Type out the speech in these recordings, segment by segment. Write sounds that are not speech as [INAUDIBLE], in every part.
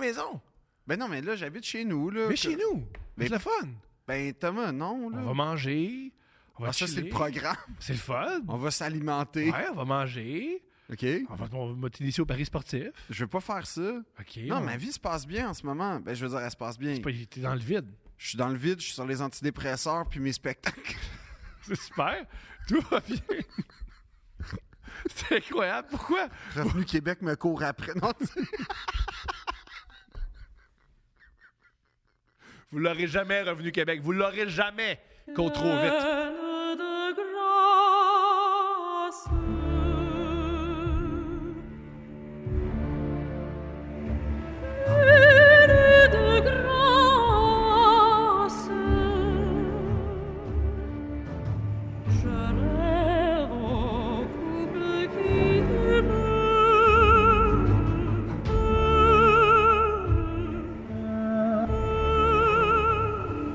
maison. Ben non, mais là, j'habite chez nous. Là, Mais Que- chez nous. Mais- C'est le fun. Ben Thomas, non. Là. On va manger. On va Ah, ça, c'est le chiller. programme. [LAUGHS] C'est le fun. On va s'alimenter. Ouais, on va manger. OK? On va, on va t'initier au Paris sportif. Je veux pas faire ça. OK. non, on- ma vie se passe bien en ce moment. Ben, je veux dire, elle se passe bien. c'est pas- T'es dans le vide. [LAUGHS] Je suis dans le vide, je suis sur les antidépresseurs puis mes spectacles. [LAUGHS] C'est super. Tout va bien. [LAUGHS] c'est incroyable. Pourquoi? Revenu Québec me court après. Non, tu- Vous l'aurez jamais revenu Québec. Vous l'aurez jamais qu'au trop vite. Pleine de grâce. Pleine de grâce. Je rêve au couple qui t'aime.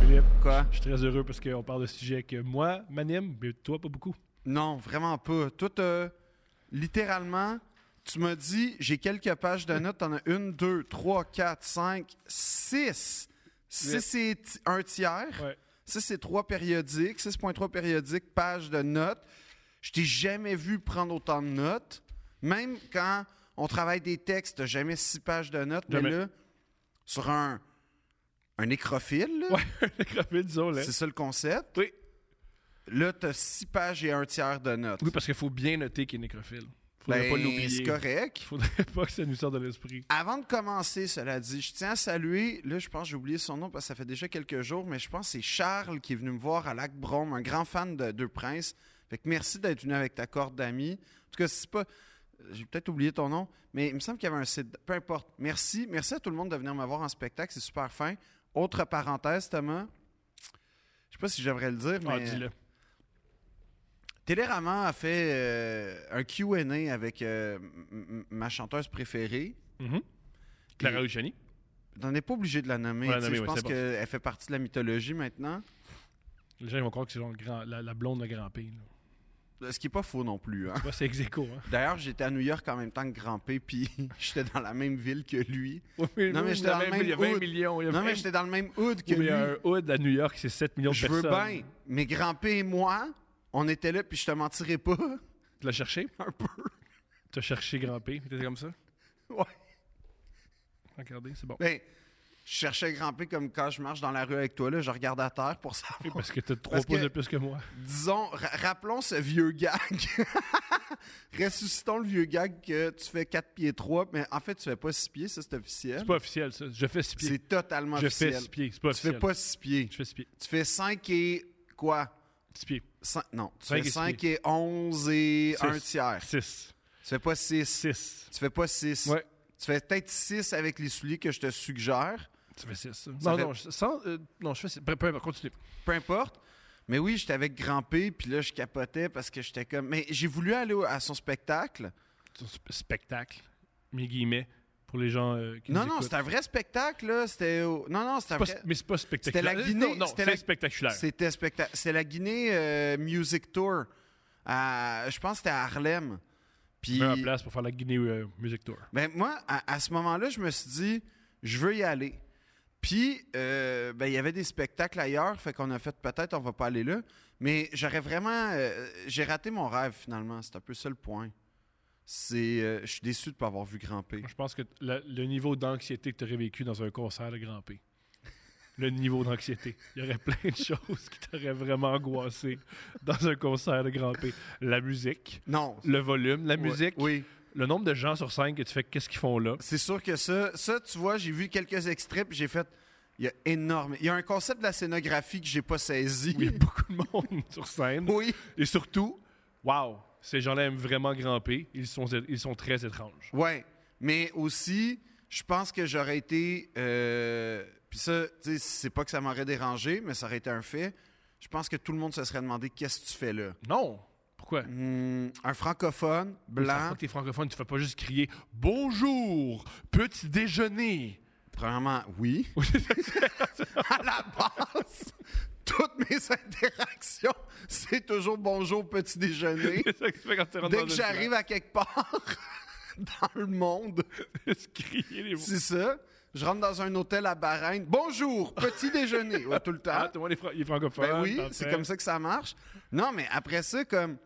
Philippe, Quoi? je suis très heureux parce qu'on parle de sujets que moi m'anime, mais toi pas beaucoup. Non, vraiment pas. Toi, t'as- littéralement, tu m'as dit, j'ai quelques pages de notes. T'en as une, deux, trois, quatre, cinq, six. Six, Huit. c'est ti- un tiers. [LAUGHS] Ouais. Six, c'est trois périodiques. 6.3 périodiques, pages de notes. Je t'ai jamais vu prendre autant de notes. Même quand on travaille des textes, t'as jamais six pages de notes. Jamais. Mais là, sur un, un nécrophile, là, Ouais, le crapule, disons, là. c'est ça le concept. Oui. Là, t'as six pages et un tiers de notes. Oui, parce qu'il faut bien noter qu'il est nécrophile. Faudrait Ben, pas l'oublier. c'est correct. Faudrait [LAUGHS] pas que ça nous sorte de l'esprit. Avant de commencer, cela dit, je tiens à saluer, là, je pense que j'ai oublié son nom parce que ça fait déjà quelques jours, mais je pense que c'est Charles qui est venu me voir à Lac Brome, un grand fan de Deux Princes. Fait que merci d'être venu avec ta corde d'amis. En tout cas, si c'est pas. J'ai peut-être oublié ton nom, mais il me semble qu'il y avait un site. Peu importe. Merci. Merci à tout le monde de venir me voir en spectacle. C'est super fin. Autre parenthèse, Thomas. Je sais pas si j'aimerais le dire, Ah, mais. dis-le. Télérama a fait euh, un Q&A avec euh, m- m- ma chanteuse préférée. Mhm. Clara Luciani. On n'est pas obligé de la nommer. Ouais, tu sais, nommer, je ouais, pense c'est bon. qu'elle fait partie de la mythologie maintenant. Les gens ils vont croire que c'est genre le grand- la, la blonde de Grand P. là. Euh, Ce qui n'est pas faux non [LAUGHS] plus. hein. Tu vois, c'est ex aequo, hein. D'ailleurs, j'étais à New York en même temps que Grand P, puis [LAUGHS] j'étais dans la même ville que lui. Oui, mais Non, mais oui, j'étais dans le il y a même 20 hood. millions. Il y a Non, 20 mais j'étais dans le même hood que Oui, mais euh, lui. un hood à New York, c'est 7 millions de Je veux personnes. bien, mais Grand P et moi, on était là, puis je te [LAUGHS] mentirais pas Tu l'as cherché? [LAUGHS] un peu. Tu as cherché Grand P? T'étais comme ça? Ouais. Regardez, c'est bon. Ben, je cherchais Grand P comme quand je marche dans la rue avec toi, là, je regarde à terre pour Oui, savoir. Parce que t'as trois Parce pouces que- de plus que moi. [LAUGHS] Disons, ra- rappelons ce vieux gag. [LAUGHS] Ressuscitons le vieux gag que tu fais 4 pieds 3, mais en fait, tu fais pas 6 pieds, ça, c'est officiel. C'est pas officiel, ça. Je fais 6 pieds. C'est totalement Je officiel. fais 6 pieds. C'est pas Tu fais officiel. pas 6 pieds. Je fais 6 pieds. Tu fais 5 et quoi? Six pieds. Cin- non, tu Cinq et fais six 5 et 11 et Six. 1 tiers. 6. Tu fais pas 6. 6. Tu fais pas 6. Ouais. Tu fais peut-être 6 avec les souliers que je te suggère. Tu fais 6. Ça Non, fait- non, je- sans, euh, non, je fais 6. Peu peu importe, continue. peu importe. Mais oui, j'étais avec Grand P, puis là, je capotais parce que j'étais comme. Mais j'ai voulu aller au- à son spectacle. C'est un sp- spectacle, mes guillemets, pour les gens euh, qui Non, nous non, écoutent. c'était un vrai spectacle, là. C'était. au- Non, non, c'était un Pas- vrai. Mais c'est pas spectaculaire. Euh, C'était la Guinée, Non, non, c'était c'est la- spectaculaire. C'était spectacle. C'est la Guinée euh, Music Tour. à- Je pense que c'était à Harlem. Puis. Mets en place pour faire la Guinée euh, Music Tour. Ben, moi, à, à ce moment-là, je me suis dit, je veux y aller. Puis, euh, ben, il y avait des spectacles ailleurs, fait qu'on a fait peut-être on va pas aller là. Mais j'aurais vraiment. euh, J'ai raté mon rêve finalement. C'est un peu ça le point. C'est. euh, je suis déçu de ne pas avoir vu Grand P. Moi, je pense que la- le niveau d'anxiété que tu aurais vécu dans un concert de Grand P. Le niveau d'anxiété. Il y aurait plein de [LAUGHS] choses qui t'auraient vraiment angoissé dans un concert de Grand P. La musique, Non. le volume, la musique, Oui. le nombre de gens sur scène que tu fais, qu'est-ce qu'ils font là? C'est sûr que ça. Ça, tu vois, j'ai vu quelques extraits, puis j'ai fait. Il y a énorme. Il y a un concept de la scénographie que j'ai pas saisi. où il y a beaucoup de monde sur scène. [LAUGHS] Oui. Et surtout, wow, ces gens-là aiment vraiment grimper. Ils sont, ils sont très étranges. Ouais. Mais aussi, je pense que j'aurais été. euh, Puis ça, tu sais, c'est pas que ça m'aurait dérangé, mais ça aurait été un fait. Je pense que tout le monde se serait demandé qu'est-ce que tu fais là. Non! Pourquoi? Hmm, un francophone, Ça blanc. que t'es francophone, tu fais pas juste crier « Bonjour! Petit déjeuner! Premièrement, oui. [LAUGHS] à la base, toutes mes interactions, c'est toujours bonjour, petit » déjeuner. [LAUGHS] [LAUGHS] C'est ça que tu fais quand tu rentres Dès dans que un [LAUGHS] j'arrive à quelque part [LAUGHS] dans le monde, restaurant. Tu crier les mots. c'est ça. Je rentre dans un hôtel à Bahreïn. Bonjour, petit déjeuner. Ouais, tout le temps. Ah, tout le monde est, fra- il est francophone. Ben oui, parfait. c'est comme ça que ça marche. Non, mais après ça, comme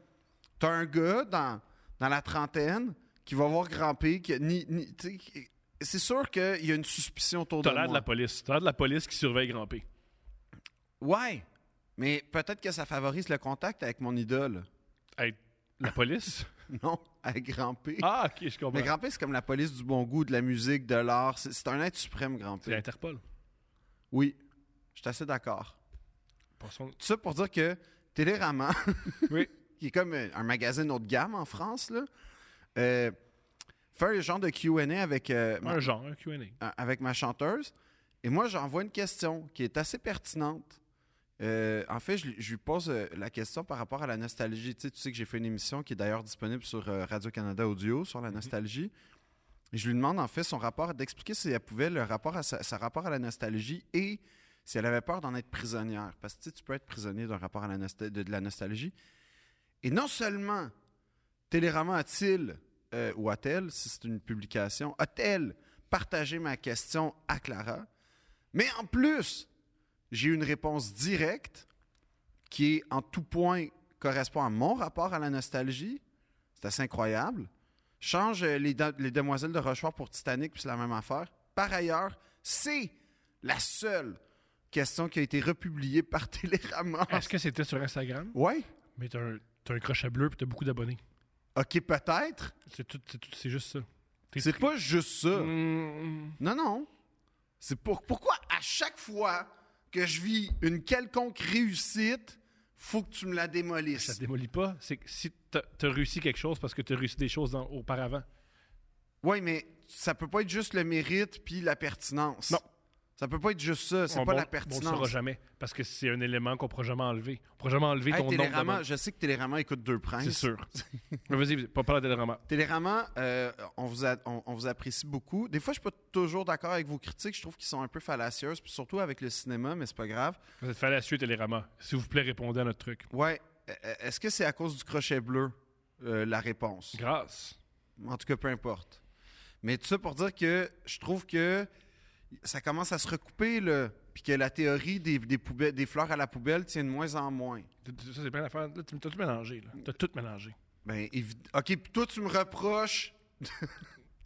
t'as un gars dans, dans la trentaine qui va voir grimper, qui a ni, ni- tu sais, qui- c'est sûr qu'il y a une suspicion autour de T'as l'air moi. de la police. T'as l'air de la police qui surveille grimper. Ouais, mais peut-être que ça favorise le contact avec mon idole. [LAUGHS] Hey, la police? Non, avec grimper. ah, OK, je comprends. Mais grimper, c'est comme la police du bon goût, de la musique, de l'art. C'est, c'est un être suprême, C'est grimper. Interpol. Oui, je suis assez d'accord. Passons- Tout ça pour dire que Télérama, [LAUGHS] Oui. qui est comme euh, un un magazine haut de gamme en France, là, euh, fait un genre de QA avec, euh, ma, Un genre, un Q&A. euh, avec ma chanteuse. Et moi, j'envoie une question qui est assez pertinente. Euh, en fait, je, lui- je lui pose euh, la question par rapport à la nostalgie. Tu sais, tu sais que j'ai fait une émission qui est d'ailleurs disponible sur euh, Radio-Canada Audio sur la nostalgie. Et je lui demande en fait son rapport, d'expliquer si elle pouvait le rapport à sa, sa rapport à la nostalgie et si elle avait peur d'en être prisonnière. Parce que tu sais, tu peux être prisonnier d'un rapport à la nostal- de, de la nostalgie. Et non seulement Télérama a-t-il, euh, ou a-t-elle, si c'est une publication, a-t-elle partagé ma question à Clara, mais en plus, j'ai eu une réponse directe qui est en tout point correspond à mon rapport à la nostalgie. C'est assez incroyable. Change euh, les, Da- les Demoiselles de Rochefort pour Titanic, puis c'est la même affaire. Par ailleurs, c'est la seule question qui a été republiée par [LAUGHS] Télérama. Est-ce que c'était sur Instagram? Ouais, Mais t'as un, t'as un crochet bleu puis t'as beaucoup d'abonnés. ok, peut-être. C'est tout, c'est tout- c'est juste ça. T'es C'est tri- pas juste ça. Mm, Non, non. C'est pour... pourquoi à chaque fois que je vis une quelconque réussite, faut que tu me la démolisses. ça te démolit pas. C'est que si t'as t'as réussi quelque chose parce que t'as réussi des choses dans- auparavant. Oui, mais ça peut pas être juste le mérite puis la pertinence. Non. Ah Ça peut pas être juste ça. C'est On- pas on- la On le saura pertinence. jamais parce que c'est un élément qu'on pourra jamais enlever. On pourra jamais enlever Hey, ton nombre Télérama, d'abonnés. je sais que Télérama écoute deux princes. C'est sûr. [LAUGHS] Mais vas-y, vas-y, pas parler de Télérama. Télérama, euh, on, vous a- on- on vous apprécie beaucoup. Des fois, je suis pas toujours d'accord avec vos critiques. Je trouve qu'ils sont un peu fallacieuses, puis surtout avec le cinéma, mais c'est pas grave. Vous êtes fallacieux, Télérama. S'il vous plaît, répondez à notre truc. Ouais. Euh, Est-ce que c'est à cause du crochet bleu, euh, la réponse? Grâce. En tout cas, peu importe. Mais tout ça pour dire que je trouve que ça commence à se recouper, là. Puis que la théorie des, des, poubelles, des fleurs à la poubelle tient de moins en moins. Ça, c'est plein d'affaires. Là, tu m'as tout mélangé. là. T'as tout mélangé. Ben, évi- OK, puis toi, tu me reproches [LAUGHS]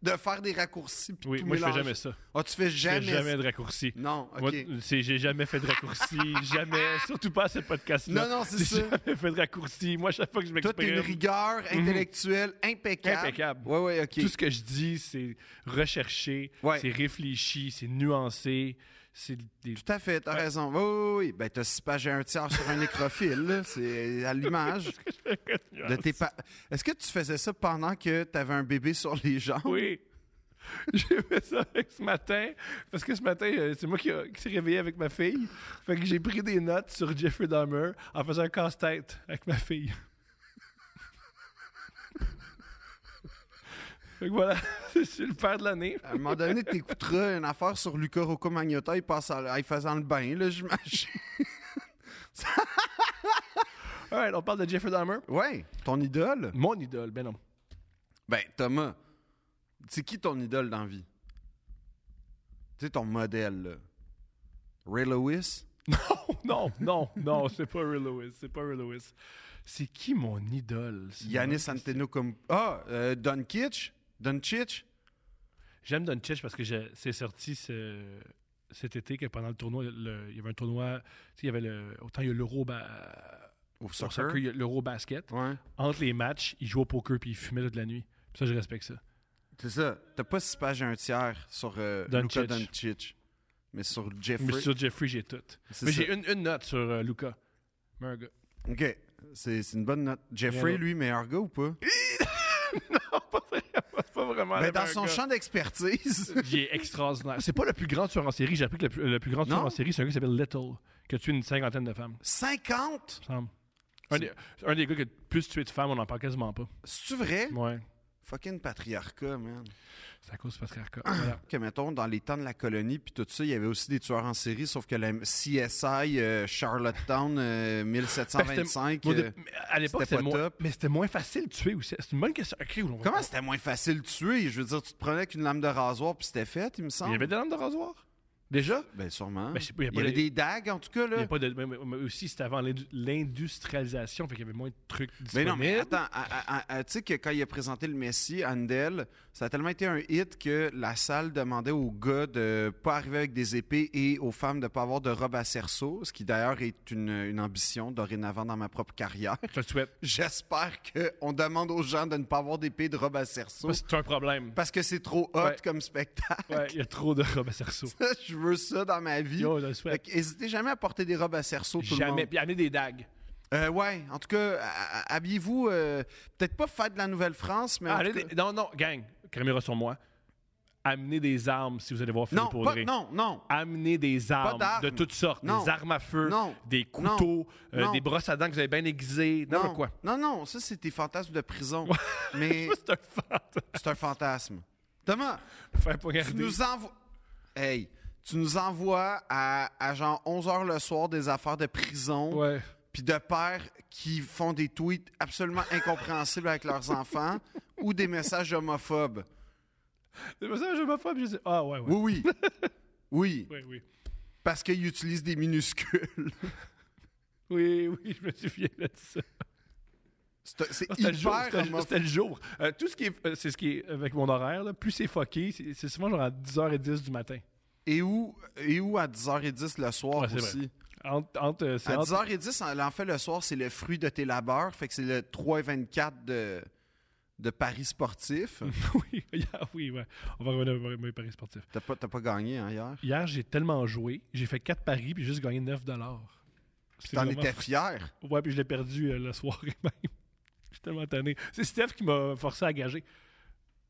de faire des raccourcis. puis de Oui, tout moi, je fais mélanger. jamais ça. Ah, tu fais Je fais jamais. jamais ça? de raccourci. Non, OK. Moi, c'est- j'ai jamais fait de raccourci. [LAUGHS] jamais. Surtout pas à ce podcast-là. Non, non, c'est J'ai ça. jamais fait de raccourci. Moi, chaque fois que je Toi, m'exprime. t'es une rigueur Mhm. intellectuelle impeccable. Impeccable. Ouais, ouais, OK. Tout ce que je dis, c'est recherché, Ouais. c'est réfléchi, c'est nuancé, c'est des- Tout à fait, t'as raison. Oui, oui, oui. Ben, t'as six pages et un tiers sur un nécrophile, là. C'est à l'image. [LAUGHS] de [LAUGHS] tes pa- Est-ce que tu faisais ça pendant que tu avais un bébé sur les jambes? Oui. [LAUGHS] J'ai fait ça avec ce matin, parce que ce matin, euh, c'est moi qui, a- qui s'est réveillé avec ma fille. Fait que j'ai pris des notes sur Jeffrey Dahmer en faisant un casse-tête avec ma fille. [LAUGHS] fait que voilà, [LAUGHS] c'est le père de l'année. À un moment donné, tu écouteras une affaire sur Luca Rocco Magnota, il passe en il faisant le bain, là, j'imagine. Alright, on parle de Jeffrey Dahmer. [LAUGHS] Ouais, ton idole? Mon idole, ben non. Ben, Thomas, c'est qui ton idole dans la vie? Tu sais, ton modèle, là. Ray Lewis? Non, [LAUGHS] non, non, non, c'est pas Ray Lewis, c'est pas Ray Lewis. C'est qui mon idole? c'est Yannis vrai? Antetokounmpo? Ah, euh, Don Kitch? Don Chich? J'aime Doncic parce que je- c'est sorti ce- cet été que pendant le tournoi, le- il y avait un tournoi, tu sais, il y avait le, autant il y a l'euro ba- Au au soccer? soccer, il y a l'euro basket. Ouais. Entre les matchs, il jouait au poker puis il fumait toute la nuit. Puis ça, je respecte ça. C'est ça. T'as pas six pages et un tiers sur euh, Doncic. Luca Doncic. Mais sur Jeffrey. Mais sur Jeffrey, j'ai tout. c'est Mais ça. j'ai une, une note sur euh, Luca. Murga. OK. C'est c'est une bonne note. Jeffrey, Bien. lui, meilleur gars ou pas? non, [LAUGHS] pas vraiment. Pas vraiment Ben, le dans meilleur son gars. champ d'expertise. [LAUGHS] Il est extraordinaire. C'est pas le plus grand tueur en série. J'ai appris que le plus, le plus grand tueur Non? en série, c'est un gars qui s'appelle Little, qui a tué une cinquantaine de femmes, 50? il me semble. Un des, un des gars qui a le plus tué de femmes, on n'en parle quasiment pas. C'est-tu vrai? Ouais, Fucking patriarcat, man. c'est à cause du patriarcat. Voilà. Que, mettons, dans les temps de la colonie, puis tout ça, il y avait aussi des tueurs en série, sauf que la CSI euh, Charlottetown euh, 1725... Moi, au dé- euh, mais à l'époque, c'était c'était pas moins, top. mais c'était moins facile de tuer aussi. C'est une bonne question. Ok, on va- Comment c'était moins facile de tuer? Je veux dire, tu te prenais avec une lame de rasoir, puis c'était fait, il me Il y semble. avait des lames de rasoir. Déjà? Ben, sûrement. Ben, je sais pas, il y a il y pas avait les- des dagues, en tout cas, Il y a là. pas de, mais- mais- mais aussi, c'était avant l'indu- l'industrialisation, fait qu'il y avait moins de trucs Mais disponibles. non, mais attends, à- à- à- tu sais que quand il a présenté le Messi, Andel, ça a tellement été un hit que la salle demandait aux gars de pas arriver avec des épées et aux femmes de pas avoir de robe à cerceau, ce qui d'ailleurs est une, une ambition dorénavant dans ma propre carrière. [LAUGHS] Je te le souhaite. J'espère qu'on demande aux gens de ne pas avoir d'épée et de robe à cerceau Ça, C'est un problème. parce que c'est trop hot Ouais. comme spectacle. [LAUGHS] Ouais, il y a trop de robes à cerceau. Je veux ça dans ma vie. Yo, je le souhaite. Fait n'hésitez jamais à porter des robes à cerceau, tout le Jamais. monde. Puis amener des dagues. Euh, ouais, en tout cas, ha- ha- habillez-vous, euh, peut-être pas faire de la Nouvelle-France, mais en Ah, tout allez, cas- des- Non, non, gang, caméra sur moi. Amenez des armes si vous allez voir Phil non, pour pas- vrai. non, non, Amenez des armes d'armes. de toutes sortes. Non. Des armes à feu, Non. des couteaux, euh, Non. des brosses à dents que vous avez bien aiguisées. N'importe non, quoi. [LAUGHS] non, non, ça c'est tes fantasmes de prison, [LAUGHS] mais C'est un fantasme. c'est un fantasme. Thomas, Faire pas tu garder. nous envoies, hey, tu nous envoies à, à genre 11 h le soir des affaires de prison, Ouais. puis de pères qui font des tweets absolument incompréhensibles avec leurs enfants [LAUGHS] ou des messages homophobes. C'est pour ça que je me fais, puis je dis, Ah, ouais, ouais. [LAUGHS] Oui, oui, oui, Oui, oui. parce qu'ils utilisent des minuscules. Oui, oui, je me souviens de ça. [LAUGHS] C'est c'est C'était le jour. hyper c'était le jour- homophobe. C'était le jour. Euh, tout ce qui est. euh, c'est ce qui est avec mon horaire, là, plus c'est fucké, c'est c'est souvent genre à 10h10 du matin. Et où, et où à 10h10 le soir Ouais, c'est vrai. aussi? Entre. entre, euh, c'est À entre- 10h10, en, en fait, le soir, c'est le fruit de tes labeurs. Fait que c'est le 3h24 de, de [LAUGHS] Paris sportif. oui, yeah, oui, ouais. On va revenir à mes paris sportifs. T'as pas, t'as pas gagné hein, hier. Hier, j'ai tellement joué, j'ai fait 4 paris puis juste gagné 9 dollars. T'en étais fier. Ouais, puis je l'ai perdu euh, la soirée [LAUGHS] même. Je suis tellement tanné. C'est Steph qui m'a forcé à gager.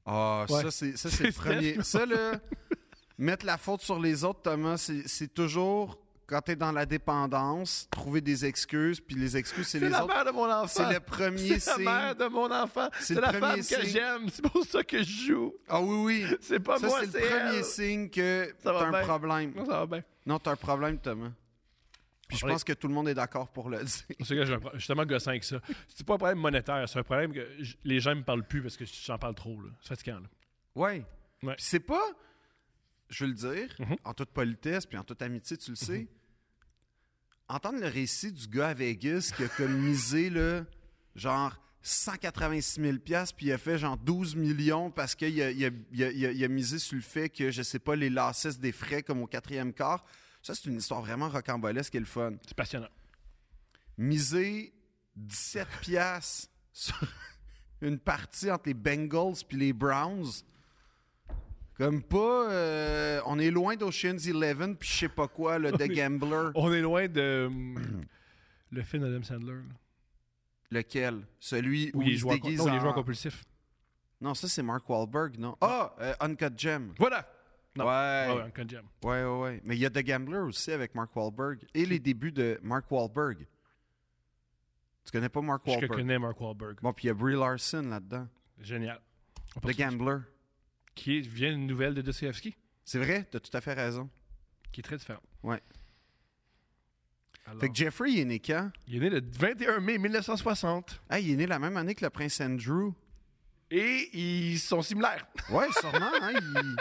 Ah, Ouais. ça, c'est ça, [LAUGHS] c'est C'est le Steph premier. qui m'a- Ça, là, [LAUGHS] mettre la faute sur les autres, Thomas, c'est c'est toujours quand t'es dans la dépendance, trouver des excuses, puis les excuses, c'est C'est les la autres. mère de mon enfant. C'est le premier [LAUGHS] C'est la signe. mère de mon enfant. C'est C'est le la premier femme que signe. j'aime. C'est pour ça que je joue. Ah oui, oui. C'est pas Ça, moi, c'est le c'est premier elle. signe que Ça va t'as un bien. problème. [LAUGHS] Non, ça va bien. Non, t'as un problème, Thomas. Puis je Problème. pense que tout le monde est d'accord pour le [LAUGHS] dire. C'est que j'ai un pro- je suis tellement gossant avec ça. C'est pas un problème monétaire, c'est un problème que j- les gens me parlent plus parce que j'en parle trop. là. C'est fatigant. là. Ouais. Ouais. Puis c'est pas, je veux le dire, Mhm. en toute politesse puis en toute amitié, tu le Mm-hmm. sais, entendre le récit du gars à Vegas qui a comme misé, là, genre 186 000 piastres, puis il a fait genre 12 millions parce qu'il a, il a- il a- il a- il a misé sur le fait que, je sais pas, les lacets des frais comme au quatrième quart. Ça, c'est une histoire vraiment rocambolesque et le fun. C'est passionnant. miser 17 piastres sur [LAUGHS] une partie entre les Bengals puis les Browns. Comme pas, euh, on est loin d'Ocean's Eleven puis je sais pas [LAUGHS] quoi, le The Gambler. On est loin de. [CLEARS THROAT] hum, le film d'Adam Sandler. là. Lequel? Celui où, Où il, il se joue en- déguise non, il est en- joueur compulsif. Non, ça c'est Mark Wahlberg, non? Ah, euh, Uncut Gem. Voilà! Non. Ouais. Ah Ouais, ouais, Uncut Gem. ouais, ouais, ouais. Mais il y a The Gambler aussi avec Mark Wahlberg et les débuts de Mark Wahlberg. Tu connais pas Mark Je Wahlberg? connais Mark Wahlberg. Bon, puis il y a Brie Larson là-dedans. Génial. On The passe- Gambler. Qui est- vient une nouvelle de Dostoevsky, C'est vrai, t'as tout à fait raison. qui est très différente. Ouais. Alors, Fait que Jeffrey, il est né quand? Il est né le 21 mai 1960 Ah, il est né la même année que le prince Andrew. et ils sont [LAUGHS] similaires. Ouais, sûrement. hein, [LAUGHS] il-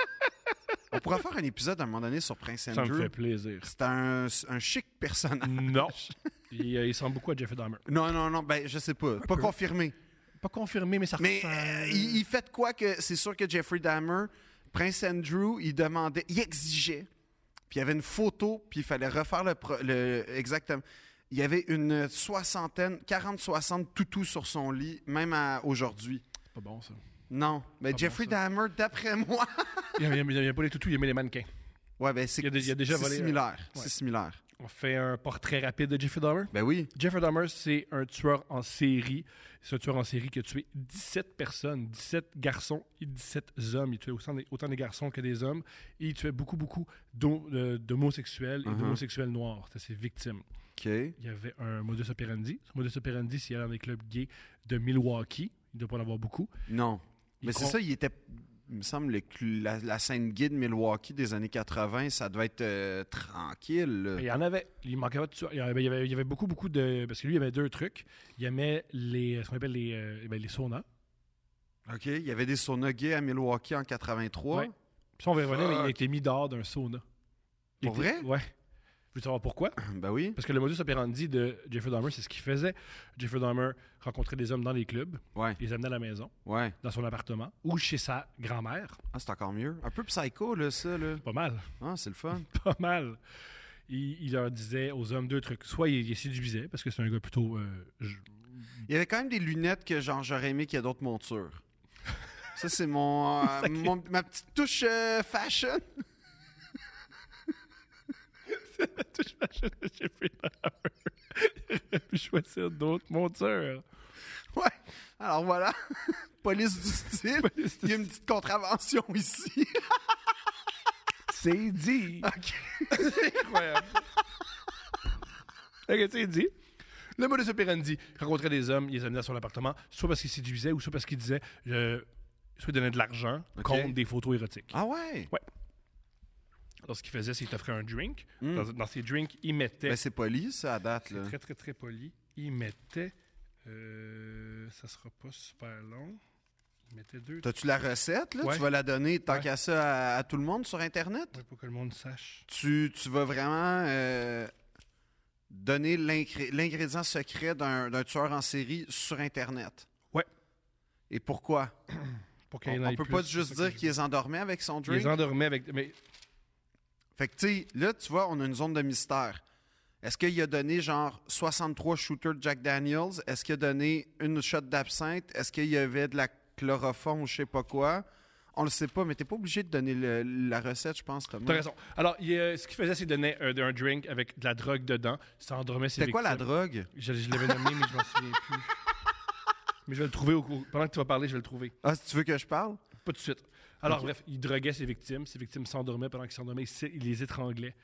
On pourra faire un épisode à un moment donné sur prince Ça me Andrew. fait plaisir. C'est un, un chic personnage. Non. il, euh, il ressemble beaucoup à Jeffrey Dahmer. Non, non, non, ben je sais pas. Pas peu. confirmé. Pas confirmé, mais ça Mais ressemble. euh, il, il fait de quoi que c'est sûr que Jeffrey Dahmer, prince Andrew, il demandait, il exigeait. Puis il y avait une photo, puis il fallait refaire le, pro- le- exactement. Il y avait une soixantaine, 40-60 toutous sur son lit, même à aujourd'hui. Pas bon, ça. Non, mais Pas bon, Jeffrey ça. Dahmer, d'après [LAUGHS] moi, Il n'aime pas les toutous, il aimait les mannequins. Ouais, ben c'est Il y a des- il y a déjà c'est volé, euh, similaire. ouais. C'est similaire. On fait un portrait rapide de Jeffrey Dahmer. Ben oui. Jeffrey Dahmer, c'est un tueur en série. C'est un tueur en série qui a tué 17 personnes, 17 garçons et 17 hommes. Il tuait autant des, autant des garçons que des hommes. Et il tuait beaucoup, beaucoup d'ho- de- d'homosexuels et Mhm. d'homosexuels noirs. C'était ses victimes. OK. Il y avait un modus operandi. Ce modus operandi, c'est aller dans les clubs gays de Milwaukee. Il ne doit pas en avoir beaucoup. Non. Il Mais c'est con- ça, il était. Il me semble que la, la scène guide Milwaukee des années 80, ça devait être euh, tranquille. là. Il y en avait. Il manquait pas de tueurs. Il y avait, il y avait- il y avait beaucoup, beaucoup de. Parce que lui, il y avait deux trucs. Il aimait les, ce qu'on appelle les, euh, ben, les saunas. OK. Il y avait des saunas gays à Milwaukee en 83. Ouais. Puis ça, on va y revenir, mais il a Fuck. été mis dehors d'un sauna. Il Pour était- vrai? Ouais. Je veux savoir pourquoi. [CLEARS THROAT] Ben oui. Parce que le modus operandi de Jeffrey Dahmer, c'est ce qu'il faisait. Jeffrey Dahmer rencontrait des hommes dans les clubs, Ouais. les amenait à la maison, Ouais. dans son appartement ou chez sa grand-mère. Ah, c'est encore mieux. Un peu psycho, là, ça, là. Pas mal. [LAUGHS] Ah, c'est le [LAUGHS] fun. pas mal. Il, il leur disait aux hommes deux trucs. Soit il, il les séduisait, parce que c'est un gars plutôt. euh, je- Il y avait quand même des lunettes que, genre, j'aurais aimé qu'il y ait d'autres [LAUGHS] montures. Ça, c'est mon, euh, mon- ma petite touche euh, fashion. [LAUGHS] Jeffrey Dahmer. [LAUGHS] Il aurait pu choisir d'autres [LAUGHS] montures. Ouais. Alors voilà. [LAUGHS] Police du [LAUGHS] style. Il y a une petite contravention ici. C'est dit. [LAUGHS] OK. Incroyable. ok, c'est dit. Le modus operandi rencontrait des hommes, il les amenait à son appartement, soit parce qu'il séduisait ou soit parce qu'il disait, euh, soit il donnait de l'argent Ok. contre des photos érotiques. [LAUGHS] Ah ouais. Alors, ce qu'il faisait, c'est qu'il t'offrait un drink. Mm. Dans, dans ses drinks, il mettait. Ben, c'est poli, ça, à date. c'est Là. très, très, très poli. Il mettait. euh, ça sera pas super long. Il mettait deux. T'as-tu la recette? Là? Ouais. Tu vas la donner tant Ouais. qu'à ça à, à tout le monde sur Internet? Ouais, pour que le monde sache. Tu, tu vas vraiment euh, donner l'ingré- l'ingrédient secret d'un d'un tueur en série sur Internet? Ouais. Et pourquoi? Pour qu'il y en On, on ait peut plus, pas c'est ça juste que dire j'ai- qu'ils les endormaient avec son Il drink. les endormait avec. Mais Fait que, tu sais, là, tu vois, on a une zone de mystère. Est-ce qu'il a donné, genre, 63 shooters de Jack Daniels? Est-ce qu'il a donné une shot d'absinthe? Est-ce qu'il y avait de la chloroforme ou je sais pas quoi? On le sait pas, mais t'es pas obligé de donner le- la recette, je pense, Thomas. T'as raison. Alors, il, euh, ce qu'il faisait, c'est qu'il donnait un, un drink avec de la drogue dedans. Ça endormait ses C'était quoi la victimes. drogue? Je, je l'avais nommé, mais je m'en souviens plus. [LAUGHS] Mais je vais le trouver au cours. Pendant que tu vas parler, je vais le trouver. Ah, si tu veux que je parle? Pas tout de suite. Alors, bref, il droguait ses victimes. Ses victimes s'endormaient pendant qu'ils s'endormaient. Il, s- il les étranglait.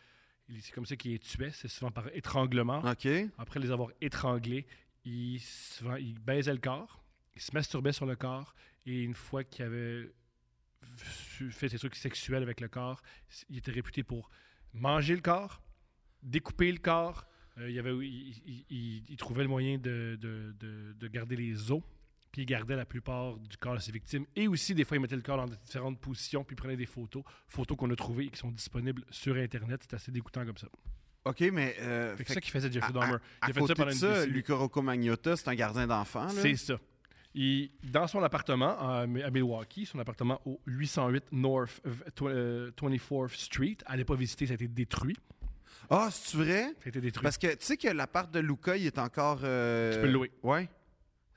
Il- C'est comme ça qu'il les tuait. C'est souvent par étranglement. OK. Après les avoir étranglés, il, souvent, il baisait le corps. Il se masturbait sur le corps. Et une fois qu'il avait su- fait ses trucs sexuels avec le corps, il était réputé pour manger le corps, découper le corps. Euh, il, y avait, il, il- il- il trouvait le moyen de, de- de- de garder les os, puis il gardait la plupart du corps de ses victimes. Et aussi, des fois, il mettait le corps dans différentes positions, puis il prenait des photos, photos qu'on a trouvées et qui sont disponibles sur Internet. C'est assez dégoûtant comme ça. OK, mais... euh, Fait que fait C'est ça que qu'il faisait Jeffrey à- à- Dahmer. à Il a fait côté ça pendant de une ça, décennie. Luca Rocco Magnotta, c'est un gardien d'enfants, Hein, là. C'est ça. Il, dans son appartement à, Mi- à Milwaukee, son appartement au 808 North v- tw- euh, 24th Street, allait pas visiter, ça a été détruit. Ah, c'est vrai? Ça a été détruit. Parce que, tu sais que l'appart de Luca, il est encore... euh, Tu peux le louer. Ouais.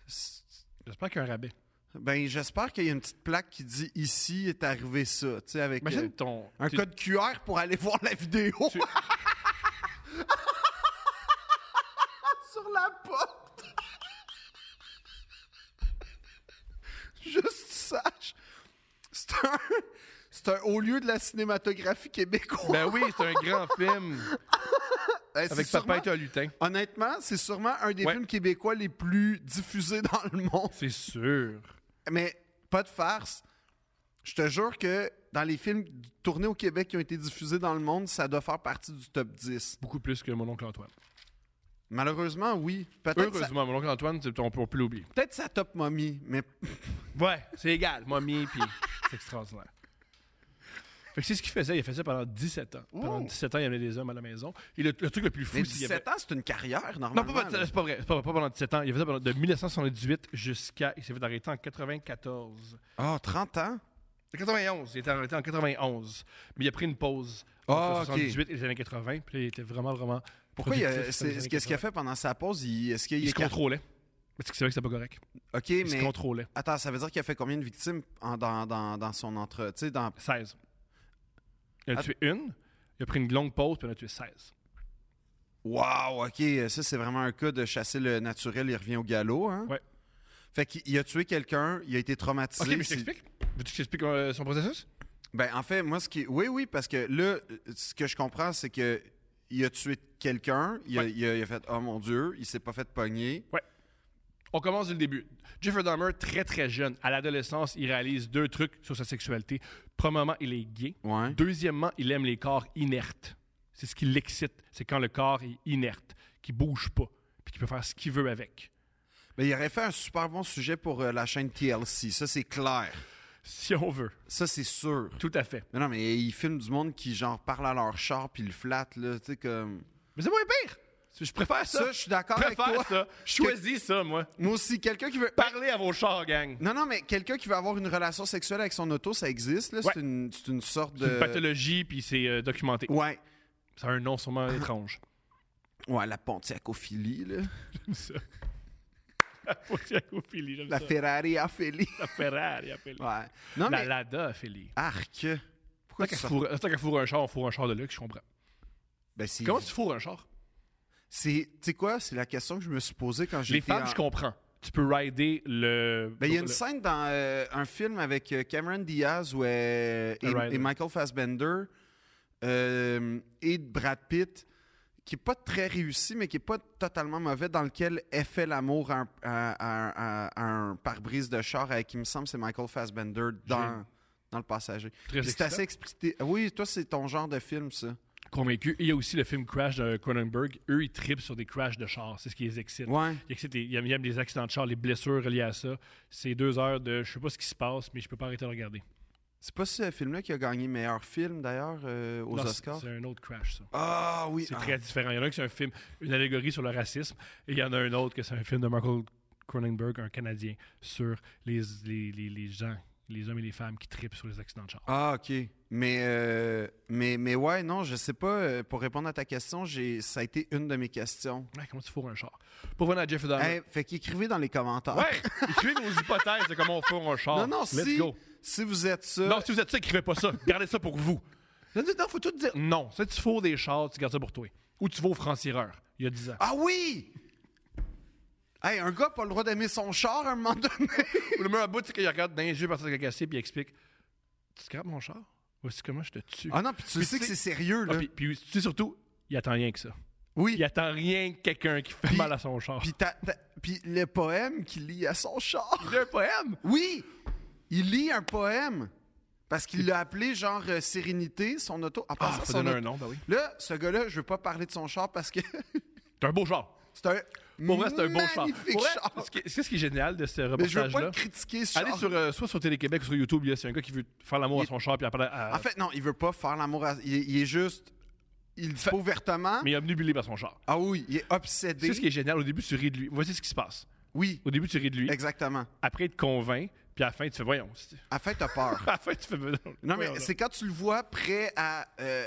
C'est- J'espère qu'il y a un rabais. Ben, j'espère qu'il y a une petite plaque qui dit ici est arrivé ça, tu sais, avec euh, Imagine ton. un tu- code QR pour aller voir la vidéo. Tu- [LAUGHS] Sur la porte. [LAUGHS] Juste que tu saches, c'est un, c'est un haut lieu de la cinématographie québécoise. [LAUGHS] Ben oui, c'est un grand film [LAUGHS] Ben, c'est avec sûrement- Papa et un lutin. Honnêtement, c'est sûrement un des Ouais. films québécois les plus diffusés dans le monde. C'est sûr. Mais pas de farce. Je te jure que dans les films tournés au Québec qui ont été diffusés dans le monde, ça doit faire partie du top 10. Beaucoup plus que mon oncle Antoine. Malheureusement, oui. Peut-être ça, Heureusement, mon oncle Antoine, c'est- on peut, on peut l'oublier. peut-être ça top mommy, mais Ouais, c'est égal. Mommy, puis [LAUGHS] c'est extraordinaire. Fait que c'est ce qu'il faisait. Il a fait ça pendant 17 ans. Pendant Ouh. 17 ans, il amenait des hommes à la maison. Et le, le truc le plus fou, mais c'est qu'il y avait- 17 ans, c'est une carrière Non, normalement. pas, pas- là. c'est pas vrai. C'est pas, pas pendant 17 ans. Il a fait ça pendant, de 1978 jusqu'à. Il s'est fait arrêter en 94. Ah, 30 ans? En 91. Il était arrêté en 91. Mais il a pris une pause entre Ah, ok. 78 et les années 80. Puis là, il était vraiment, vraiment. Pourquoi il y a- productif dans les c'est- années qu'est-ce qu'il a 80. fait pendant sa pause? Il- Est-ce qu'il Il, est se contrôlait. Mais c'est que c'est vrai que c'était pas correct. OK, Il se mais contrôlait. attends, ça veut dire qu'il a fait combien de victimes en- dans, dans, dans son entre... Tu sais, dans... Seize. Il en a Ah. tué une. Il a pris une longue pause, puis il en a tué 16. Wow, OK. Ça, c'est vraiment un cas de chasser le naturel, il revient au galop. Hein? Ouais. Fait qu'il il a tué quelqu'un, il a été traumatisé. Ok, mais je c'est- t'explique. Veux-tu que je t'explique euh, son processus? Ben, en fait, moi, ce qui. Oui, oui, parce que là, ce que je comprends, c'est que il a tué quelqu'un, il, a- Ouais. il a, il a fait Oh mon Dieu, il s'est pas fait pogner. On commence dès le début. Jeffrey Dahmer, très très jeune, à l'adolescence, il réalise deux trucs sur sa sexualité. Premièrement, il est gay. Ouais. Deuxièmement, il aime les corps inertes. C'est ce qui l'excite. C'est quand le corps est inerte, qui bouge pas, puis qui peut faire ce qu'il veut avec. Ben, il aurait fait un super bon sujet pour euh, la chaîne TLC. Ça, c'est clair. Si on veut. Ça, c'est sûr. Tout à fait. Mais non, mais ils filment du monde qui, genre, parle à leur char puis le flatte, là. Tu sais, comme. Mais c'est moins pire. Je préfère ça. Ça, je suis d'accord je avec toi. préfère ça. Je choisis ça, moi. Moi aussi, quelqu'un qui veut. Parlez à vos chars, gang. Non, non, mais quelqu'un qui veut avoir une relation sexuelle avec son auto, ça existe, là. C'est Ouais. une, c'est une sorte de. C'est une pathologie, puis c'est euh, documenté. Ouais. Ça a un nom sûrement étrange. [LAUGHS] Ouais, la pontiacophilie, là. J'aime ça. La Pontiacophilie, j'aime La ça. Ferrari aphélie. La Ferrari, appelle. [LAUGHS] Ouais. Non, La mais. Lada, Ophélie. Arc. Pourquoi Tant tu qu'à sors- fourrer- tant qu'à fourrer un char, on fourre un char de luxe, je comprends. Ben, c'est. Comment tu fourres un char? c'est- Tu sais quoi? C'est la question que je me suis posée quand j'étais. Les femmes, en- je comprends. Tu peux rider le. Ben, il y a une le- scène dans euh, un film avec euh, Cameron Diaz où, euh, The et, Rider. et Michael Fassbender euh, et Brad Pitt qui est pas très réussi, mais qui est pas totalement mauvais, dans lequel elle fait l'amour à un, à- à- à- à un pare-brise de char avec, il me semble, c'est Michael Fassbender dans, J'ai- dans Le Passager. Très Puis C'est excitant. assez expliqué. Oui, toi, c'est ton genre de film, ça. Convaincu. Et il y a aussi le film Crash de Cronenberg. Eux, ils tripent sur des crashs de char. C'est ce qui les excite. Ouais. Ils, excitent les- ils aiment, ils aiment les accidents de char, les blessures reliées à ça. C'est deux heures de je sais pas ce qui se passe, mais je peux pas arrêter de regarder. C'est pas ce film-là qui a gagné meilleur film, d'ailleurs, euh, aux Non, c'est- Oscars? C'est un autre crash, ça. Ah oui! C'est ah. très différent. Il y en a un qui c'est un film, une allégorie sur le racisme, et il y en a un autre que c'est un film de Michael Cronenberg, un Canadien, sur les, les, les, les gens, les hommes et les femmes qui tripent sur les accidents de char. Ah, OK. Mais, euh, mais, mais ouais, non, je sais pas. euh, Pour répondre à ta question, j'ai, ça a été une de mes questions. Ah, comment tu fourres un char? Pour venir à Jeff Dahmer. Hey, fait qu'écrivez dans les commentaires. Ah. Ouais! Écrivez nos hypothèses de comment on fourre un char. Non, non, Let's si, go. si vous êtes ça. Non, si vous êtes ça, écrivez pas ça. Gardez ça pour vous. Non, non, non, faut tout dire. Non, si tu fourres des chars, tu gardes ça pour toi. Ou tu vas au franc-tireur, il y a 10 ans. Ah oui! Hey, un gars a pas le droit d'aimer son char à un moment donné. [LAUGHS] Ou le meilleur bout, c'est qu'il regarde dans les yeux partir de cassé puis il explique Tu scrapes mon char? Voici comment je te tue. Ah non, puis tu Puis sais tu que sais- c'est sérieux, Ah, là. puis, puis tu sais surtout, il attend rien que ça. oui. Il attend rien que quelqu'un qui fait Puis- mal à son char. Puis, t'as- t'as- puis le poème qu'il lit à son char. [LAUGHS] un poème. Oui! Il lit un poème. Parce qu'il l'a appelé genre euh, Sérénité, son auto. En Ah, passant, faut son donner auto- un nom, ben oui. Là, ce gars-là, je veux pas parler de son char parce que C'est un beau char. c'est un. Pour vrai, c'est un beau char. magnifique Pour vrai, char. ce qui- C'est ce qui est génial de ce Mais je veux pas reportage-là. le critiquer ce Allez char. sur, euh, soit sur Télé-Québec ou sur YouTube, il y a- c'est un gars qui veut faire l'amour à Il- son char puis après. euh, En fait, non, il veut pas faire l'amour à. Il, il est juste. Il le fait ouvertement. mais il est obnubilé par son char. Ah oui, il est Tu obsédé. sais ce qui est génial? Au début, tu ris de lui. Voici ce qui se passe. Oui, Au début, tu ris de lui. exactement. Après, il te convainc. Puis à la fin, tu fais voyons. c'est- [LAUGHS] À la fin, t'as peur. À la fin, tu fais. Non, voyons, mais là. c'est quand tu le vois prêt à euh,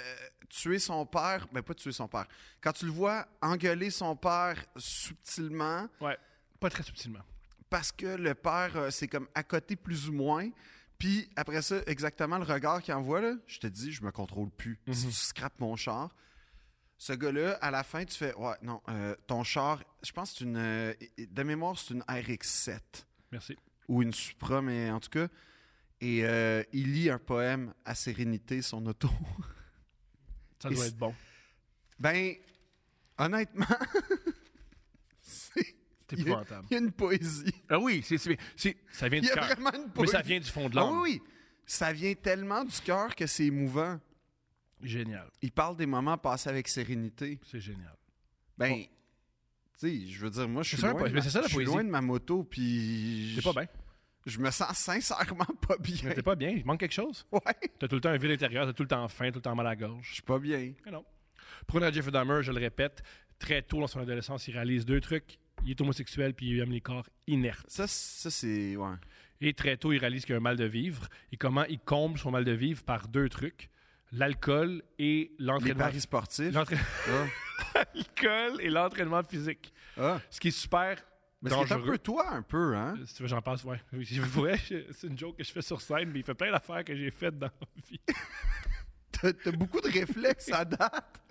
tuer son père. Ben, pas tuer son père. Quand tu le vois engueuler son père subtilement. Ouais. Pas très subtilement. parce que le père, euh, c'est comme à côté plus ou moins. Puis après ça, exactement le regard qu'il envoie, là, je te dis, je me contrôle plus. Mhm. Si tu scrapes mon char, ce gars-là, à la fin, tu fais Ouais, non, euh, ton char, je pense que c'est une. euh, de mémoire, c'est une RX7 Merci. ou une Supra, mais en tout cas. Et euh, il lit un poème à sérénité, son auto. [LAUGHS] Ça Et doit c'est- être bon. ben, honnêtement, c'est- C'est il y a- épouvantable. il y a une poésie. Ah oui, c'est- c'est- c'est- ça vient Il du y a cœur. vraiment une poésie. Mais ça vient du fond de Ah l'âme. oui, oui. Ça vient tellement du cœur que c'est émouvant. Génial. Il parle des moments passés avec sérénité. C'est génial. Ben, tu sais, je veux dire, moi, je suis ça, loin, la po- de mais ma- Oh. c'est ça, la je suis poésie. loin de ma moto, puis T'es je, pas bien. je me sens sincèrement [LAUGHS] pas bien. ben, T'es pas bien. Il manque quelque chose. Ouais, T'as tout le temps un vide intérieur. T'as tout le temps faim. Tout le temps mal à la gorge. je suis pas bien. Mais non. Pour revenir à Jeffrey Dahmer, je le répète, très tôt dans son adolescence, il réalise deux trucs. Il est homosexuel puis il aime les corps inertes. Ça, ça c'est... Ouais. Et très tôt, il réalise qu'il a un mal de vivre. Et comment il comble son mal de vivre par deux trucs l'alcool et Les l'entraînement. paris sportifs. l'entra- [LAUGHS] Ah, L'alcool et l'entraînement physique. ah. Ce qui est super Mais c'est un peu dangereux. toi, un peu, hein? Si tu veux, j'en passe, ouais. [LAUGHS] Oui, si vous voulez, je- c'est une joke que je fais sur scène, mais il fait plein d'affaires que j'ai faites dans la vie. t'as t'as beaucoup de réflexes à [LAUGHS] date.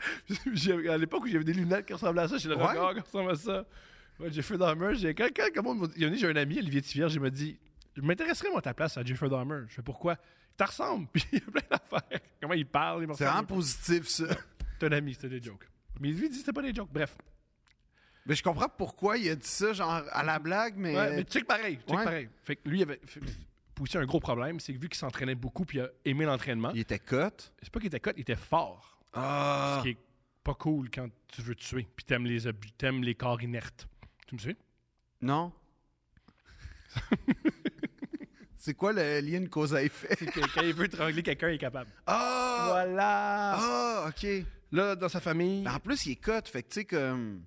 J'avais- à l'époque où j'avais des lunettes qui ressemblaient à ça, j'ai le Ouais. regard qui ressemble à ça. Ouais, Jeffrey Dahmer, j'ai quand, quand, quand on m'a dit- il y en a, j'ai un ami, Olivier Tivierge, il m'a dit Je m'intéresserais, moi, à ta place à Jeffrey Dahmer. Je fais pourquoi T'as ressemble, [LAUGHS] puis il y a plein d'affaires. Comment il parle, il me C'est ressemble. vraiment positif, ça. T'es un ami, c'était des jokes. Mais lui, il dit C'était pas des jokes. Bref. Mais je comprends pourquoi il a dit ça, genre à la blague, mais. Ouais, mais check pareil, check ouais. pareil. Fait que lui, il avait fait- poussé un gros problème, c'est que vu qu'il s'entraînait beaucoup, puis il a aimé l'entraînement, Il était cote. c'est pas qu'il était cote, il était fort. Ah! Ce qui est pas cool quand tu veux tuer, puis t'aimes les, ob- t'aimes les corps inertes. Tu me suis Non? [LAUGHS] C'est quoi le lien de cause à effet? C'est que quand il veut trangler quelqu'un, il est capable. Ah! Voilà! Ah, ok. Là, dans sa famille. Mais en plus, il est cote, fait que tu sais, comme.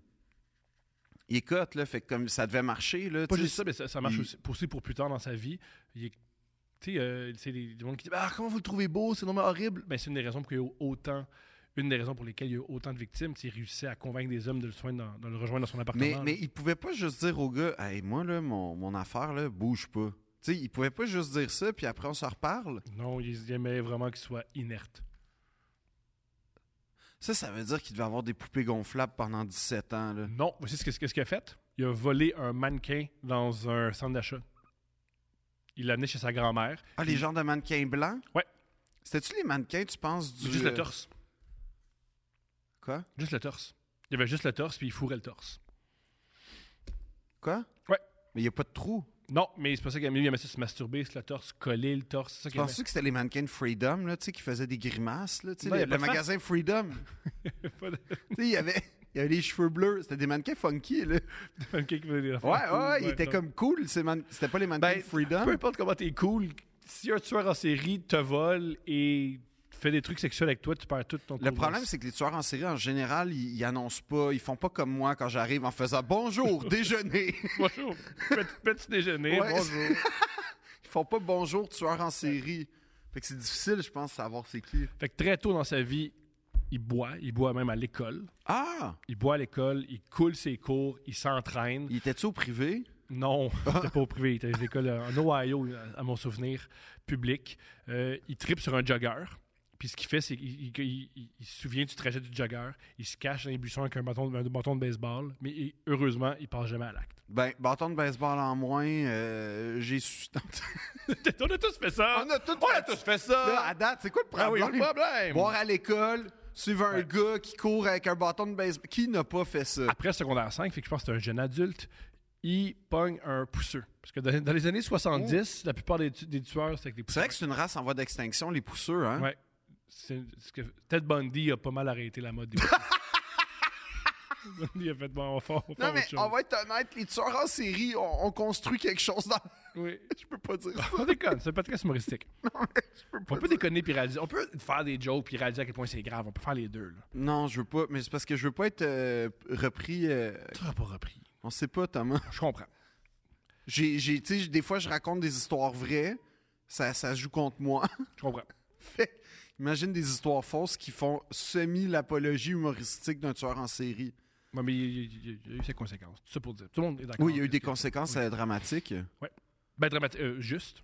Il est cote, là, fait que comme ça devait marcher, là. Pas tu sais, juste ça, mais ça, ça marche il- aussi, pour, aussi pour plus tard dans sa vie. Il est- Tu sais, euh, c'est des, des gens qui disent ben, Ah, comment vous le trouvez beau, c'est normal horrible. Ben, c'est une des raisons pour qu'il y ait autant. Une des raisons pour lesquelles il y a eu autant de victimes, c'est qu'il réussissait à convaincre des hommes de le, soigner dans- de le rejoindre dans son appartement. Mais, là. mais il pouvait pas juste dire au gars, hey, moi, là, mon, mon affaire, là, bouge pas. Tu sais, il pouvait pas juste dire ça, puis après, on s'en reparle. Non, il aimait vraiment qu'il soit inerte. Ça, ça veut dire qu'il devait avoir des poupées gonflables pendant 17 ans, là. Non, voici ce que- ce que- ce qu'il a fait. Il a volé un mannequin dans un centre d'achat. Il l'a amené chez sa grand-mère. Ah, les genres de mannequins blancs? Mm. Ouais. C'était-tu les mannequins, tu penses, du. Juste le euh, torse. Quoi? Juste le torse. Il y avait juste le torse, puis il fourrait le torse. Quoi? Ouais. Mais il n'y a pas de trou. Non, mais c'est pas ça qu'il aimait. Il aimait ça se masturber, se le torse, coller le torse. C'est ça qu'il aimait. Penses-tu que c'était les mannequins de Freedom, là, tu sais, qui faisaient des grimaces, là, tu sais, Non, y le, a pas le de face. magasin Freedom? [LAUGHS] [LAUGHS] Pas de- tu sais, il y avait. Il y avait les cheveux bleus, c'était des mannequins funky, là. de mannequin qui faisait des Ouais, affaires ouais, cool. ouais, ils étaient non. comme cool, ces man- c'était pas les mannequins Ben, de Freedom. Peu importe comment t'es cool, si un tueur en série te vole et fait des trucs sexuels avec toi, tu perds tout ton Le problème, [LAUGHS] c'est que les tueurs en série, en général, ils, ils annoncent pas, ils font pas comme moi quand j'arrive en [LAUGHS] faisant bonjour, déjeuner. [LAUGHS] Bonjour. Petit, petit déjeuner, Ouais. bonjour. Ils font pas bonjour, tueur en série. Fait que c'est difficile, je pense, de savoir c'est qui. Fait que très tôt dans sa vie, il boit. Il boit même à l'école. Ah! Il boit à l'école, il coule ses cours, il s'entraîne. Il était-tu au privé? [LAUGHS] Non, c'était pas au privé. Il était à l'école euh, en Ohio, à mon souvenir, public. Euh, il tripe sur un jogger. Puis ce qu'il fait, c'est qu'il il- il- il- il se souvient du trajet du jogger. Il se cache dans les buissons avec un bâton, un bâton de baseball. Mais il- heureusement, il passe jamais à l'acte. Ben, bâton de baseball en moins, euh, j'ai [LAUGHS] su... [LAUGHS] On a tous fait ça! On a tout On a fait- tous fait Là, ça! à date, c'est quoi le Ah oui, problème? pas de problème! Boire à l'école, suivre un Ouais. gars qui court avec un bâton de baseball. Qui n'a pas fait ça? Après le secondaire 5, fait que je pense que c'est un jeune adulte, il pogne un pousseux. Parce que dans, dans les années 70, la plupart des, tu- des tueurs, c'était avec des Oh. C'est pousseurs. vrai que c'est une race en voie d'extinction, les pousseux, hein? Ouais. C'est- c'est que Ted Bundy a pas mal arrêté la mode des [LAUGHS] Ted Bundy a fait bon, on va faire, on va faire Non, mais autre chose. on va être honnête, les tueurs en série, on, on construit quelque chose dans... Oui. [LAUGHS] Je peux pas dire ça. On déconne, c'est un podcast [LAUGHS] humoristique. Je peux On pas peut dire- déconner puis réaliser. On peut faire des jokes puis réaliser à quel point c'est grave. On peut faire les deux. Là. Non, je veux pas, mais c'est parce que je veux pas être euh, repris... euh, Tu n'auras pas repris. On sait pas, Thomas. Je comprends. J'ai, j'ai- tu sais, des fois, je raconte des histoires vraies, ça, ça se joue contre moi. [LAUGHS] Je comprends. Fait- Imagine des histoires fausses qui font semi l'apologie humoristique d'un tueur en série. Ouais, mais il y, a- il y a- il y a eu ses conséquences. Tout ça pour dire. Tout le monde est d'accord. Oui, il y a eu avec des ce que- conséquences oui. euh, dramatiques. Ben, dramati- euh, juste.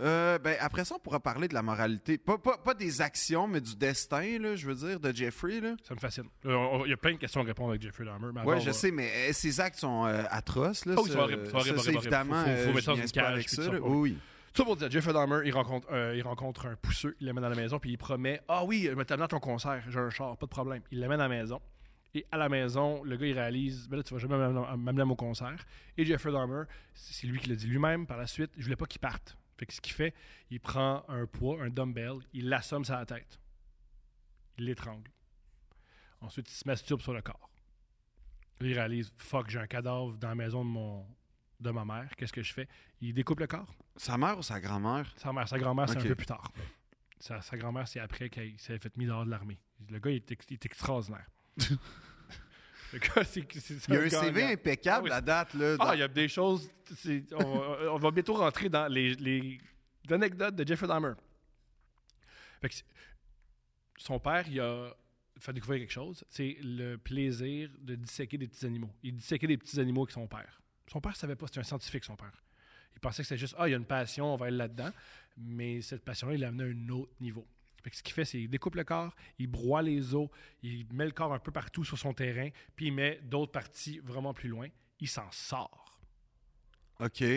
Euh, ben, après ça, on pourra parler de la moralité. Pas, pas, pas des actions, mais du destin, là, je veux dire, de Jeffrey. Là. Ça me fascine. Euh, on- Il y a plein de questions à répondre avec Jeffrey Dahmer. mais Ouais, avant, on je va- sais, mais euh, ces actes sont euh, atroces. Là, Ah oui, ça, c'est horrible, c'est ça, horrible, c'est horrible, évidemment. horrible. Faut- faut euh, mettre je ça dans une niaise pas cage, avec puis ça, tout ça, là. ouais. Oui, Ça pour dire, Jeffrey Dahmer, il rencontre, euh, il rencontre un pousseux, il l'amène à la maison, puis il promet Ah oui, je vais t'amener à ton concert, j'ai un char, pas de problème. Il l'amène à la maison. Et à la maison, le gars, il réalise Ben là, tu vas jamais m'amener m'amener à mon concert. Et Jeffrey Dahmer, c'est c'est lui qui l'a dit lui-même par la suite Je voulais pas qu'il parte. Fait que ce qu'il fait, il prend un poids, un dumbbell, il l'assomme sur la tête. Il l'étrangle. Ensuite, il se masturbe sur le corps. Là, il réalise Fuck, j'ai un cadavre dans la maison de, mon, de ma mère, qu'est-ce que je fais Il découpe le corps. Sa mère ou sa grand-mère? Sa mère, sa grand-mère, c'est Ok. un peu plus tard. Sa, sa grand-mère, c'est après qu'il s'est fait mis dehors de l'armée. Le gars, il est, ex- il est [LAUGHS] extraordinaire. le gars, c'est c'est- c'est Il y a un gars- CV impeccable Ah oui. à date. Là, dans- Ah, il y a des choses. c'est- On, va- [LAUGHS] on va bientôt rentrer dans les, les anecdotes de Jeffrey Dahmer. Fait que c'est- son père, il a fait découvrir quelque chose. C'est le plaisir de disséquer des petits animaux. Il disséquait des petits animaux avec son père. Son père savait pas, c'était un scientifique, son père. Il pensait que c'était juste, ah, il y a une passion, on va aller là-dedans. Mais cette passion-là, il l'a amené à un autre niveau. Fait que ce qu'il fait, c'est qu'il découpe le corps, il broie les os, il met le corps un peu partout sur son terrain, puis il met d'autres parties vraiment plus loin. Il s'en sort. OK. Là,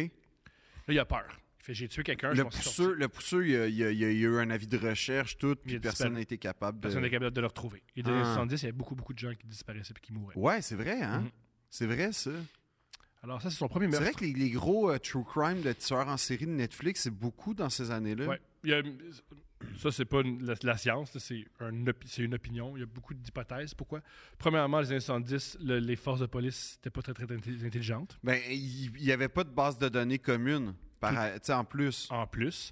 il a peur. Il fait J'ai tué quelqu'un, je Le m'en suis pousseux, sorti. le pousseux, il y a, il y a- il y a eu un avis de recherche, tout, Il a puis personne disparu. n'a été capable de. Personne n'est capable de le retrouver. Et dans les Ah. 70, il y avait beaucoup, beaucoup de gens qui disparaissaient et qui mouraient. Ouais, c'est vrai, hein? Mhm. C'est vrai, ça. Alors, ça, c'est son premier C'est meurtre. vrai que les, les gros euh, true crime de tueurs en série de Netflix, c'est beaucoup dans ces années-là. Ouais. Il y a- ça, c'est pas une- la, la science, là, c'est un opi- c'est une opinion. Il y a beaucoup d'hypothèses. Pourquoi? Premièrement, les incendies, le- les forces de police n'étaient pas très, très intelli- intelligentes. Ben, il n'y avait pas de base de données commune, par, tu sais, en plus. En plus,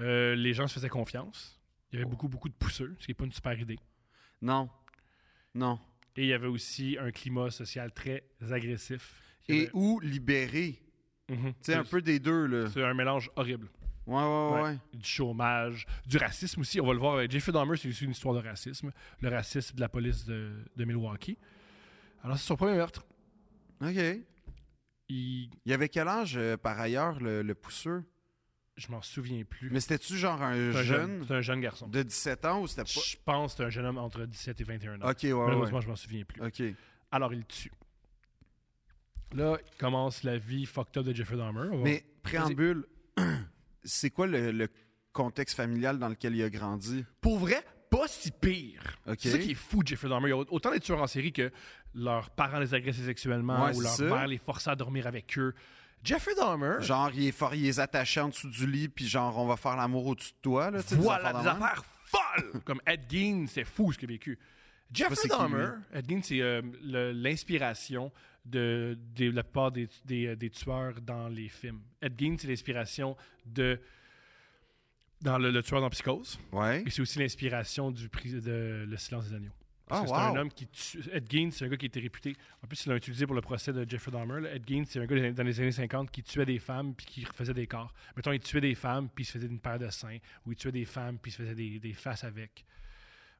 Euh, les gens se faisaient confiance. Il y avait beaucoup, beaucoup de pousseux, ce qui n'est pas une super idée. Non. Non. Et il y avait aussi un climat social très agressif. Il y Et avait- ou libéré. Mhm. Tu sais, un C'est- peu des deux, là. C'est un mélange horrible. Ouais, ouais, ouais. Ouais. Du chômage, du racisme aussi. On va le voir. avec Jeffrey Dahmer, c'est aussi une histoire de racisme. Le racisme de la police de, de Milwaukee. Alors, c'est son premier meurtre. OK. Il Il avait quel âge, euh, par ailleurs, le, le pousseux? Je m'en souviens plus. Mais c'était-tu genre un c'est un jeune, jeune, c'est un jeune garçon. de 17 ans ou c'était pas. Je pense que c'est un jeune homme entre 17 et 21 ans. Ok, ouais, ouais. Malheureusement, je m'en souviens plus. Ok. Alors, il le tue. Là, commence la vie fucked up de Jeffrey Dahmer. On va- Mais préambule, [CLEARS THROAT] c'est quoi le, le contexte familial dans lequel il a grandi? pour vrai, pas si pire. Ok. C'est ça qui est fou de Jeffrey Dahmer. Il y a autant des tueurs en série que leurs parents les agressaient sexuellement Ouais, ou leur c'est ça. mère les forçait à dormir avec eux. Jeffrey Dahmer, Genre, il est fort, il est attaché en dessous du lit, puis genre, on va faire l'amour au-dessus de toi, là, tu sais, des voilà affaires de des même. affaires folles! [LAUGHS] Comme Ed Gein, c'est fou ce qu'il a vécu. c'est Jeffrey qui, Dahmer, Ed Gein, c'est euh, le- l'inspiration de, de la plupart des, des- des tueurs dans les films. Ed Gein, c'est l'inspiration de. dans le, le tueur dans Psychose. Ouais. Et c'est aussi l'inspiration du pri- de Le Silence des Agneaux. Parce Ah, que c'est wow. un homme qui tue. Ed Gein, c'est un gars qui était réputé. En plus, il l'a utilisé pour le procès de Jeffrey Dahmer. là. Ed Gein, c'est un gars des- dans les années 50 qui tuait des femmes puis qui refaisait des corps. Mettons, il tuait des femmes puis il se faisait une paire de seins. Ou il tuait des femmes puis il se faisait des, des faces avec.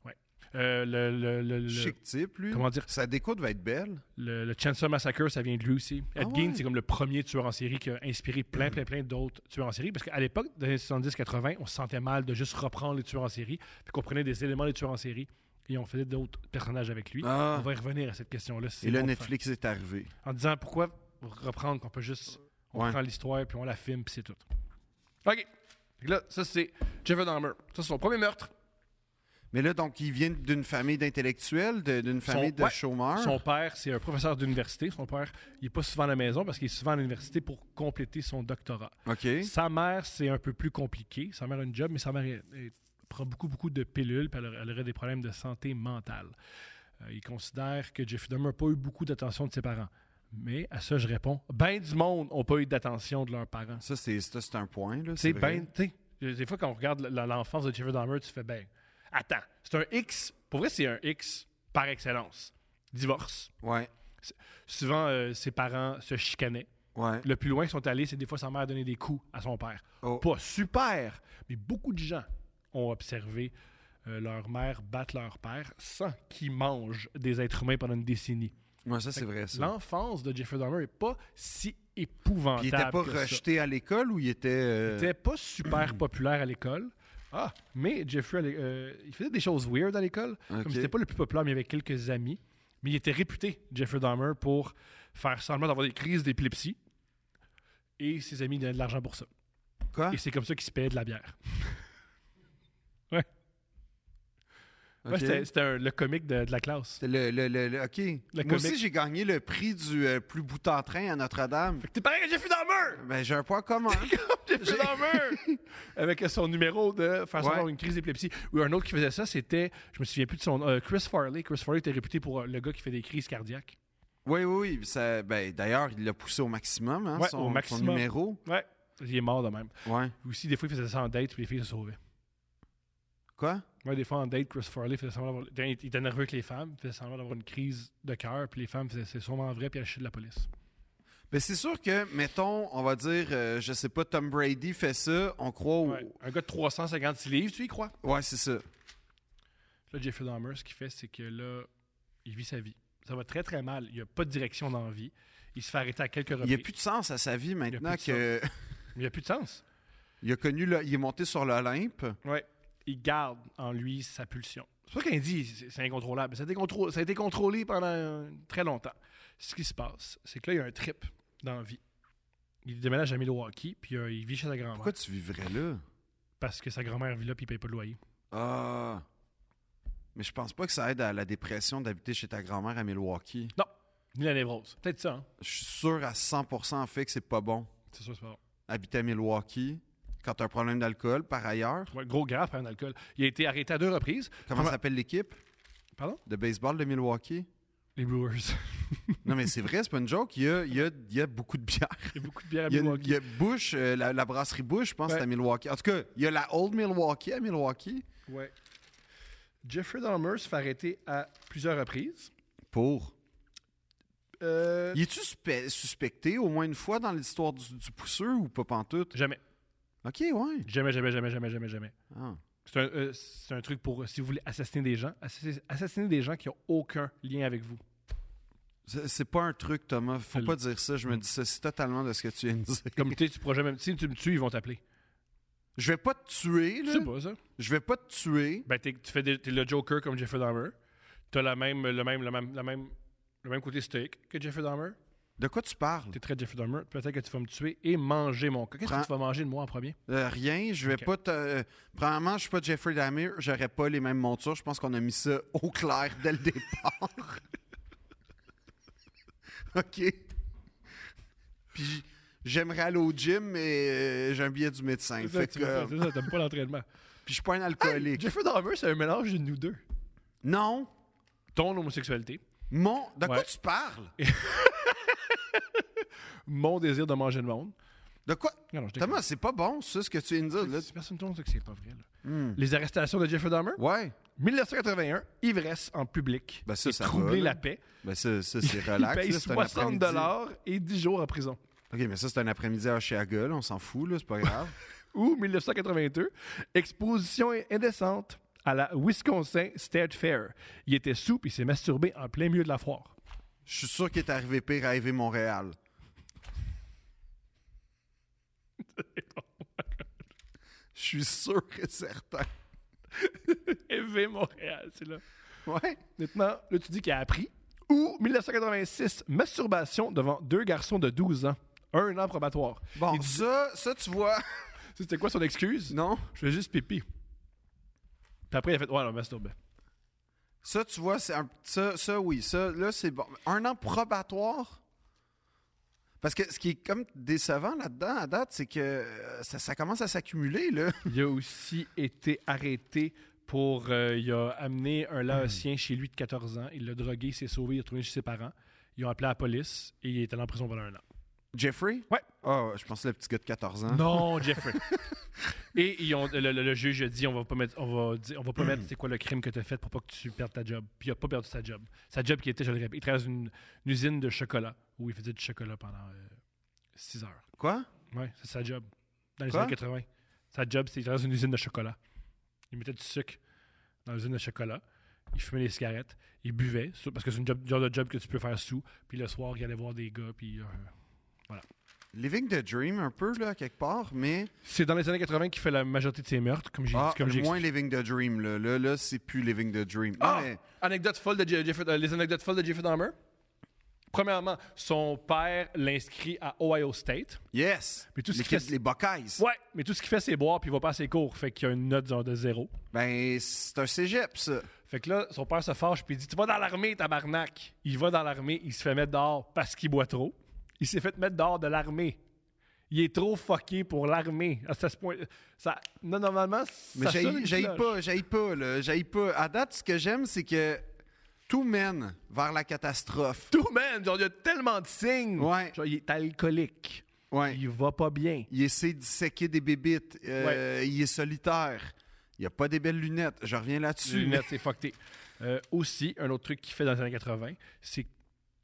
Ouais. Euh, le, le, le, le- Chic type, lui. Comment dire? Sa déco devait être belle. le- le Chainsaw Massacre, ça vient de lui aussi. Ed Ah Gein, ouais? c'est comme le premier tueur en série qui a inspiré plein, plein, plein d'autres tueurs en série. Parce qu'à l'époque, dans les 70-80, on se sentait mal de juste reprendre les tueurs en série. Puis qu'on prenait des éléments des tueurs en série et on faisait d'autres personnages avec lui. Ah. On va y revenir à cette question-là. si Et c'est là, bon de Netflix est arrivé. faire. En disant pourquoi reprendre qu'on peut juste. On Ouais. prend l'histoire, puis on la filme, puis c'est tout. OK. Fait que Là, ça, c'est Jeffrey Dahmer. Ça, c'est son premier meurtre. Mais là, donc, il vient d'une famille d'intellectuels, de- d'une famille de ouais, chômeurs. Son père, c'est un professeur d'université. Son père, il n'est pas souvent à la maison parce qu'il est souvent à l'université pour compléter son doctorat. OK. Sa mère, c'est un peu plus compliqué. Sa mère a une job, mais sa mère elle- elle prend beaucoup, beaucoup de pilules, puis elle, aurait- elle aurait des problèmes de santé mentale. Euh, il considère que Jeffrey Dahmer n'a pas eu beaucoup d'attention de ses parents. Mais à ça, je réponds, ben du monde n'ont pas eu d'attention de leurs parents. Ça, c'est ça, c'est un point, là. C'est vrai. ben, tu sais, des fois, quand on regarde la- la- l'enfance de Jeffrey Dahmer, tu fais, ben, attends, c'est un X, pour vrai, c'est un X par excellence. Divorce. Ouais. Souvent, euh, ses parents se chicanaient. Ouais. Le plus loin qu'ils sont allés, c'est des fois sa mère donnait des coups à son père. Oh. Pas super, mais beaucoup de gens ont observé euh, leur mère battre leur père sans qu'ils mangent des êtres humains pendant une décennie. Ouais, ça, c'est vrai, ça. L'enfance de Jeffrey Dahmer n'est pas si Puis épouvantable. il était pas que ça. rejeté à l'école ou il était. euh, Il était pas [CLEARS THROAT] super populaire à l'école. Ah, mais Jeffrey, allait- euh, il faisait des choses weird à l'école. Ok. Comme c'était pas le plus populaire, mais il avait quelques amis. Mais il était réputé, Jeffrey Dahmer, pour faire semblant d'avoir des crises d'épilepsie. Et ses amis donnaient de l'argent pour ça. Quoi? Et c'est comme ça qu'il se payait de la bière. ouais. Ouais, Ok. c'était- c'était un- le comique de, de la classe. C'est le, le, le, le- OK. Moi comique. aussi, j'ai gagné le prix du euh, plus bout en train à Notre-Dame. Fait que T'es pareil à Jeffrey [LAUGHS] Dahmer! Ben, j'ai un point commun. Jeffrey Dahmer! [LAUGHS] Avec son numéro de faire semblant Ouais. une crise d'épilepsie. Ou un autre qui faisait ça, c'était, je me souviens plus de son euh, Chris Farley. Chris Farley était réputé pour euh, le gars qui fait des crises cardiaques. [LAUGHS] oui, oui, oui. Ça, ben, d'ailleurs, il l'a poussé au maximum, hein, Ouais, son, au son maximum. numéro. Ouais. Il est mort de même. Ouais. Aussi, des fois, il faisait ça en date, puis les filles se sauvaient. Quoi? Ouais, des fois, en date, Chris Farley faisait semblant d'avoir- Il était nerveux avec les femmes, il faisait semblant d'avoir une crise de cœur, puis les femmes faisaient c'est sûrement vrai, puis elles chient de la police. Ben, c'est sûr que, mettons, on va dire, euh, je sais pas, Tom Brady fait ça, on croit au. Ouais. Un gars de 356 livres, tu y crois? Ouais, c'est ça. Là, Jeffrey Dahmer, ce qu'il fait, c'est que là, il vit sa vie. Ça va très, très mal. Il n'a pas de direction dans la vie. Il se fait arrêter à quelques Il n'y reprises. a plus de sens à sa vie de maintenant [LAUGHS] sens. que. Mais il n'y a plus de sens. il a connu, le- il est monté sur l'Olympe. Ouais. il garde en lui sa pulsion. C'est pour ça qu'il dit c'est c'est incontrôlable. Ça a, été contrô- ça a été contrôlé pendant euh, très longtemps. Ce qui se passe, c'est que là, il y a un trip dans la vie. Il déménage à Milwaukee, puis euh, il vit chez sa grand-mère. Pourquoi tu vivrais là? Parce que sa grand-mère vit là, puis il paye pas de loyer. Ah! Mais je pense pas que ça aide à la dépression d'habiter chez ta grand-mère à Milwaukee. Non, ni la névrose. Peut-être ça, hein? Je suis sûr à 100% en fait que c'est pas bon. C'est sûr, c'est pas bon. Habiter à Milwaukee, quand t'as un problème d'alcool, par ailleurs. Ouais, gros grave, par un alcool. Il a été arrêté à deux reprises. Comment Comment- s'appelle l'équipe? Pardon? De baseball de Milwaukee? Les Brewers. Non, mais c'est vrai, c'est pas une joke. Il y a, il y a- il y a beaucoup de bières. [LAUGHS] il y a beaucoup de bière à Il y a, une- Milwaukee. il y a Bush, euh, la, la brasserie Bush, je pense, Ouais. c'est à Milwaukee. En tout cas, il y a la Old Milwaukee à Milwaukee. Ouais. Jeffrey Dahmer se fait arrêter à plusieurs reprises. Pour. Euh, Y es-tu suspe- suspecté au moins une fois dans l'histoire du, du pousseux ou pas pantoute? Jamais. Ok, ouais. Jamais, jamais, jamais, jamais, jamais, jamais. Ah. C'est un, euh, c'est un truc pour, euh, si vous voulez assassiner des gens, assassiner, assassiner des gens qui n'ont aucun lien avec vous. C'est c'est pas un truc, Thomas. Faut Le- pas dire ça. Je me dis ça. C'est totalement de ce que tu viens de dire. Comme [LAUGHS] tu sais, tu pourras jamais. Si tu me tues, ils vont t'appeler. Je vais pas te tuer, Tu là. sais pas ça. Je vais pas te tuer. Ben, t'es, tu fais des- t'es le Joker comme Jeffrey Dahmer. T'as la même, le, même, le, même, la même, le même côté stoïque que Jeffrey Dahmer. De quoi tu parles? T'es très Jeffrey Dahmer. Peut-être que tu vas me tuer et manger mon corps. Qu'est-ce Prends- que tu vas manger de moi en premier? Euh, rien. Je vais Ok. pas te. euh, premièrement, je suis pas Jeffrey Dahmer. J'aurais pas les mêmes montures. Je pense qu'on a mis ça au clair dès le départ. [LAUGHS] OK. Puis j'aimerais aller au gym, mais euh, j'ai un billet du médecin. Fait tu veux que, pas- euh, c'est ça, t'aimes pas l'entraînement. puis je suis pas un alcoolique. Jeffrey Dahmer, c'est un mélange de nous deux. Non. Ton homosexualité, Mon. De quoi Ouais. tu parles? mon désir de manger le monde. De quoi? Non, non, je déconne. Thomas, c'est pas bon, ça, ce que tu viens de dire. Là. Si Personne ne tourne ça que c'est pas vrai. là. Hmm. Les arrestations de Jeffrey Dahmer. Ouais. 1981, ivresse en public Ben ça, et ça troubler va, là. la paix. Ben, ça, ça, c'est relax. il paye là, c'est un 60 après-midi. dollars et 10 jours en prison. OK, mais ça, c'est un après-midi à Chicago, là, on s'en fout, là, c'est pas grave. Ou 1982, exposition indécente à la Wisconsin State Fair. Il était sous puis il s'est masturbé en plein milieu de la foire. [LAUGHS] Je suis sûr qu'il est arrivé pire à AV Montréal. Je suis sûr et certain. EV Montréal, c'est là. Ouais. Maintenant, là, tu dis qu'il a appris. Ou 1986, masturbation devant deux garçons de 12 ans. Un an probatoire. Bon, Il dit- ça, ça, tu vois. C'était quoi son excuse? [LAUGHS] Non. Je fais juste pipi. Puis après, il a fait, ouais, alors, masturbe. Ça, tu vois, c'est un. Ça, ça, oui. Ça, là, c'est bon. Un an probatoire. Parce que ce qui est comme décevant là-dedans, à date, c'est que euh, ça, ça commence à s'accumuler, là. Il a aussi été arrêté pour. euh, il a amené un Laotien chez lui de 14 ans. Il l'a drogué, il s'est sauvé, il est retourné chez ses parents. Ils ont appelé la police et il est allé en prison pendant un an. Jeffrey? Ouais. Ah, je pensais le petit gars de 14 ans. Non, Jeffrey. et ils ont- le, le- le juge a dit on va pas mettre, on va, dire- on va pas mettre c'est quoi le crime que tu as fait pour pas que tu perdes ta job. Puis il a pas perdu sa job. Sa job qui était, je le répète, il travaillait dans une, une usine de chocolat où il faisait du chocolat pendant 6 heures. Quoi? Ouais, c'est sa job. Dans les Quoi? années 80. Sa job, c'est qu'il était dans une usine de chocolat. Il mettait du sucre dans l'usine de chocolat. Il fumait des cigarettes. Il buvait, sous- parce que c'est une job, genre de job que tu peux faire sous. Puis le soir, il allait voir des gars. Puis euh, Living the Dream, un peu, là, quelque part, mais. C'est dans les années 80 qu'il fait la majorité de ses meurtres, comme j'ai Ah, dit. Comme j'ai moins expliqué. Living the Dream, là. Là, là c'est plus Living the Dream. Non, Ah! mais- Anecdote folle de Je- Jeffrey- euh, les anecdotes folles de Jeffrey Dahmer. Premièrement, son père l'inscrit à Ohio State. Yes! Mais tout ce les, qui fait- kids, les Buckeyes. Ouais, mais tout ce qu'il fait, c'est boire, puis il va pas à ses cours. Fait qu'il a une note genre de zéro. Ben, c'est un cégep, ça. Fait que là, son père se fâche puis il dit Tu vas dans l'armée, tabarnak. Il va dans l'armée, il se fait mettre dehors parce qu'il boit trop. Il s'est fait mettre dehors de l'armée. Il est trop fucké pour l'armée. À ce point. Ça, non, normalement, Mais ça sonne j'aille une j'aille cloche. pas, j'aille pas, là. J'aille pas. À date, ce que j'aime, c'est que tout mène vers la catastrophe. Tout, man. Genre, il y a tellement de signes. Ouais. Genre, il est alcoolique. Ouais. Il va pas bien. Il essaie de disséquer des bébites. Euh, Il est solitaire. Il a pas des belles lunettes. Je reviens Les là-dessus. lunettes, c'est fucké. Euh, aussi, un autre truc qu'il fait dans les années 80, c'est,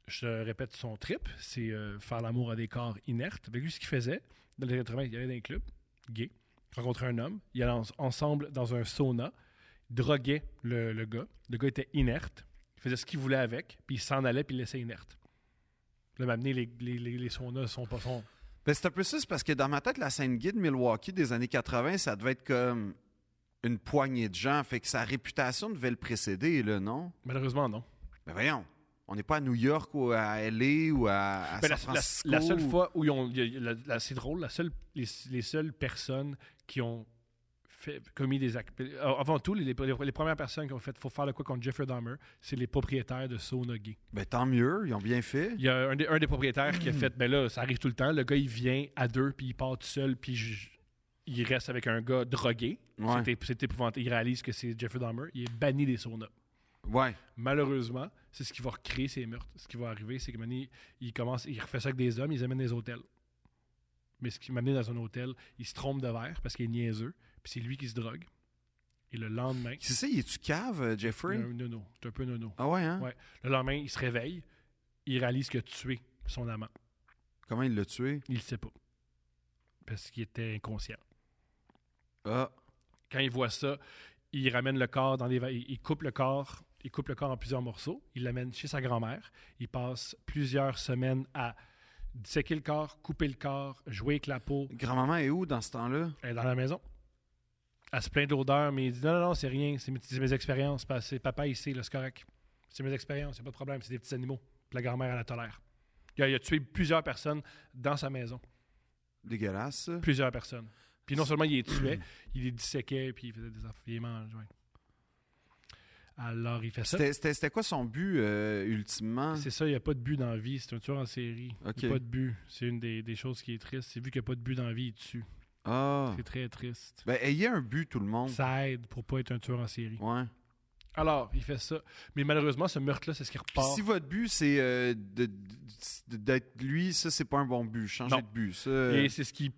je te répète, son trip, c'est euh, faire l'amour à des corps inertes. Fait que lui, ce qu'il faisait, dans les années 80, il allait dans un club gay, rencontrait un homme, il allait en- ensemble dans un sauna, il droguait le, le gars. Le gars était inerte, il faisait ce qu'il voulait avec, puis il s'en allait, puis il le laissait inerte. Là, m'amener les, les, les, les saunas sont pas sont. Ben, c'est un peu ça, c'est parce que dans ma tête, la scène guide Milwaukee des années 80, ça devait être comme une poignée de gens. Fait que sa réputation devait le précéder, là, non? Malheureusement, non. Ben voyons, on n'est pas à New York ou à LA ou à, à Ben, la, San la- Francisco. la seule fois où ils ont. il y a- la- la- c'est drôle, la seule, les, les seules personnes qui ont fait, commis des actes. euh, Avant tout, les, les- les premières personnes qui ont fait faut faire le quoi contre Jeffrey Dahmer, c'est les propriétaires de Sauna Gay. Ben tant mieux, ils ont bien fait. Il y a un des, un des propriétaires qui a fait ben là, ça arrive tout le temps, le gars il vient à deux, puis il part tout seul, puis je- il reste avec un gars drogué. Ouais. C'est ép- C'est épouvantable. Il réalise que c'est Jeffrey Dahmer. Il est banni des saunas. Ouais. Malheureusement, c'est ce qui va recréer ces meurtres. Ce qui va arriver, c'est que maintenant, il- il commence, il refait ça avec des hommes, ils amènent des hôtels. Mais ce qui m'a amené dans un hôtel, il se trompe de verre parce qu'il est niaiseux, puis c'est lui qui se drogue. Et le lendemain, C'est ça, il est-tu cave, euh, Jeffrey? un nono, c'est un peu nono. Ah ouais, hein? Ben Ouais. Le lendemain, il se réveille, il réalise qu'il a tué son amant. Comment il l'a tué? Il le sait pas. Parce qu'il était inconscient. Ah, Quand il voit ça, il ramène le corps dans les va- il il coupe le corps, il coupe le corps en plusieurs morceaux, il l'amène chez sa grand-mère, il passe plusieurs semaines à disséquer le corps, couper le corps, jouer avec la peau, grand-maman est où dans ce temps-là? elle est dans la maison. Elle se plaint de l'odeur, mais il dit non, non, non, c'est rien, c'est mes, c'est mes expériences, parce que papa ici, là, c'est correct. C'est mes expériences, c'est pas de problème, c'est des petits animaux. Puis la grand-mère, elle la tolère. Il a- il a tué plusieurs personnes dans sa maison. Dégueulasse, ça. plusieurs personnes. Puis non seulement il les [CLEARS THROAT] tuait, il les disséquait, puis il faisait des affaires, il les mange, ouais. Alors, il fait ça. C'était- C'était c'était quoi son but, euh, ultimement? C'est ça, il n'y a pas de but dans la vie. C'est un tueur en série. Il n'y Ok. a pas de but. C'est une des, des choses qui est triste. C'est vu qu'il n'y a pas de but dans la vie, il tue. Ah. C'est très triste. Ben, ayez un but, tout le monde. Ça aide pour pas être un tueur en série. Ouais. Alors, il fait ça. Mais malheureusement, ce meurtre-là, c'est ce qui Puis repart. si votre but, c'est euh, de- de- d'être lui, ça, c'est pas un bon but. Changer Non. de but. Ça, Et c'est ce qui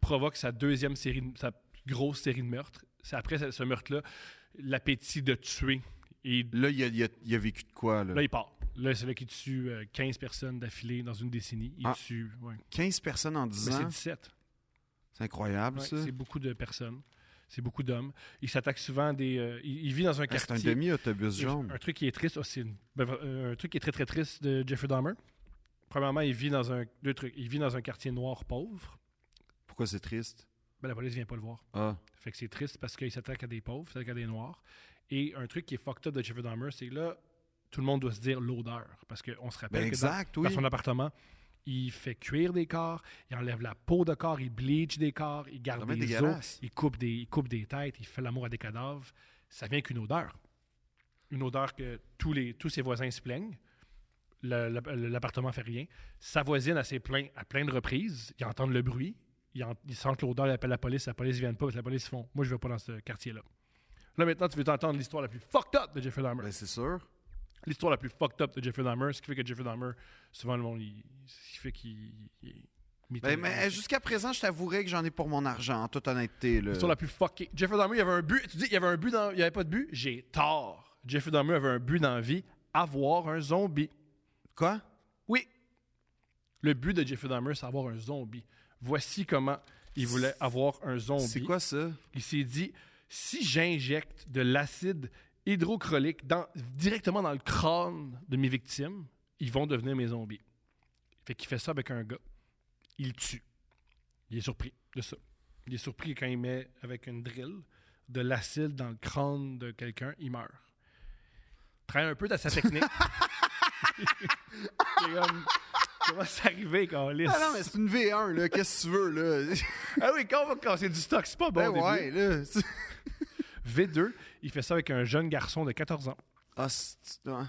provoque sa deuxième série, de- sa grosse série de meurtres. C'est après ce ce meurtre-là, l'appétit de tuer. Et Là, il a, il a- il a vécu de quoi? Là? Là, il part. Là, c'est là qu'il tue euh, 15 personnes d'affilée dans une décennie. Il Ah. tue. ouais. 15 personnes en Mais 10 c'est ans. 17. C'est incroyable, Ouais, ça. c'est beaucoup de personnes. C'est beaucoup d'hommes. Il s'attaque souvent à des. euh, il, il vit dans un Ah, C'est quartier. un demi-autobus un, jaune. un truc qui est triste aussi. une- ben, euh, un truc qui est très, très triste de Jeffrey Dahmer. Premièrement, il vit dans un. Deux trucs. Il vit dans un quartier noir pauvre. Pourquoi c'est triste? Ben, la police vient pas le voir. Ah, Fait que c'est triste parce qu'il s'attaque à des pauvres, il s'attaque à des noirs. Et un truc qui est fucked up de Jeffrey Dahmer, c'est que là, tout le monde doit se dire l'odeur. Parce qu'on se rappelle ben que dans- exact, dans oui. son appartement. Il fait cuire des corps, il enlève la peau de corps, il bleach des corps, il garde Vraiment des os, dégueulasse. il coupe des, il coupe des têtes, il fait l'amour à des cadavres. Ça vient qu'une odeur. Une odeur que tous, les, tous ses voisins se plaignent. Le- le- L'appartement fait rien. Sa voisine, elle s'est plainte à plein de reprises. Ils entendent le bruit, ils, en- ils sentent l'odeur, ils appellent la police, la police ne vient pas parce que la police font « Moi, je ne vais pas dans ce quartier-là ». Là, maintenant, tu veux t'entendre l'histoire la plus fucked up de Jeffrey Dahmer Ben, c'est sûr. l'histoire la plus fucked up de Jeffrey Dahmer, ce qui fait que Jeffrey Dahmer, souvent le monde, il, ce qui fait qu'il. il est Ben, mythologique. mais euh, jusqu'à présent, je t'avouerais que j'en ai pour mon argent, en toute honnêteté. Là. L'histoire la plus fuckée. Jeffrey Dahmer, il avait un but. Tu dis, il y avait un but dans. Il n'y avait pas de but. J'ai tort. Jeffrey Dahmer avait un but dans la vie avoir un zombie. Quoi? Oui. Le but de Jeffrey Dahmer, c'est avoir un zombie. Voici comment il voulait avoir un zombie. C'est quoi ça? [LAUGHS] Il s'est dit si j'injecte de l'acide hydrochrolique dans- directement dans le crâne de mes victimes, ils vont devenir mes zombies. Fait qu'il fait ça avec un gars. Il le tue. Il est surpris de ça. Il est surpris quand il met avec une drill de l'acide dans le crâne de quelqu'un, il meurt. Travaille un peu dans sa [LAUGHS] technique. [LAUGHS] C'est comme, comment c'est arrivé, Carlis? Ah non, mais c'est une V1, là. Qu'est-ce que tu veux, là? Ah oui, quand on va casser du stock, c'est pas bon. ben au début. ouais, là. [LAUGHS] c'est- V2, il fait ça avec un jeune garçon de 14 ans Ah, c'est- ouais.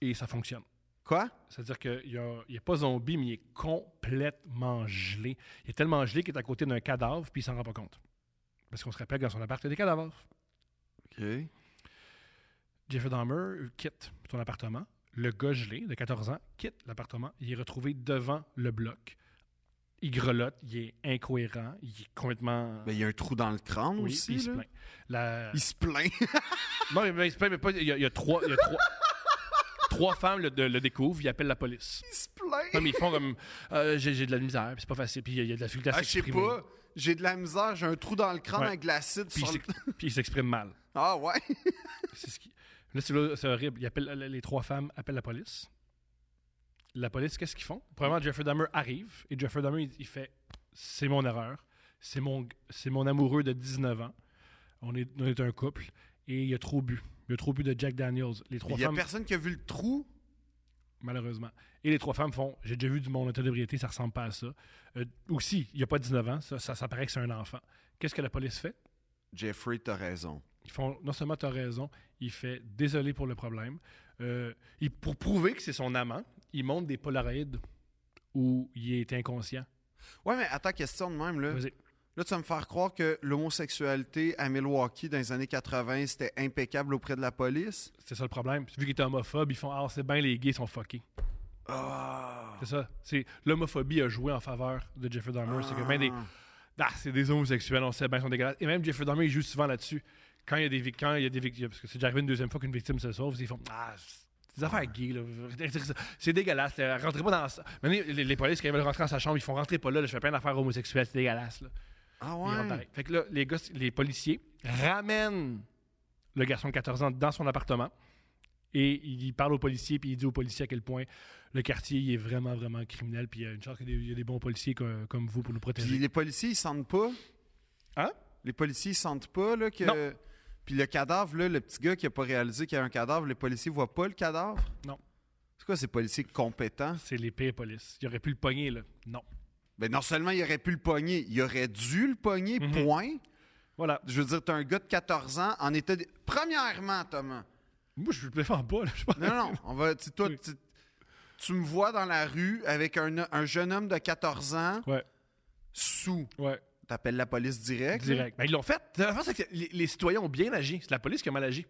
et ça fonctionne. Quoi? C'est-à-dire qu'il n'est pas zombie, mais il est complètement gelé. Il est tellement gelé qu'il est à côté d'un cadavre puis il s'en rend pas compte. Parce qu'on se rappelle que dans son appart, il y a des cadavres. OK. Jeffrey Dahmer quitte son appartement. Le gars gelé de 14 ans quitte l'appartement. Il est retrouvé devant le bloc. Il grelotte, il est incohérent, il est complètement. Ben, il y a un trou dans le crâne Oui, aussi. puis il se là. plaint. La- Il se plaint. [LAUGHS] Non, mais il se plaint, mais pas. Il y a, il y a trois. il y a trois... trois femmes le, le- le découvrent, ils appellent la police. Il se plaint. Non, mais ils font comme. euh, j'ai, j'ai de la misère, puis c'est pas facile, puis il y a- il y, a de la difficulté à Ah, je sais s'exprimer. pas. J'ai de la misère. J'ai un trou dans le crâne Ouais. avec de l'acide. Puis il, sur le- s'ex- puis il s'exprime mal. Ah ouais? C'est ce qui- Là, c'est, là, c'est horrible. Il appelle- les trois femmes appellent la police. La police, qu'est-ce qu'ils font? Premièrement, Jeffrey Dahmer arrive et Jeffrey Dahmer, il, il fait C'est mon erreur. C'est mon, c'est mon amoureux de 19 ans. On est, on est un couple et il y a trop bu. Il y a trop bu de Jack Daniels. Les trois Il y a femmes, personne qui a vu le trou. malheureusement. Et les trois femmes font J'ai déjà vu du monde en état d'ébriété, ça ressemble pas à ça. Euh, aussi, il n'y a pas 19 ans, ça, ça, ça paraît que c'est un enfant. Qu'est-ce que la police fait Jeffrey, t'as raison. Ils font non seulement t'as raison, il fait désolé pour le problème. Euh, il- pour prouver que c'est son amant, il montre des polaroïdes où il est inconscient. Ouais, mais à ta question de même, là, Vas-y. là, tu vas me faire croire que l'homosexualité à Milwaukee dans les années 80, c'était impeccable auprès de la police. C'est ça le problème. Vu qu'il est homophobe, ils font Ah, c'est bien, les gays sont fuckés. Ah! C'est ça. C'est l'homophobie a joué en faveur de Jeffrey Dahmer. C'est que même des Ah. ah, c'est des homosexuels, on sait bien, ils sont dégueulasses. Et même Jeffrey Dahmer, il joue souvent là-dessus. Quand il y a des vic- quand il y a des victimes, parce que c'est déjà arrivé une deuxième fois qu'une victime se sauve, ils font ah, c'est des affaires gays là. [LAUGHS] C'est dégueulasse. là. Rentrez pas dans ça. Maintenant, les, les polices quand ils veulent rentrer dans sa chambre, ils font rentrer pas là. là, je fais plein d'affaires homosexuelles, c'est dégueulasse. là. Ah Ils rentrent ouais? pareil. Fait que là, les, gars, les policiers ramènent le garçon de 14 ans dans son appartement et il parle aux policiers puis il dit aux policiers à quel point le quartier il est vraiment, vraiment criminel. Puis il y a une chance qu'il y ait des- il y a des bons policiers co- comme vous pour nous Puis protéger. les policiers, ils sentent pas. Hein? Les policiers, ils sentent pas là, que. Non. Puis le cadavre, là, le petit gars qui a pas réalisé qu'il y a un cadavre, les policiers voient pas le cadavre? Non. C'est quoi ces policiers compétents? C'est les pires polices. Il aurait pu le pogner, là. Non. Ben non seulement il aurait pu le pogner, il aurait dû le pogner, Mhm. point. Voilà. Je veux dire, t'es un gars de 14 ans en état de... Premièrement, Thomas. Moi, je le défends pas, là. Je pense. [LAUGHS] Non, non, on va. Tu, toi, Oui. tu, tu me vois dans la rue avec un, un jeune homme de 14 ans Ouais, sous. ouais. T'appelles la police direct. là? Direct. Ben, ils l'ont fait. La force, c'est que les, les citoyens ont bien agi. C'est la police qui a mal agi.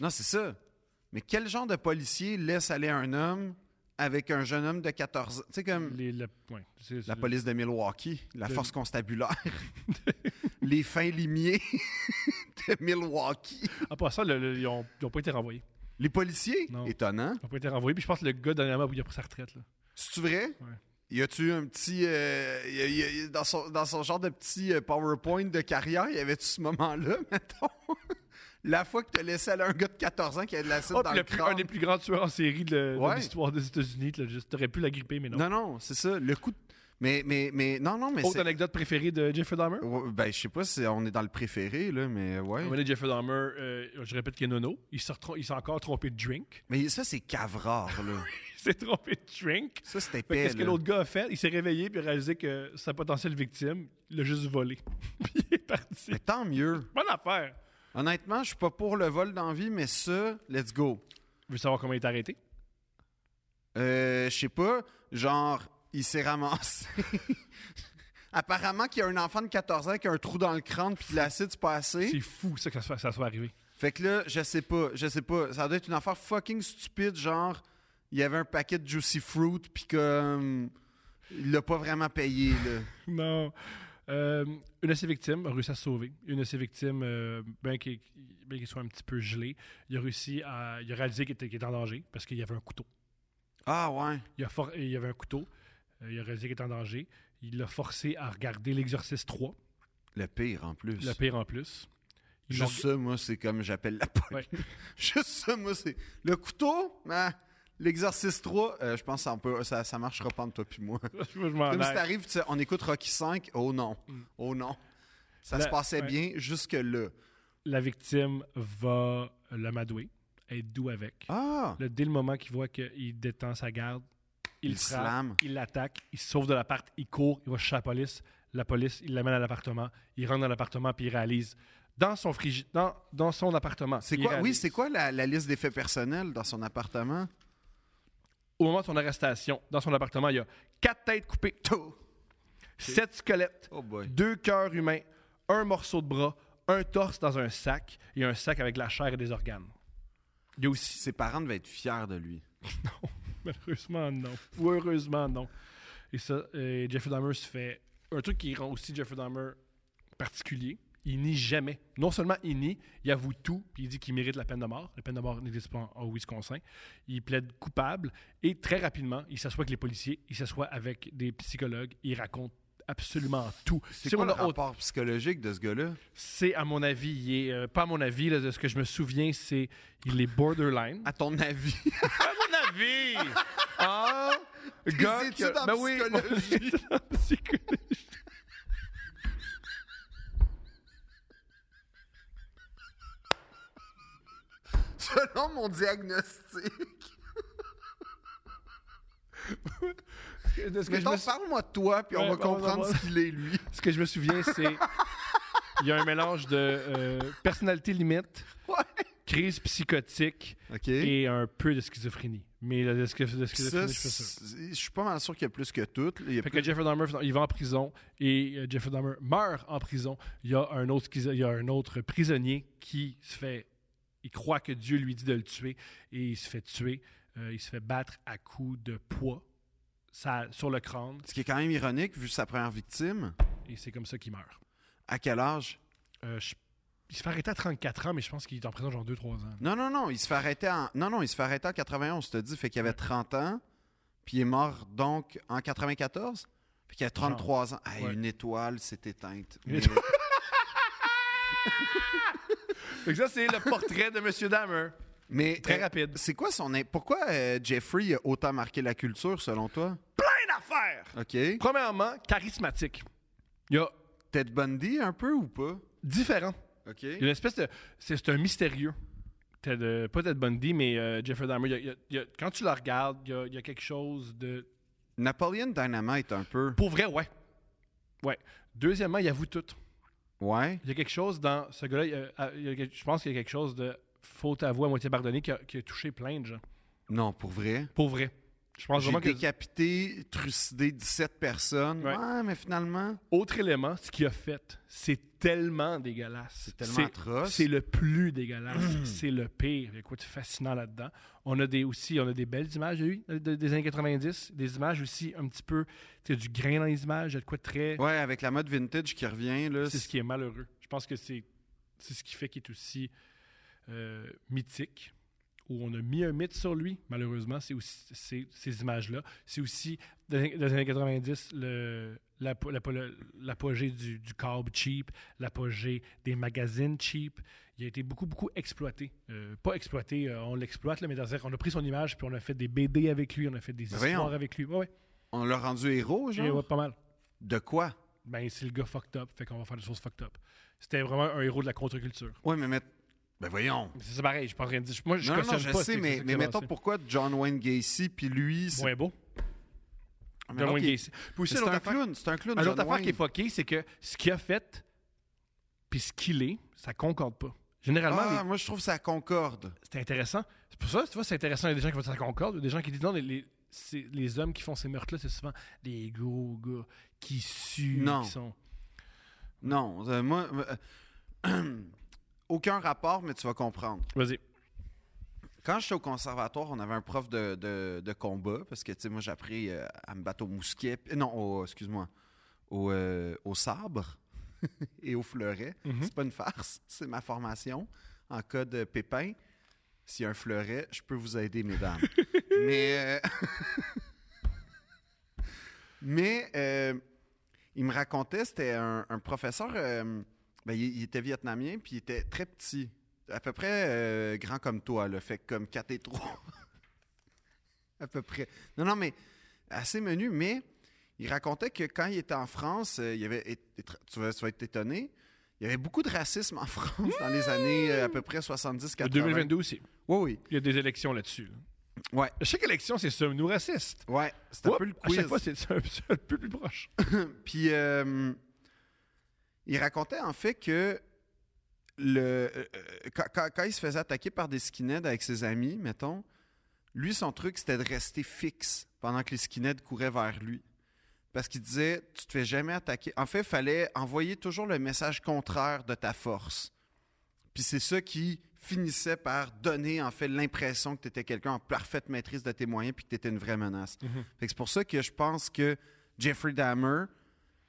Non, c'est ça. Mais quel genre de policier laisse aller un homme avec un jeune homme de 14 ans? Tu sais, comme Les- la, ouais, c'est- la police de Milwaukee, la De- force [LAUGHS] constabulaire, les fins limiers [LAUGHS] de Milwaukee. En passant, Ah, le- le- ils ont- ils ont pas été renvoyés. Les policiers? Non. Étonnant. Ils ont pas été renvoyés. Puis je pense que le gars, dernièrement, il a pris sa retraite, là. C'est-tu vrai? Ouais. Y a-tu un petit. euh, y a- y a- y a- dans, son, dans son genre de petit euh, PowerPoint de carrière, y avait-tu ce moment-là, [LAUGHS] mettons? la fois que t'as laissé aller un gars de 14 ans qui avait de l'acide Ah, dans puis le le plus- un crâne. des plus grands tueurs en série de, de Ouais. l'histoire des États-Unis. là, juste, T'aurais pu la gripper, mais non. Non, non, c'est ça. Le coup de. Mais, mais, mais. Non, non, mais Autre c'est. anecdote préférée de Jeffrey Dahmer? Ouais, Ben, je sais pas si on est dans le préféré, là, mais ouais. On va Jeffrey Dahmer, euh, je répète qu'il est nono. Il s'est retrom- il s'est encore trompé de drink. [LAUGHS] Mais ça, c'est cavrard, là. Il s'est trompé de drink. ça, c'était Fait que épais, qu'est-ce que là. l'autre gars a fait? Il s'est réveillé puis a réalisé que sa potentielle victime l'a juste volé. [LAUGHS] puis il est parti. Mais tant mieux. Bonne affaire! Honnêtement, je suis pas pour le vol d'envie, mais ça, let's go. Veux savoir comment il est arrêté? Euh, je sais pas, genre, il s'est ramassé. [LAUGHS] Apparemment qu'il y a un enfant de 14 ans qui a un trou dans le crâne puis de l'acide c'est pas assez. C'est fou ça que ça soit, ça soit arrivé. [LAUGHS] Fait que là, je sais pas, je sais pas. Ça doit être une affaire fucking stupide, genre, il y avait un paquet de Juicy Fruit puis comme. Il l'a pas vraiment payé, là. Non. Euh, une de ses victimes a réussi à se sauver. Une de ses victimes, euh, bien qu'il bien qu'il soit un petit peu gelé, il a réussi à. Il a réalisé qu'il était, qu'il était en danger parce qu'il y avait un couteau. Ah ouais. Il, a for- il y avait un couteau. Euh, il a réalisé qu'il était en danger. Il l'a forcé à regarder l'exercice 3, Le pire en plus. le pire en plus. Ils l'ont- Juste ça, moi, c'est comme j'appelle la police. [LAUGHS] Juste ça, moi, c'est. Le couteau, ben, l'exercice 3, euh, je pense que ça, en peut- ça, ça marchera pas entre toi puis moi. [LAUGHS] Je m'en Comme si aille. t'arrives, tu sais, on écoute Rocky 5, oh non, oh non. Ça La- se passait Mm. ouais. bien jusque-là. La victime va l'amadouer, être doux avec. Ah! Là, dès le moment qu'il voit qu'il détend sa garde, il, Il le frappe, slame. il l'attaque, il se sauve de l'appart, il court, il va chez la police. La police, il l'amène à l'appartement, il rentre dans l'appartement puis il réalise dans son frigi- dans, dans son appartement. C'est il quoi, oui, réalise. c'est quoi la, la liste des faits personnels dans son appartement? Au moment de son arrestation, dans son appartement, il y a quatre têtes coupées, Tout! sept squelettes, Oh boy. deux cœurs humains, un morceau de bras, un torse dans un sac et un sac avec de la chair et des organes. Il y a aussi Ses parents devaient être fiers de lui. Non, [LAUGHS] malheureusement non. Ou heureusement non. Et ça, euh, Jeffrey Dahmer se fait. Un truc qui rend aussi Jeffrey Dahmer particulier, il nie jamais. Non seulement il nie, il avoue tout, puis il dit qu'il mérite la peine de mort. La peine de mort n'existe pas en- au Wisconsin. Il plaide coupable et très rapidement, il s'assoit avec les policiers, il s'assoit avec des psychologues, il raconte absolument tout. C'est Si quoi on le a autre- rapport psychologique de ce gars-là? C'est à mon avis, il est, euh, pas à mon avis, là, de ce que je me souviens, c'est il est borderline. À ton avis? [LAUGHS] mon avis! [LAUGHS] Ah! Gars, études que- en ben oui, [LAUGHS] psychologie. mon étude en psychologie. selon mon diagnostic. De ce, que je Mettons, me, sou- parle-moi de toi, puis Ouais, on va bon, comprendre on va- ce qu'il [LAUGHS] est, lui. ce que je me souviens, c'est. Il y a un mélange de euh, personnalité limite, Ouais. crise psychotique OK. et un peu de schizophrénie. Mais la la schi- la Puis ça, schizophrénie, je suis pas sûr. c'est- je suis pas mal sûr qu'il y a plus que tout. là. Il y a Fait plus- que Jeffrey Dahmer, il va en prison et euh, Jeffrey Dahmer meurt en prison. Il y a un autre, schizo- il y a un autre prisonnier qui se fait. Il croit que Dieu lui dit de le tuer et il se fait tuer. Euh, il se fait battre à coups de poids ça, sur le crâne Ce qui est quand même ironique, vu sa première victime. et c'est comme ça qu'il meurt. À quel âge? Euh, je- il se fait arrêter à 34 ans, mais je pense qu'il est en prison genre 2-3 ans. Non, non, non, il se fait arrêter en... Non, non, il se fait arrêter en 91, je te dis. Fait qu'il avait 30 ans, puis il est mort, donc, en 94? Puis qu'il a 33 ans. Hey, Ouais. Une étoile s'est éteinte. Une Mais- étoile. Fait que ça, c'est le portrait de M. Dahmer. Mais Très euh, rapide. C'est quoi son. im- Pourquoi euh, Jeffrey a autant marqué la culture, selon toi? Plein d'affaires! OK. Premièrement, charismatique. Il y a Ted Bundy, un peu ou pas? différents. OK. Il y a une espèce de. C'est c'est un mystérieux. Ted, euh, pas Ted Bundy, mais euh, Jeffrey Dahmer. il y a- il y a- il y a- quand tu le regardes, il y a- il y a quelque chose de Napoleon Dynamite, un peu. Pour vrai, ouais. Ouais. Deuxièmement, il avoue tout. Ouais. Il y a quelque chose dans ce gars-là. il y a- ah, il y a quelque- Je pense qu'il y a quelque chose de faute à voix à moitié pardonnée qui a, qui a touché plein de gens. Non, pour vrai. Pour vrai. Je pense J'ai vraiment que. décapité, trucidé 17 personnes. Ouais. Ouais, mais finalement, Autre élément, ce qu'il a fait, c'est tellement dégueulasse. c'est tellement atroce. Mm. C'est le plus dégueulasse. c'est le pire. Il y a quoi de fascinant là-dedans. On a des, aussi on a des belles images de lui, de- de- des années 90. Des images aussi un petit peu. Tu sais, du grain dans les images. Il y a de quoi de très. Ouais, avec la mode vintage qui revient, là. C'est ce qui est malheureux. Je pense que c'est c'est ce qui fait qu'il est aussi euh, mythique, où on a mis un mythe sur lui, malheureusement, c'est aussi c'est- ces images-là. C'est aussi, dans les dans les années 90, le- l'apo- l'apo- le- l'apogée du, du carb cheap, l'apogée des magazines cheap. Il a été beaucoup, beaucoup exploité. Euh, pas exploité, euh, on l'exploite, là, mais dans- on a pris son image, puis on a fait des BD avec lui, on a fait des Ben histoires voyons. avec lui. Ouais, ouais. On l'a rendu héros, Et genre? Eh ouais, pas mal De quoi? ben c'est le gars fucked up, fait qu'on va faire des choses fucked up. C'était vraiment un héros de la contre-culture. Ouais, mais... met- Ben voyons. Mais C'est pareil, je peux rien dire. Moi, je non, non, cautionne je pas, sais, c'est- mais, c'est mais que mettons c'est pourquoi John Wayne Gacy, puis lui... c'est- moins beau. Ah, mais John ok. Wayne Gacy. Puis aussi, Mais C'est l'autre un affaire, clown, c'est un clown, une autre John affaire qui est Wayne. fuckée, c'est que ce qu'il a fait, puis ce qu'il est, ça concorde pas. Généralement, Ah, les- moi, je trouve ça concorde. c'est intéressant. C'est pour ça, tu vois, c'est intéressant. Il y a des gens qui vont dire ça concorde, ou des gens qui disent non, les, les, c'est- les hommes qui font ces meurtres-là, c'est souvent des gros gars qui suent, Non. qui sont. Non, euh, moi... euh, [CLEARS THROAT] aucun rapport, mais tu vas comprendre. Vas-y. Quand j'étais au conservatoire, on avait un prof de, de- de combat, parce que, tu sais, moi, j'ai appris euh, à me battre au mousquet, puis- non, au- excuse-moi, au, euh, au sabre [LAUGHS] et au fleuret. Mhm. C'est pas une farce, [LAUGHS] c'est ma formation. En cas de pépin, s'il y a un fleuret, je peux vous aider, mesdames. Mais, euh, [LAUGHS] mais euh, il me racontait, c'était un, un professeur, euh, ben, il, il était vietnamien, puis il était très petit, à peu près euh, grand comme toi, là, fait que comme 4 et 3. [LAUGHS] à peu près. Non, non, mais assez menu, mais il racontait que quand il était en France, euh, il y avait, et- et- tu, vas, tu vas être étonné, il y avait beaucoup de racisme en [LAUGHS] France dans les années euh, à peu près 70-80. 2022 aussi. Oui, oui. Il y a des élections là-dessus. là. Ouais. Chaque élection, c'est ça, nous racistes. Ouais, c'est un Oups, peu le À chaque quiz. fois, c'est c'est un, [LAUGHS] c'est un peu plus proche. Puis euh, il racontait en fait que le, euh, quand, quand- quand il se faisait attaquer par des skinheads avec ses amis, mettons, lui, son truc, c'était de rester fixe pendant que les skinheads couraient vers lui. Parce qu'il disait, tu te fais jamais attaquer. En fait, il fallait envoyer toujours le message contraire de ta force. Puis c'est ça qui finissait par donner, en fait, l'impression que tu étais quelqu'un en parfaite maîtrise de tes moyens puis que tu étais une vraie menace. Mhm. Fait que c'est pour ça que je pense que Jeffrey Dahmer,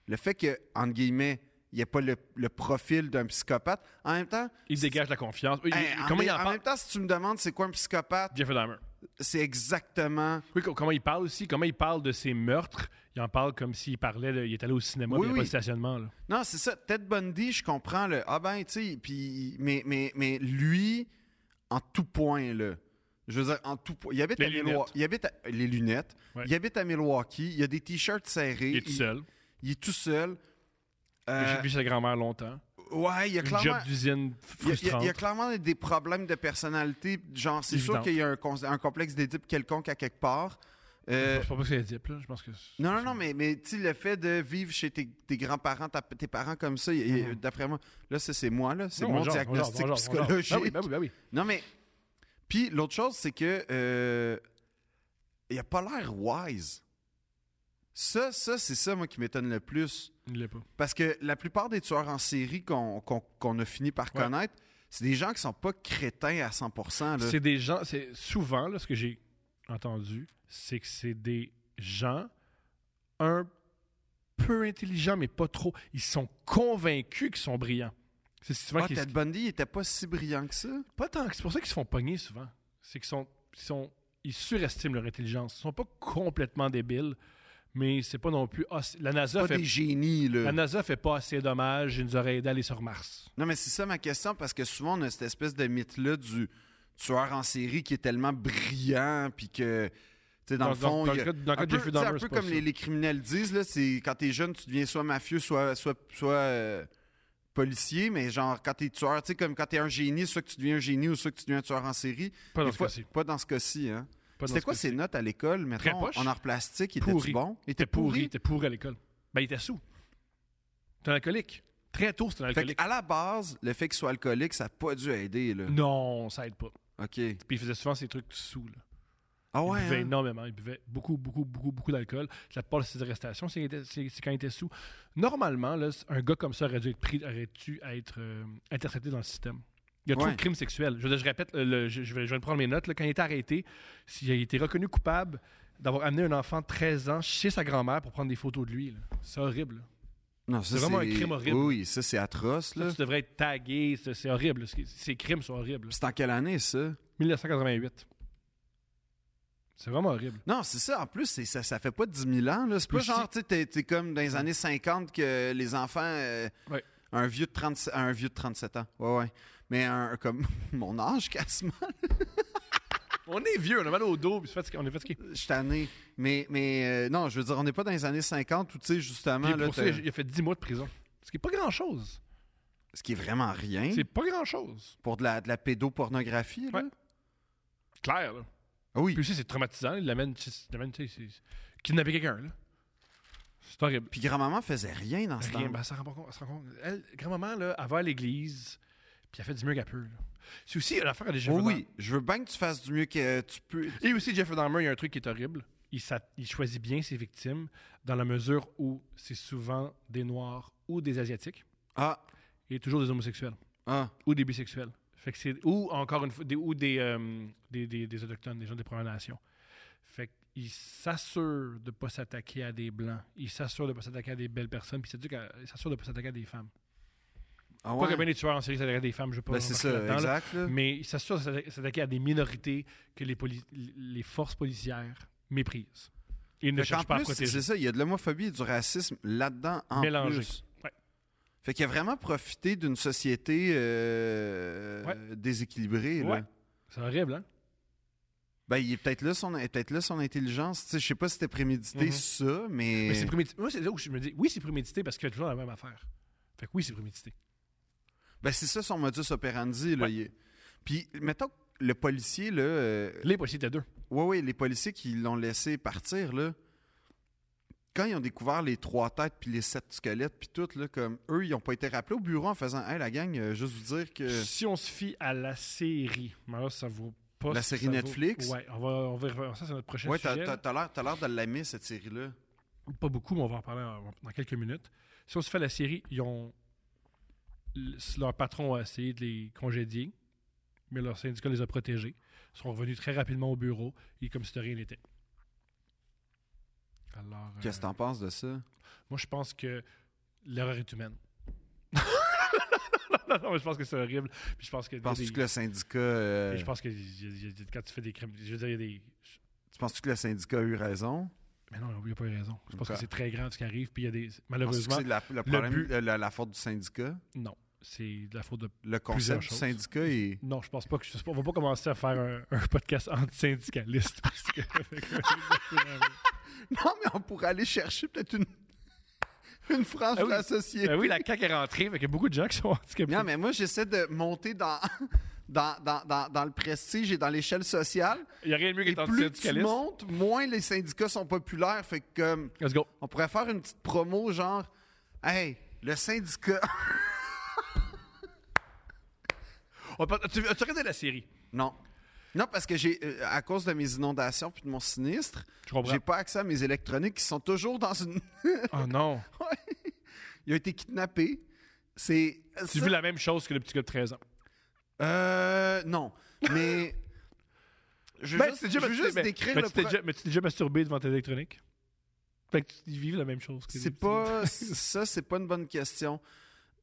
le fait que, entre guillemets, il n'y a pas le, le profil d'un psychopathe, en même temps, Il dégage la confiance. Il- il- Hey, en, comment il même- en en parle? même temps, si tu me demandes c'est quoi un psychopathe, Jeffrey Dahmer. c'est exactement. Oui, co- comment il parle aussi. Comment il parle de ses meurtres. Il en parle comme s'il parlait, de- il est allé au cinéma, Oui, puis il n'y a pas oui. de stationnement. là. Non, c'est ça. Ted Bundy, je comprends le. Ah ben, tu sais, puis mais mais mais lui, en tout point là. Je veux dire, en tout point. Il habite Les à lunettes. Milwaukee. Il habite à- les lunettes. Ouais. Il habite à Milwaukee. Il a des t-shirts serrés. Il est tout seul. il est tout seul. Il Euh, a vécu chez sa grand-mère longtemps. Ouais, il y a Une clairement. job d'usine Il y, a- il y a- frustrante. il y a clairement des problèmes de personnalité. Genre, c'est sûr Évident. qu'il y a un, cons- un complexe d'édipe quelconque à quelque part. Euh, Je sais pas si c'est Oedipe, là. Je pense que. c'est- non, non, non, mais, mais tu sais, le fait de vivre chez tes, tes grands-parents, ta- tes parents comme ça, il- il- Mhm. d'après moi, là, ça, c'est moi, là. C'est Non, mon on jase, on jase, diagnostic on jase, on jase. psychologique. Ben oui, ben oui, ben oui. Non, mais. Puis l'autre chose, c'est que. euh, il a pas l'air wise. Ça, ça c'est ça, moi, qui m'étonne le plus. Il l'est pas. Parce que la plupart des tueurs en série qu'on qu'on- qu'on a fini par Ouais. connaître, c'est des gens qui sont pas crétins à 100 là. C'est des gens, c'est souvent là, ce que j'ai entendu, c'est que c'est des gens un peu intelligents mais pas trop. Ils sont convaincus qu'ils sont brillants. C'est souvent Ah, qu'ils- Ted Bundy, il était pas si brillant que ça. pas tant. que- C'est pour ça qu'ils se font pogner souvent. C'est qu'ils sont, ils sont, ils surestiment leur intelligence. Ils sont pas complètement débiles, mais c'est pas non plus. ah, c'est- la NASA Pas fait, Ah des génies, là. la NASA fait pas assez dommages. Ils nous auraient aidé à aller sur Mars. Non, mais c'est ça ma question, parce que souvent, on a cette espèce de mythe-là du tueur en série qui est tellement brillant, puis que, tu sais, dans, le fond, il y a- cas- dans le cas un de Jeffrey peu, tu sais, Dahmer, un peu c'est pas comme ça. les, les criminels disent, là, c'est quand t'es jeune, tu deviens soit mafieux, soit, soit, soit euh, policier, mais genre quand t'es tueur, tu sais, comme quand t'es un génie, soit que tu deviens un génie ou soit que tu deviens un tueur en série. Pas dans Des ce fois- cas-ci. pas dans ce cas-ci. Hein. Pas dans C'était ce quoi cas-ci. ses notes à l'école, mettons, poche. en art plastique? Il Pourri. était bon? Il était pourri. pourri? T'es pourri à l'école. Ben, il était sous. T'es un alcoolique. Très tôt, c'est un Fait alcoolique. à la base, le fait qu'il soit alcoolique, ça n'a pas dû aider, là. Non, ça aide pas. OK. Puis il faisait souvent ces trucs sous. Là. Ah ouais, il buvait hein? énormément. Il buvait beaucoup, beaucoup, beaucoup, beaucoup d'alcool. La plupart de ses arrestations, c'est quand il était- c'est- c'est quand il était sous. Normalement, là, un gars comme ça aurait dû être pris, aurait dû être euh, intercepté dans le système. Il y a trop Ouais. de crimes sexuels. Je, veux dire, je répète, euh, le- je, je vais, je vais prendre mes notes. là. Quand il était arrêté, s'il a été reconnu coupable d'avoir amené un enfant de 13 ans chez sa grand-mère pour prendre des photos de lui. là. C'est horrible. là. Non, ça, C'est vraiment un crime horrible. Oui, ça, c'est atroce, Ça, là. tu devrais être tagué, c'est c'est horrible. ce qui- Ces crimes sont horribles. C'est en quelle année, ça? 1988. C'est vraiment horrible. Non, c'est ça. En plus, c'est- ça, ça fait pas 10 000 ans. là. C'est pas Puis genre, tu sais, t'es- t'es comme dans les années 50 que les enfants. euh, Ouais. un, vieux de 30 un vieux de 37 ans. Ouais, ouais. Mais un, comme [LAUGHS] mon âge, quasiment. On est vieux, on a mal au dos, puis c'est fatigué- on est fatigué. Je suis tanné. Mais, mais euh, non, je veux dire, on n'est pas dans les années 50 où, tu sais, justement, Puis là, pour ça, t'as- il a fait 10 mois de prison. Ce qui est pas grand-chose. ce qui est vraiment rien C'est pas grand-chose. pour de la, de la pédopornographie. Là. Ouais. Clair, là. Ah oui. Puis aussi, c'est traumatisant. Il l'amène, tu sais, il l'amène, tu sais, c'est- kidnapper quelqu'un, là. C'est horrible. Puis grand-maman faisait rien dans ce Rien, temps. ben, elle s'en rend pas compte. elle s'en rend compte. Elle, grand-maman, là, elle va à l'église, puis elle fait du mieux qu'elle peut, là. C'est aussi l'affaire des Jeffrey Oh oui, je veux bien que tu fasses du mieux que euh, tu peux. Et aussi, Jeffrey Dahmer, il y a un truc qui est horrible. Il, s'a- il choisit bien ses victimes dans la mesure où c'est souvent des Noirs ou des Asiatiques Ah, et toujours des homosexuels ah. ou des bisexuels. Fait que c'est, ou encore une fois, des, ou des, euh, des, des- des Autochtones, des gens des Premières Nations. Fait qu'il s'assure de ne pas s'attaquer à des Blancs. Il s'assure de ne pas s'attaquer à des belles personnes. Puis il s'attaque à- il s'assure de ne pas s'attaquer à des femmes. ah Pas ouais. que bien les tueurs en série s'attaquent à des femmes, je ne veux pas Ben, c'est embarquer ça, là-dedans, là. exact. là. Mais il s'assure de s'atta- s'attaquer à des minorités que les, poli- les forces policières méprisent. Il ne Fait qu'en cherche pas à plus, protéger. c'est ça, il y a de l'homophobie et du racisme là-dedans en Mélangé. plus. Ouais. Fait qu'il a vraiment profité d'une société euh, Ouais. déséquilibrée. là. Ouais. C'est horrible, hein? Ben, il est peut-être là son, peut là son intelligence. Tu sais, je sais pas si c'était prémédité Mhm. ça, mais, Mais c'est prémédité. Moi, c'est là où je me dis, oui, c'est prémédité parce qu'il y a toujours la même affaire. Fait que oui, c'est prémédité. ben, c'est ça son modus operandi. Là, Ouais. il est- Puis mettons que le policier là, euh, Les policiers étaient deux. ouais ouais, les policiers qui l'ont laissé partir là. Quand ils ont découvert les trois têtes puis les sept squelettes puis tout là, comme eux, ils ont pas été rappelés au bureau en faisant, hey la gang, euh, juste vous dire que. Si on se fie à la série, mais là, ça vaut pas. La ça série vaut- Netflix? Ouais, on va, on va y revenir. Ça, c'est notre prochain Ouais, t'as sujet. t'as- t'as l'air t'as l'air de l'aimer, cette série-là. Pas beaucoup, mais on va en parler en- dans quelques minutes. Si on se fait à la série, ils ont. le- Leur patron a essayé de les congédier, mais leur syndicat les a protégés. Ils sont revenus très rapidement au bureau et comme si de rien n'était. Alors. euh, Qu'est-ce que t'en penses de ça? Moi, je pense que l'erreur est humaine. [LAUGHS] non, non, non, mais je pense que c'est horrible. Puis je pense que. Penses-tu des- que le syndicat... euh, Et je pense que y a- y a- y a- quand tu fais des crimes, je veux dire, il y a des. Tu penses-tu que le syndicat a eu raison? Mais non, il n'y a pas eu raison. Je pense Ok. que c'est très grave ce qui arrive. Puis il y a des. Penses-tu que Malheureusement, c'est de la, le problème- but- euh, la, la faute du syndicat? non. C'est de la faute de. Le Plusieurs concept du choses. syndicat est... [LAUGHS] Non, je pense pas que. je- On va pas commencer à faire un, un podcast anti-syndicaliste. parce que- [LAUGHS] Non, mais on pourrait aller chercher peut-être une... [LAUGHS] une frange Ah oui. de la société. Ben oui, la CAQ est rentrée, mais il y a beaucoup de gens qui sont handicapés. Non, mais moi, j'essaie de monter dans, [LAUGHS] dans, dans, dans, dans le prestige et dans l'échelle sociale. Il n'y a rien de mieux Et qu'être plus tu antisyndicaliste. montes, moins les syndicats sont populaires. Fait que, comme, Let's go. on pourrait faire une petite promo genre, hey, le syndicat. [LAUGHS] On peut- tu, tu regardais la série. non. Non, parce que j'ai, euh, à cause de mes inondations puis de mon sinistre, Je comprends. j'ai pas accès à mes électroniques qui sont toujours dans une. [LAUGHS] Oh non. Il a été kidnappé. C'est. Tu ça- vis la même chose que le petit gars de 13 ans. Euh. Non. Mais. [LAUGHS] Je veux Ben, tu t'es juste, déjà- je veux tu t'es- juste mais- décrire mais le tu t'es pro- déjà- Mais tu t'es déjà masturbé devant tes électroniques? Fait que tu vis la même chose. que les C'est petits- pas. ça, c'est pas une bonne question.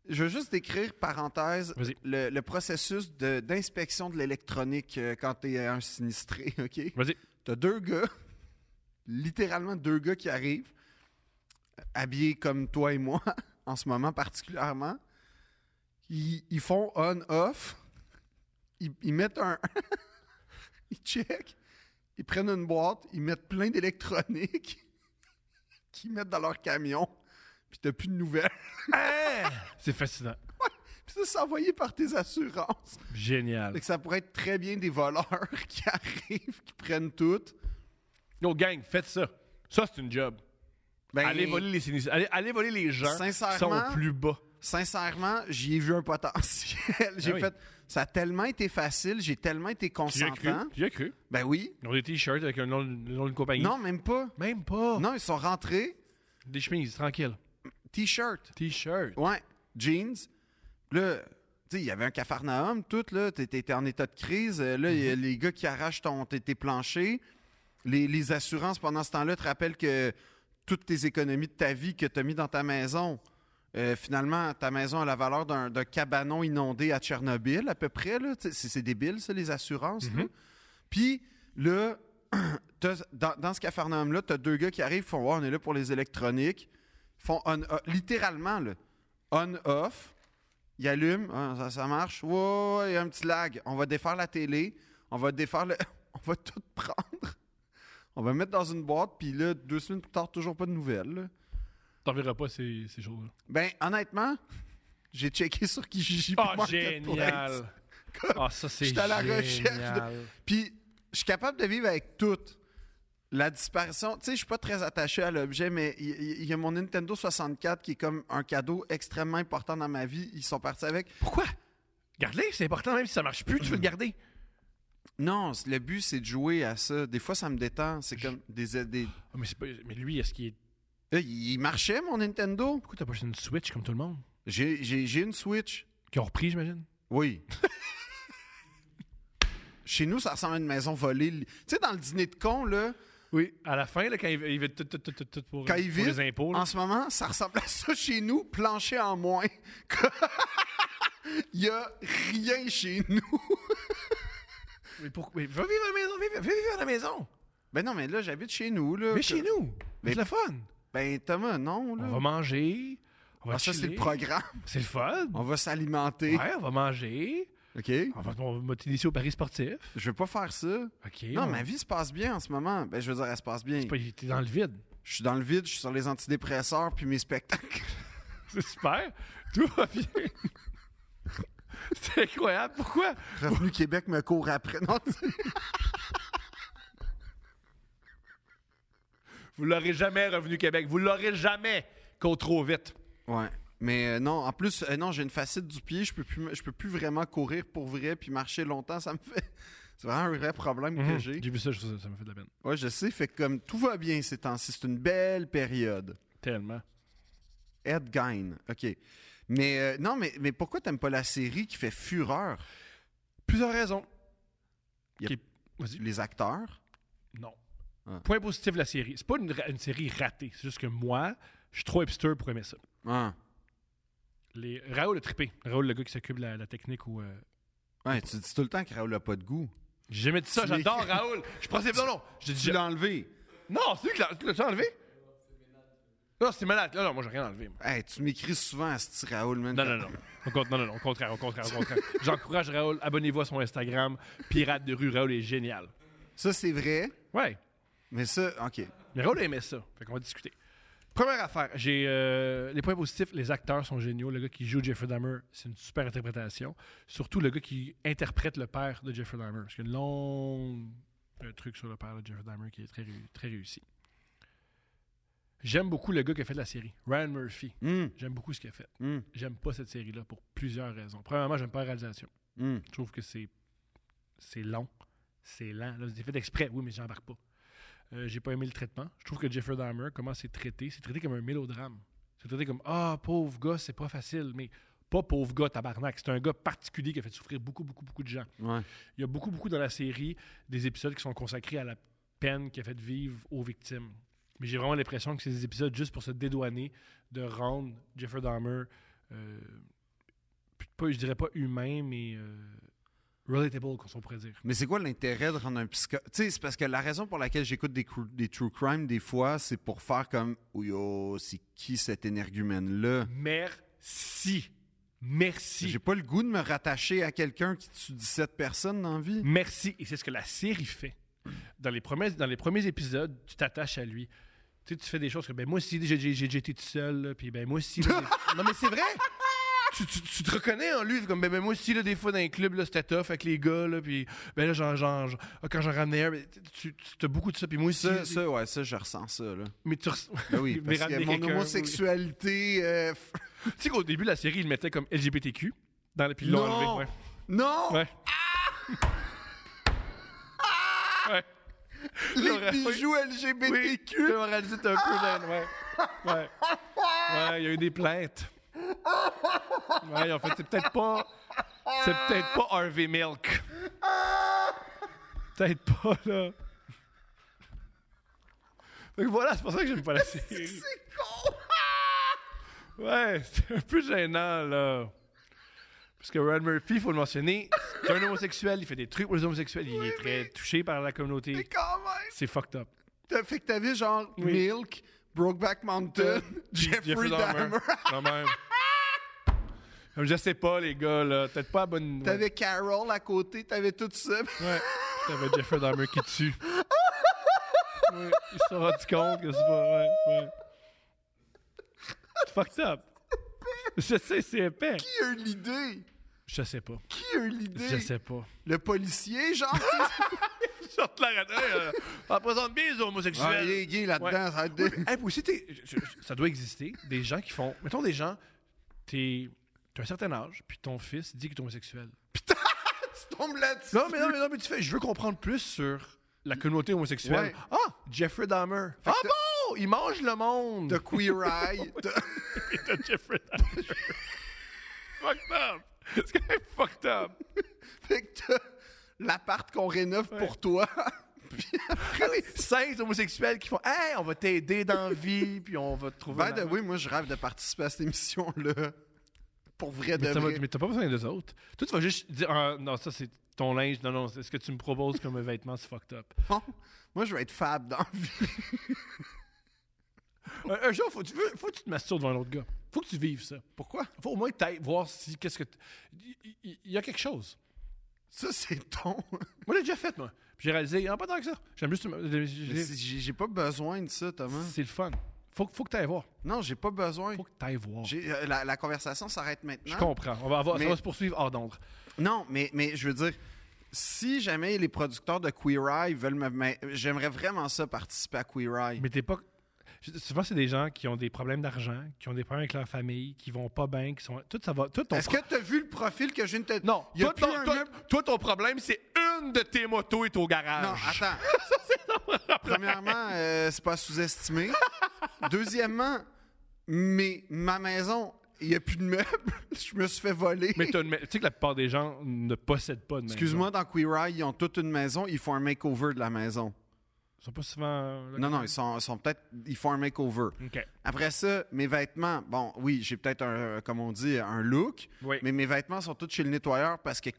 Je veux juste décrire, parenthèse, Vas-y. le, le processus de- d'inspection de, l'électronique euh, quand t'es un sinistré, [LAUGHS] OK? Vas-y. T'as deux gars, littéralement deux gars qui arrivent, habillés comme toi et moi, [LAUGHS] en ce moment particulièrement. Ils, ils font on-off, ils, ils mettent un. [LAUGHS] ils checkent, ils prennent une boîte, ils mettent plein d'électronique qu'ils mettent dans leur camion, [LAUGHS] puis t'as plus de nouvelles. [LAUGHS] C'est fascinant. puis ça, c'est envoyé par tes assurances. Génial. Fait que ça pourrait être très bien des voleurs [LAUGHS] qui arrivent, qui prennent tout. Yo, gang, faites ça. Ça, c'est une job. Ben, Allez voler les sinistres. Allez, allez voler les gens qui Sincèrement, sont plus bas. Sincèrement, j'y ai vu un potentiel. [LAUGHS] J'ai Ah oui. fait. Ça a tellement été facile, j'ai tellement été Tu y as cru? consentant. Tu y as cru? Ben oui. Ils ont des t-shirts avec un nom, le nom d'une compagnie. Non, même pas. Même pas. Non, ils sont rentrés. Des chemises, tranquille. Oh. T-shirt. T-shirt. Ouais. Jeans. Là, tu sais, il y avait un cafarnaum, tout, là. T'étais t'étais en état de crise. Euh, Là, il y a les gars qui arrachent ton, tes, tes planchers. Les, les assurances, pendant ce temps-là, te rappellent que toutes tes économies de ta vie que t'as mis dans ta maison, euh, finalement, ta maison a la valeur d'un d'un cabanon inondé à Tchernobyl, à peu près, là. Tu sais, C'est c'est débile, ça, les assurances, là. Puis, là, [CLEARS THROAT] t'as- dans, dans ce cafarnaum-là, t'as deux gars qui arrivent, font Ouais, on est là pour les électroniques. Ils font on- euh, littéralement, là on-off. Il allume, Ah, ça, ça marche. Ouais, ouais, ouais, il y a un petit lag. On va défaire la télé. On va défaire le. [LAUGHS] On va tout prendre. On va mettre dans une boîte. Puis là, deux semaines plus tard, toujours pas de nouvelles. là. T'en verras pas ces, ces [LAUGHS] choses-là. Ben, honnêtement, [LAUGHS] j'ai checké sur Kijiji. puis Ah, Marketplace. génial. Ah, ça, c'est J'étais à la génial. recherche Puis je suis capable de vivre avec tout. La disparition, tu sais, je suis pas très attaché à l'objet, mais il- il il y a mon Nintendo 64 qui est comme un cadeau extrêmement important dans ma vie. Ils sont partis avec. Pourquoi? Garde-les, c'est important, même si ça marche plus, tu veux le garder. Non, c- le but, c'est de jouer à ça. Des fois, ça me détend. C'est comme des. euh, des- Ah, mais, c'est pas- mais lui, est-ce qu'il est. Euh, il marchait, mon Nintendo. Pourquoi t'as pas acheté une Switch comme tout le monde? J'ai- J'ai j'ai une Switch. Qui ont repris, j'imagine? [LAUGHS] Oui. Chez nous, ça ressemble à une maison volée. Tu sais, dans le dîner de con, là, Oui. À la fin, là, quand il, il veut tout, tout, tout, tout, tout pour, Quand euh, il pour vit, les impôts. là. en ce moment, ça ressemble à ça chez nous, plancher en moins. [LAUGHS] Il y a rien chez nous. Mais pourquoi? mais va vivre à la maison, vive, vive- vive à la maison. Ben non, mais là, j'habite chez nous, là. Euh, Mais chez nous. Mais- C'est le fun. Ben Thomas, non, là. On va manger. On va Ah, ça, c'est le chiller. programme. C'est le fun. On va s'alimenter. Ouais, on va manger. OK? On va, on va t'initier au Paris sportif. Je veux pas faire ça. OK. Non, on- ma vie se passe bien en ce moment. Ben, je veux dire, elle se passe bien. c'est pas- T'es dans le vide. [LAUGHS] Je suis dans le vide, je suis sur les antidépresseurs, puis mes spectacles. [LAUGHS] C'est super. Tout va bien. [LAUGHS] C'est incroyable. Pourquoi? Revenu Québec me court après. Non, tu- Vous l'aurez jamais revenu Québec. Vous l'aurez jamais qu'on trop vite. ouais. Mais euh, non, en plus, euh, non, j'ai une facette du pied, je peux plus, me- je peux plus vraiment courir pour vrai, puis marcher longtemps, ça me fait... [LAUGHS] C'est vraiment un vrai problème que j'ai. Mhm. J'ai vu ça, je- ça ça m'a fait de la peine. Ouais, je sais, fait que comme tout va bien ces temps-ci, c'est une belle période. Tellement. Ed Gein, OK. Mais euh, non, mais, mais pourquoi t'aimes pas la série qui fait fureur? Plusieurs raisons. Yep. Qui- Vas-y. Les acteurs? Non. Ah. Point positif de la série. C'est pas une, ra- une série ratée. C'est juste que moi, je suis trop hipster pour aimer ça. Ah. Les... Raoul a trippé. Raoul, le gars qui s'occupe de la, la technique ou. euh, Ouais, tu dis tout le temps que Raoul a pas de goût. J'ai jamais dit ça, Tu j'adore Raoul. Je pensais. Non, non. J'ai dit. Tu l'as enlevé. Non, c'est lui qui l'a- tu l'as enlevé? Non, c'est malade. Non, non, moi, j'ai rien enlevé. moi. Hey, tu m'écris souvent à ce petit Raoul, man. Non, non, non. Au cont- non, non, non, au contraire, au contraire, au contraire. J'encourage Raoul, abonnez-vous à son Instagram. Pirate de rue, Raoul est génial. Ça, c'est vrai, Ouais. mais ça, OK. Mais Raoul aimait ça. Fait qu'on va discuter. Première affaire, j'ai euh, les points positifs, les acteurs sont géniaux. Le gars qui joue Jeffrey Dahmer, c'est une super interprétation. Surtout le gars qui interprète le père de Jeffrey Dahmer. Parce qu'il y a une longue un truc sur le père de Jeffrey Dahmer qui est très, réu- très réussi. J'aime beaucoup le gars qui a fait la série, Ryan Murphy. Hum, J'aime beaucoup ce qu'il a fait. hum, J'aime pas cette série-là pour plusieurs raisons. Premièrement, j'aime pas la réalisation. hum. Je trouve que c'est c'est long, c'est lent. Là, c'est fait exprès, oui, mais j'embarque pas. Euh, j'ai pas aimé le traitement. Je trouve que Jeffrey Dahmer, comment c'est traité, c'est traité comme un mélodrame. C'est traité comme Ah, pauvre gars, c'est pas facile, mais pas pauvre gars, tabarnak. C'est un gars particulier qui a fait souffrir beaucoup, beaucoup, beaucoup de gens. Ouais. Il y a beaucoup, beaucoup dans la série des épisodes qui sont consacrés à la peine qui a fait vivre aux victimes. Mais j'ai vraiment l'impression que c'est des épisodes juste pour se dédouaner, de rendre Jeffrey Dahmer, euh, pas, je dirais pas humain, mais euh, relatable, qu'on pourrait dire. Mais c'est quoi l'intérêt de rendre un psychopathe? Tu sais, c'est parce que la raison pour laquelle j'écoute des, cru- des true crime des fois, c'est pour faire comme Ouh, yo, c'est qui cet énergumène-là? Merci. J'ai Merci. pas le goût de me rattacher à quelqu'un qui tue 17 personnes dans la vie. Merci. Et c'est ce que la série fait. Dans les premiers, dans les premiers épisodes, tu t'attaches à lui. Tu sais, tu fais des choses que, ben moi aussi, j'ai- j'ai j'ai- j'ai été tout seul, là, puis ben moi [LAUGHS] aussi. là, des- non, mais c'est [LAUGHS] vrai! tu, tu- tu te reconnais en lui, c'est comme, ben, ben, moi aussi, là, des fois, dans les clubs, là, c'était tough avec les gars, là, puis ben là, genre, genre, genre, ah, quand j'en ramenais un, ben, tu, tu as beaucoup de ça, puis moi aussi. Ça, ça, ouais, ça, je ressens ça, là. Mais tu res- [LAUGHS] Ben oui, Mais parce que ramener mon quelqu'un, homosexualité... euh, f- Tu sais qu'au début, la série, il mettait comme LGBTQ, dans la, puis ils l'ont Non! enlevé. Non! Ouais. ouais. Ah! ouais. Les Laura, oui. bijoux Oui, LGBTQ! le moraliste Ah, un peu laine, ouais. Ouais. Ouais, il y a eu des plaintes. Ouais, en fait, c'est peut-être pas. C'est peut-être pas Harvey Milk. Peut-être pas, là. Fait que voilà, c'est pour ça que j'aime pas la série. C'est con! [LAUGHS] Ouais, c'est un peu gênant, là. Parce que Ryan Murphy, faut le mentionner, c'est un homosexuel, il fait des trucs pour les homosexuels, il est très touché par la Mais communauté. quand même! C'est fucked up. T'as- Fait que t'avais genre Oui. Euh, Milk, Brokeback Mountain, [LAUGHS] Jeffrey, Dahmer. [LAUGHS] Quand même. Comme je sais pas, les gars, là. Peut-être pas à bonne. ouais. T'avais Carol à côté, t'avais tout ça. [LAUGHS] Ouais. T'avais Jeffrey Dahmer qui tue. ouais. Il s'est rendu compte que c'est pas. Ouais, ouais. C'est fucked up. Je sais, c'est épais. Qui a eu l'idée? Je sais pas. Qui a eu Je l'idée? sais pas. Le policier, genre? [LAUGHS] Sorte la radio, euh, ça représente bien les homosexuels. est gay là-dedans. ça a été- Hey, puis aussi, t'es- je- je- ça doit exister, des gens qui font... Mettons des gens, t'es... T'as un certain âge, puis ton fils dit qu'il est homosexuel. [LAUGHS] Tu tombes là-dessus. Non, mais non, mais non, mais tu fais... Je veux comprendre plus sur la communauté homosexuelle. Ouais. Ah! Jeffrey Dahmer. ah que t'as- bon! Il mange le monde! T'as [LAUGHS] Queer Eye. t'as- Et t'as Jeffrey Dahmer. [LAUGHS] fucked up! C'est quand même fucked up! Fait que t'as l'appart qu'on rénove pour toi. [LAUGHS] Ah oui, cinq homosexuels qui font « Hey, on va t'aider dans la vie, puis on va te trouver... By la- the way, moi, je rêve ben, de participer à cette émission-là. Pour vrai, de Mais t'as vrai. pas- mais t'as pas besoin des autres. Toi, tu vas juste dire Ah, Non, ça, c'est ton linge. Non, non, c'est ce que tu me proposes comme vêtement, c'est fucked up. Non. Moi, je vais être fab dans la vie. [LAUGHS] Un, un jour, faut, tu veux- faut que tu te masturbes devant l'autre gars. Faut que tu vives ça. Pourquoi? Faut au moins que t'ailles voir si. Qu'est-ce que. t- Il il- il y, a quelque chose. Ça, c'est [LAUGHS] ton. Moi, j'ai déjà fait, moi. Puis j'ai réalisé Ah, pas tant que ça. J'aime juste. me- Mais j'ai- c'est- J'ai j'ai pas besoin de ça, Thomas. C'est le fun. Faut, que- faut que t'ailles voir. Non, j'ai pas besoin. Faut que t'ailles voir. J'ai- euh, La, la conversation s'arrête Je maintenant. comprends. On va avoir, Mais- Ça va se poursuivre hors d'ombre. Non, mais, mais je veux dire, si jamais les producteurs de Queer Eye veulent me. mais J'aimerais vraiment ça participer à Queer Eye. Mais t'es pas. je- Souvent, c'est des gens qui ont des problèmes d'argent, qui ont des problèmes avec leur famille, qui vont pas bien, qui sont. Tout ça va. Tout ton Est-ce que t'as vu le profil que je viens de te. Non, Il y a toi, plus ton, un toi- meuble- toi, ton problème, c'est une de tes motos est au garage. Non, attends. [LAUGHS] Premièrement, euh, c'est [LAUGHS] pas sous-estimé. Deuxièmement, mais ma maison, il n'y a plus de meubles. [LAUGHS] Je me suis fait voler. Mais t'as une ma- tu sais que la plupart des gens ne possèdent pas de maison. Excuse-moi, dans Queer Eye, ils ont toute une maison. Ils font un makeover de la maison. Ils sont pas souvent. Non, non, ils sont, sont peut-être. Ils font un makeover. OK. Après ça, mes vêtements, bon, oui, j'ai peut-être un, euh, comme on dit, un look, Oui. mais mes vêtements sont tous chez le nettoyeur parce que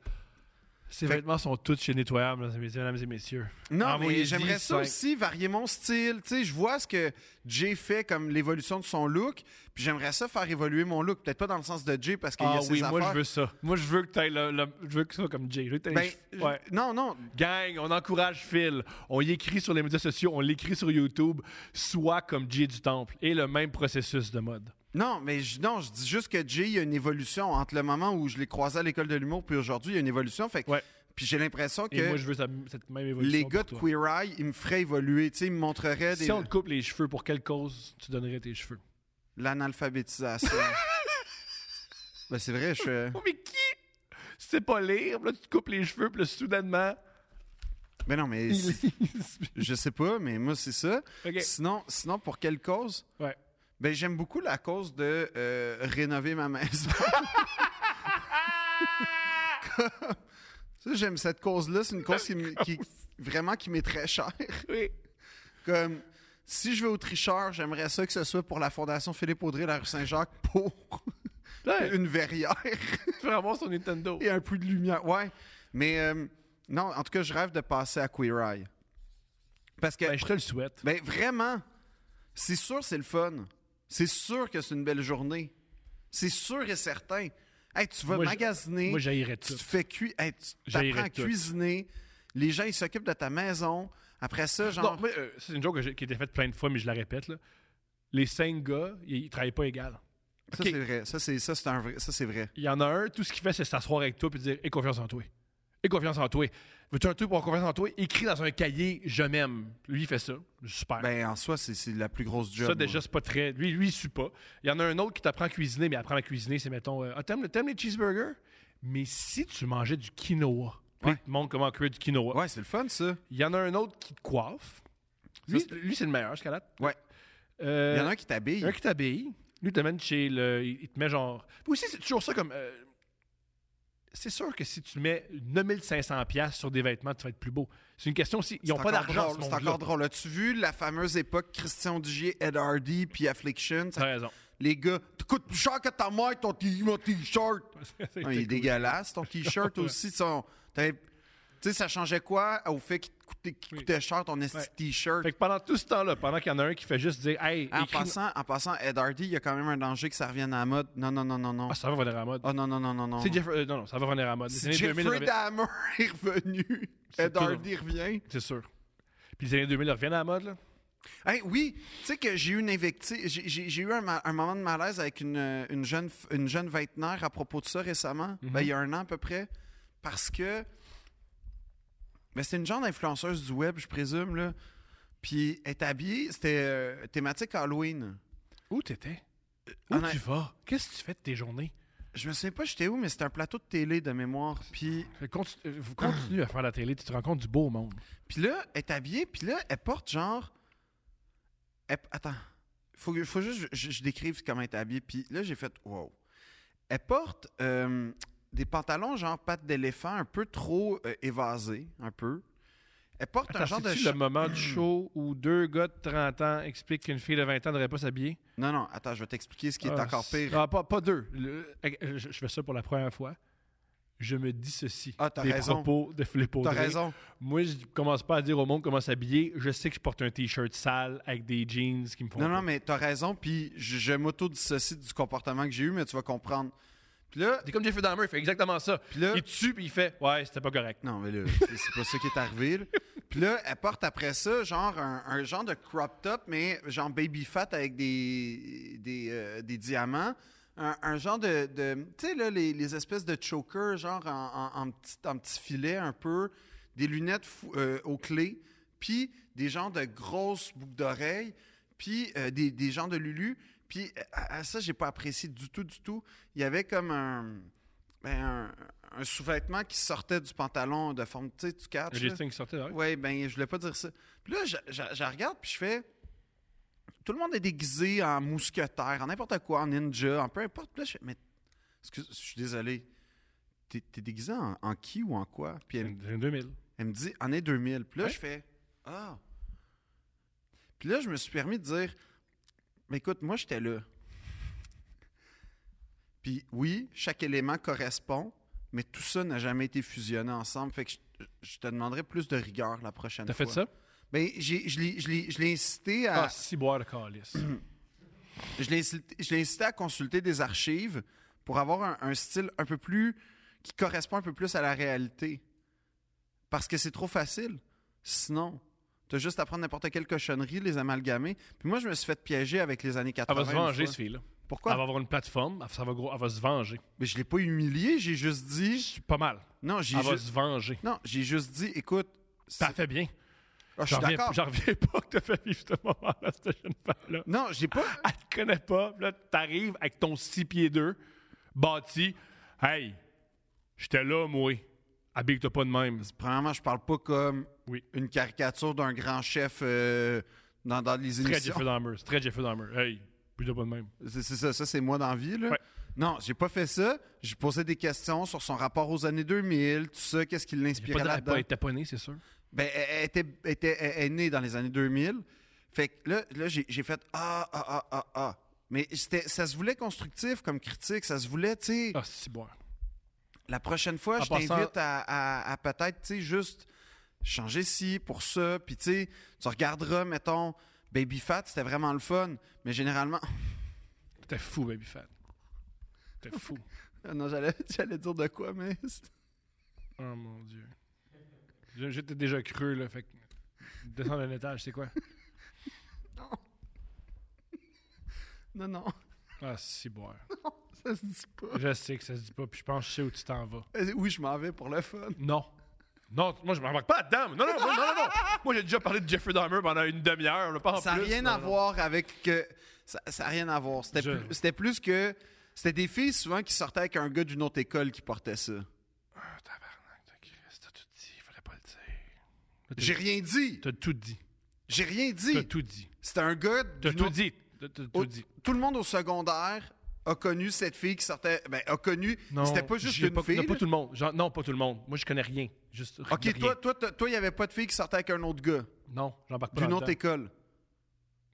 Ses Fait- vêtements sont tous chez Nettoyable, mesdames et messieurs. Non, mais Envoyez-y j'aimerais ça Ah, cinq. aussi, varier mon style. Tu sais, je vois ce que Jay fait comme l'évolution de son look, puis j'aimerais ça faire évoluer mon look. Peut-être pas dans le sens de Jay parce qu'il y Ah a ses oui, moi, affaires. je veux ça. Moi, je veux que t'ailles le, le- Je veux que ça soit comme Jay. Je veux que t'ailles Ben, les cheveux- ouais. je- Non, non. Gang, on encourage Phil. On y écrit sur les médias sociaux, on l'écrit sur YouTube. Soit comme Jay du Temple. Et le même processus de mode. Non, mais je, non, je dis juste que Jay, il y a une évolution entre le moment où je l'ai croisé à l'école de l'humour, puis aujourd'hui, il y a une évolution. Fait que- Ouais. Puis j'ai l'impression Et moi, que je veux ça- cette même évolution. les gars pour de toi. Queer Eye, ils me feraient évoluer. Tu sais, ils me montreraient des- Si on te coupe les cheveux, pour quelle cause tu donnerais tes cheveux? [LAUGHS] l'analphabétisation. ben, c'est vrai, je. Oh, mais qui? C'est pas lire, puis là, tu te coupes les cheveux, puis là, soudainement, Ben non, mais. [LAUGHS] il c'est- Je sais pas, mais moi, c'est ça. OK. Sinon, sinon, pour quelle cause? Ouais. Ben, j'aime beaucoup la cause de euh, rénover [LAUGHS] ma maison. ça, j'aime cette cause-là. C'est une cause, qui, m- qui- vraiment qui m'est très chère. Oui. Comme, si je vais au tricheur, j'aimerais ça que ce soit pour la Fondation Philippe Audrey, la rue Saint-Jacques, pour Ouais, une verrière tu veux avoir son Nintendo. et un peu de lumière. Ouais. Mais euh, non, en tout cas, je rêve de passer à Queer Eye. Parce que Ben, je te le souhaite. Ben vraiment, c'est sûr c'est le fun. C'est sûr que c'est une belle journée. C'est sûr et certain. Hey, tu vas Moi, je- magasiner, Moi, j'haïrais tu tout. te fais cu hey, tu J'haïrais t'apprends à tout. cuisiner, les gens ils s'occupent de ta maison. Après ça, genre Non, mais, euh, c'est une joke que j'ai- qui a été faite plein de fois, mais je la répète. là. Les cinq gars, ils, ils travaillent pas égal. ça ok. c'est vrai, ça c'est ça c'est un vrai, ça c'est vrai. Il y en a un, tout ce qu'il fait, c'est s'asseoir avec toi et dire Aie confiance en toi. Aie confiance en toi. Veux-tu un truc pour avoir confiance en toi Écris dans un cahier Je m'aime. Lui, il fait ça. Super. Ben en soi c'est c'est la plus grosse job. ça, déjà, moi. c'est pas très. Lui, lui, il suit pas. Il y en a un autre qui t'apprend à cuisiner, mais apprendre à cuisiner, c'est mettons euh, Ah, t'aimes, t'aimes les cheeseburgers Mais si tu mangeais du quinoa, Puis Ouais. il te montre comment cuire du quinoa. Ouais, c'est le fun ça. Il y en a un autre qui te coiffe. Lui, Ça, c'est- lui, c'est le meilleur, Euh, ce date. Ouais. Il y en a un qui t'habille. Un qui t'habille, lui il t'amène chez le. Il il te met genre. Puis aussi, c'est toujours ça comme. euh, c'est sûr que si tu mets 9500$ sur des vêtements, tu vas être plus beau. C'est une question aussi. Ils n'ont C'est pas encore d'argent. drôle, ce C'est encore monde-là. drôle. As-tu vu la fameuse époque Christian Dugier, Ed Hardy puis Affliction? Ça T'as raison. [LAUGHS] Les gars, tu coûtes plus cher que ta mère ton t- mon t-shirt. C'est Hein, il est Ah, cool. dégueulasse, [LAUGHS] ton t-shirt aussi. son- t'avais- Tu sais, ça changeait quoi au fait qu'il te coûtait, qu'il Oui. coûtait cher ton esti Ouais. t-shirt? Fait que pendant tout ce temps-là, pendant qu'il y en a un qui fait juste dire Hey, En, écris- passant, en passant, Ed Hardy, il y a quand même un danger que ça revienne à la mode. Non, non, non, non, non. Ah, ça va revenir à la mode. Oh non, non, non, non, non. c'est non. Jeff- euh, non, non, ça va revenir à la mode. Les Si années 2000 Jeffrey reviennent- Dahmer est revenu. C'est Ed tout Hardy revient. C'est sûr. Puis les années 2000 reviennent à la mode, là. Hey, oui, tu sais que j'ai eu une invective, j'ai- j'ai j'ai eu un, ma- un moment de malaise avec une, euh, une jeune f- une jeune vingtenaire à propos de ça récemment, Ben, il y a un an à peu près, parce que ben, c'était une genre d'influenceuse du web, je présume là. Puis elle est habillée, c'était euh, thématique Halloween. Où t'étais Où en a- tu vas Qu'est-ce que tu fais de tes journées Je me souviens pas j'étais où, mais c'était un plateau de télé de mémoire. Puis Fait que continue- euh, vous continuez à faire la télé, tu te rends compte du beau monde. Puis là, elle est habillée, puis là, elle porte genre. elle- Attends. Faut, que- faut juste que je, je décrive comment elle est habillée. Puis là, j'ai fait wow. Elle porte euh, des pantalons genre pattes d'éléphant un peu trop euh, évasés, un peu. Elle porte un genre Attends, de. C'est-tu cha- le moment du show où deux gars de 30 ans expliquent qu'une fille de 20 ans ne devrait pas s'habiller? Non, non, attends, je vais t'expliquer ce qui est Ah, encore c'est- pire. Ah, pas, pas deux. Le- euh, je, je fais ça pour la première fois. Je me dis ceci. Ah, t'as des raison. propos de Philippe T'as Audrey. raison. Moi, je commence pas à dire au monde comment s'habiller. Je sais que je porte un T-shirt sale avec des jeans qui me font... Non, pas. non, mais t'as raison, puis je, je m'auto-dissocie du comportement que j'ai eu, mais tu vas comprendre. Puis là, C'est comme Jeffrey Dahmer, il fait exactement ça. puis là. Il tue, puis il fait « Ouais, c'était pas correct. Non, mais là, c'est c'est pas ça qui est arrivé. là. Puis là, elle porte après ça, genre, un, un genre de crop top, mais genre baby fat avec des, des, euh, des diamants. Un, un genre de. de- tu sais, là, les, les espèces de chokers, genre en, en, en petit, en petit filet un peu. Des lunettes fou- euh, aux clés. Puis des genres de grosses boucles d'oreilles. Puis euh, des, des genres de Lulu. Puis à, à ça, j'ai pas apprécié du tout, du tout. Il y avait comme un. Ben, un, un sous-vêtement qui sortait du pantalon de forme, tu sais, Ah, tu catches. J'ai là. qui sortait là. Ouais, ben, je voulais pas dire ça. Puis là, je, je- je regarde, puis je fais. Tout le monde est déguisé en mousquetaire, en n'importe quoi, en ninja, en peu importe. Puis là, je fais, mais. Excuse, je suis désolé. T'es t'es déguisé en, en qui ou en quoi? Puis elle, C'est 2000. elle me dit, année 2000. Puis là, Ouais. je fais, ah. Puis là, je me suis permis de dire, ben écoute, moi, j'étais là. Puis oui, chaque élément correspond. mais tout ça n'a jamais été fusionné ensemble. Fait que je, je te demanderai plus de rigueur la prochaine T'as fois. fait ça? Ben, j'ai- je l'ai- je l'ai je l'ai incité à. Ah, si boire le [CLEARS THROAT] calice. Je l'ai incité- je l'ai incité à consulter des archives pour avoir un, un style un peu plus. qui correspond un peu plus à la réalité. Parce que c'est trop facile. Sinon, t'as juste à prendre n'importe quelle cochonnerie, les amalgamer. Puis moi, je me suis fait piéger avec les années Elle 80. va se une venger, fois. ce fille-là. Pourquoi? Elle va avoir une plateforme, ça va gros, elle va se venger. Mais je l'ai pas humilié, j'ai juste dit. Pas mal. Non, j'ai Elle va juste. se venger. Non, j'ai juste dit, écoute. c'est- Ça fait bien. J'en Ah, je suis reviens, d'accord. j'en reviens pas que t'as fait vivre ce moment-là, cette jeune femme-là. Non, j'ai pas. Elle te connaît pas. puis Là, t'arrives avec ton 6 pieds 2, bâti. Hey, j'étais là, moi. Habille-toi pas de même. Premièrement, je parle pas comme Oui. une caricature d'un grand chef euh, dans, dans les Très émissions. Jeffrey Dahmer. c'est Très Jeffrey Dahmer. Hey, habille-toi pas de même. C'est c'est ça, ça c'est moi dans la vie. Là. Ouais. Non, j'ai pas fait ça. J'ai posé des questions sur son rapport aux années 2000, tout ça, qu'est-ce qui Pas l'inspirait de- elle là-dedans. pas- elle t'a pas né, c'est sûr. Ben, elle, elle était, elle était- elle est née dans les années 2000. Fait que là, là j'ai j'ai fait ah, ah, ah, ah, ah. Mais c'était- ça se voulait constructif comme critique. Ça se voulait, tu sais, Ah, si boire. la prochaine fois, En je t'invite passant- à, à- à peut-être, tu sais, juste changer ci pour ça. Puis, tu sais, tu regarderas, mettons, Baby Fat, c'était vraiment le fun. Mais généralement, [LAUGHS] T'es fou, baby fat. T'es fou. Ah non, j'allais j'allais dire de quoi, mais. Oh mon dieu. Je- J'étais déjà creux, là. Fait que descendre un étage, c'est quoi? Non, non, [LAUGHS] Ah, si boire. ça se dit pas. Je sais que ça se dit pas, puis je pense que je sais où tu t'en vas. Euh, Oui, je m'en vais pour le fun. Non. Non, moi, je me remarque pas là-dedans. Non, non, non, non, non, non. Moi, j'ai déjà parlé de Jeffrey Dahmer pendant une demi-heure. là, Pas en ça n'a plus. rien Non, à non. voir avec que. Ça n'a rien à voir. C'était Je- plus, c'était plus que. C'était des filles souvent qui sortaient avec un gars d'une autre école qui portait ça. Ah, tabarnak de Christ, t'as tout dit. Fallait pas le dire. Là, t'as- J'ai rien dit! T'as tout dit. J'ai rien T'as dit! Oh, tout dit. C'était un gars. T'as d'une tout autre- dit. T'as t'as au- tout dit. Tout le monde au secondaire a connu cette fille qui sortait. Ben, a connu. C'était pas juste j'ai une pas, fille. Non, pas là. tout le monde. Genre, non, pas tout le monde. Moi, je connais rien. Juste rien. Ok, toi, toi, toi, toi, il n'y avait pas de fille qui sortait avec un autre gars Non, j'embarque pas d'une là-dedans. autre école.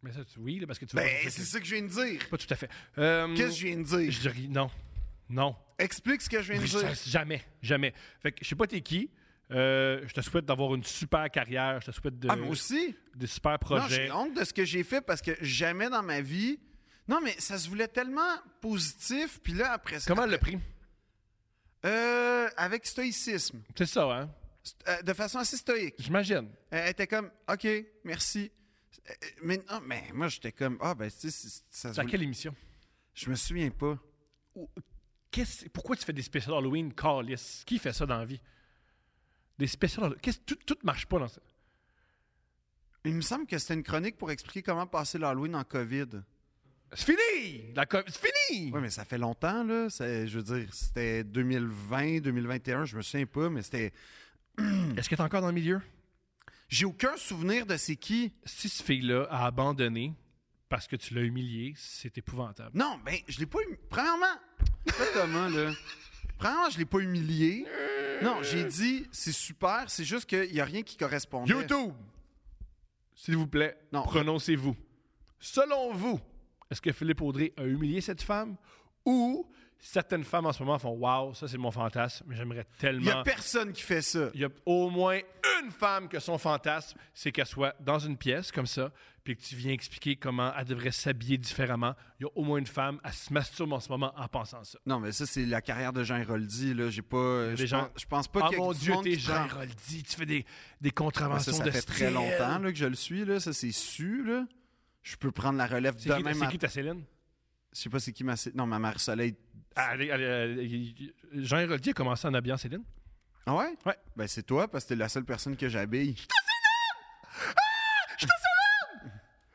Mais ça, tu- oui, là, parce que tu Ben, vas- c'est ça que je viens de dire. Pas tout à fait. Euh, Qu'est-ce que je viens de dire? Mm. je dirais- Non. Non. Explique ce que je viens de dire. Je- Jamais. Jamais. Fait que je sais pas t'es qui. Euh, je te souhaite d'avoir une super carrière. Je te souhaite de, Ah, moi aussi. des super Non, projets. j'ai honte de ce que j'ai fait parce que jamais dans ma vie. Non, mais ça se voulait tellement positif, puis là, après ça. Comment elle l'a pris? Euh, avec stoïcisme. C'est ça, hein? St- euh, de façon assez stoïque. J'imagine. Euh, Elle était comme, OK, merci. Euh, euh, Mais non, mais moi, j'étais comme, ah, ben, tu sais, c'est- ça se C'est à voulait- quelle émission? Je me souviens pas. Ou- qu'est-ce- pourquoi tu fais des spéciales Halloween calice? Qui fait ça dans la vie? Des spéciales Halloween. Qu'est-ce- Tout, tout marche pas dans ça. Il me semble que c'était une chronique pour expliquer comment passer l'Halloween en COVID. C'est fini! La co- C'est fini! Oui, mais ça fait longtemps, là. C'est- Je veux dire, c'était 2020, 2021, je me souviens pas, mais c'était. Est-ce que t'es encore dans le milieu? J'ai aucun souvenir de c'est qui. Si cette fille-là a abandonné parce que tu l'as humiliée, c'est épouvantable. Non, ben, je l'ai pas humilié. Premièrement, là, Thomas, là. Premièrement, je l'ai pas humilié. Non, j'ai dit, c'est super, c'est juste qu'il y a rien qui correspond. YouTube! S'il vous plaît, Non. prononcez-vous. Selon vous, est-ce que Philippe Audrey a humilié cette femme ou certaines femmes en ce moment font Waouh, ça c'est mon fantasme, mais j'aimerais Il y tellement. a personne qui fait ça. Il y a au moins une femme que son fantasme, c'est qu'elle soit dans une pièce comme ça, puis que tu viens expliquer comment elle devrait s'habiller différemment. Il y a au moins une femme, elle se masturbe en ce moment en pensant ça. Non, mais ça, c'est la carrière de Jean Héroldi, là. J'ai pas. euh, Des Je gens- pense, je pense pas ah qu'il y ait mon du Dieu, monde t'es qui prend- Jean Roldi, tu fais des, des Ouais, ça, contraventions ça de fait style. très longtemps là, que je le suis, là. Ça, c'est su, là. Je peux prendre la relève C'est qui, demain c'est matin. qui ta Céline? Je sais pas c'est qui ma. Non, ma mère Soleil. Ah, allez, allez, allez, il- il- Jean Héroldi a commencé en habillant Céline. Ah ouais? Ouais. Ben, c'est toi, parce que t'es la seule personne que j'habille.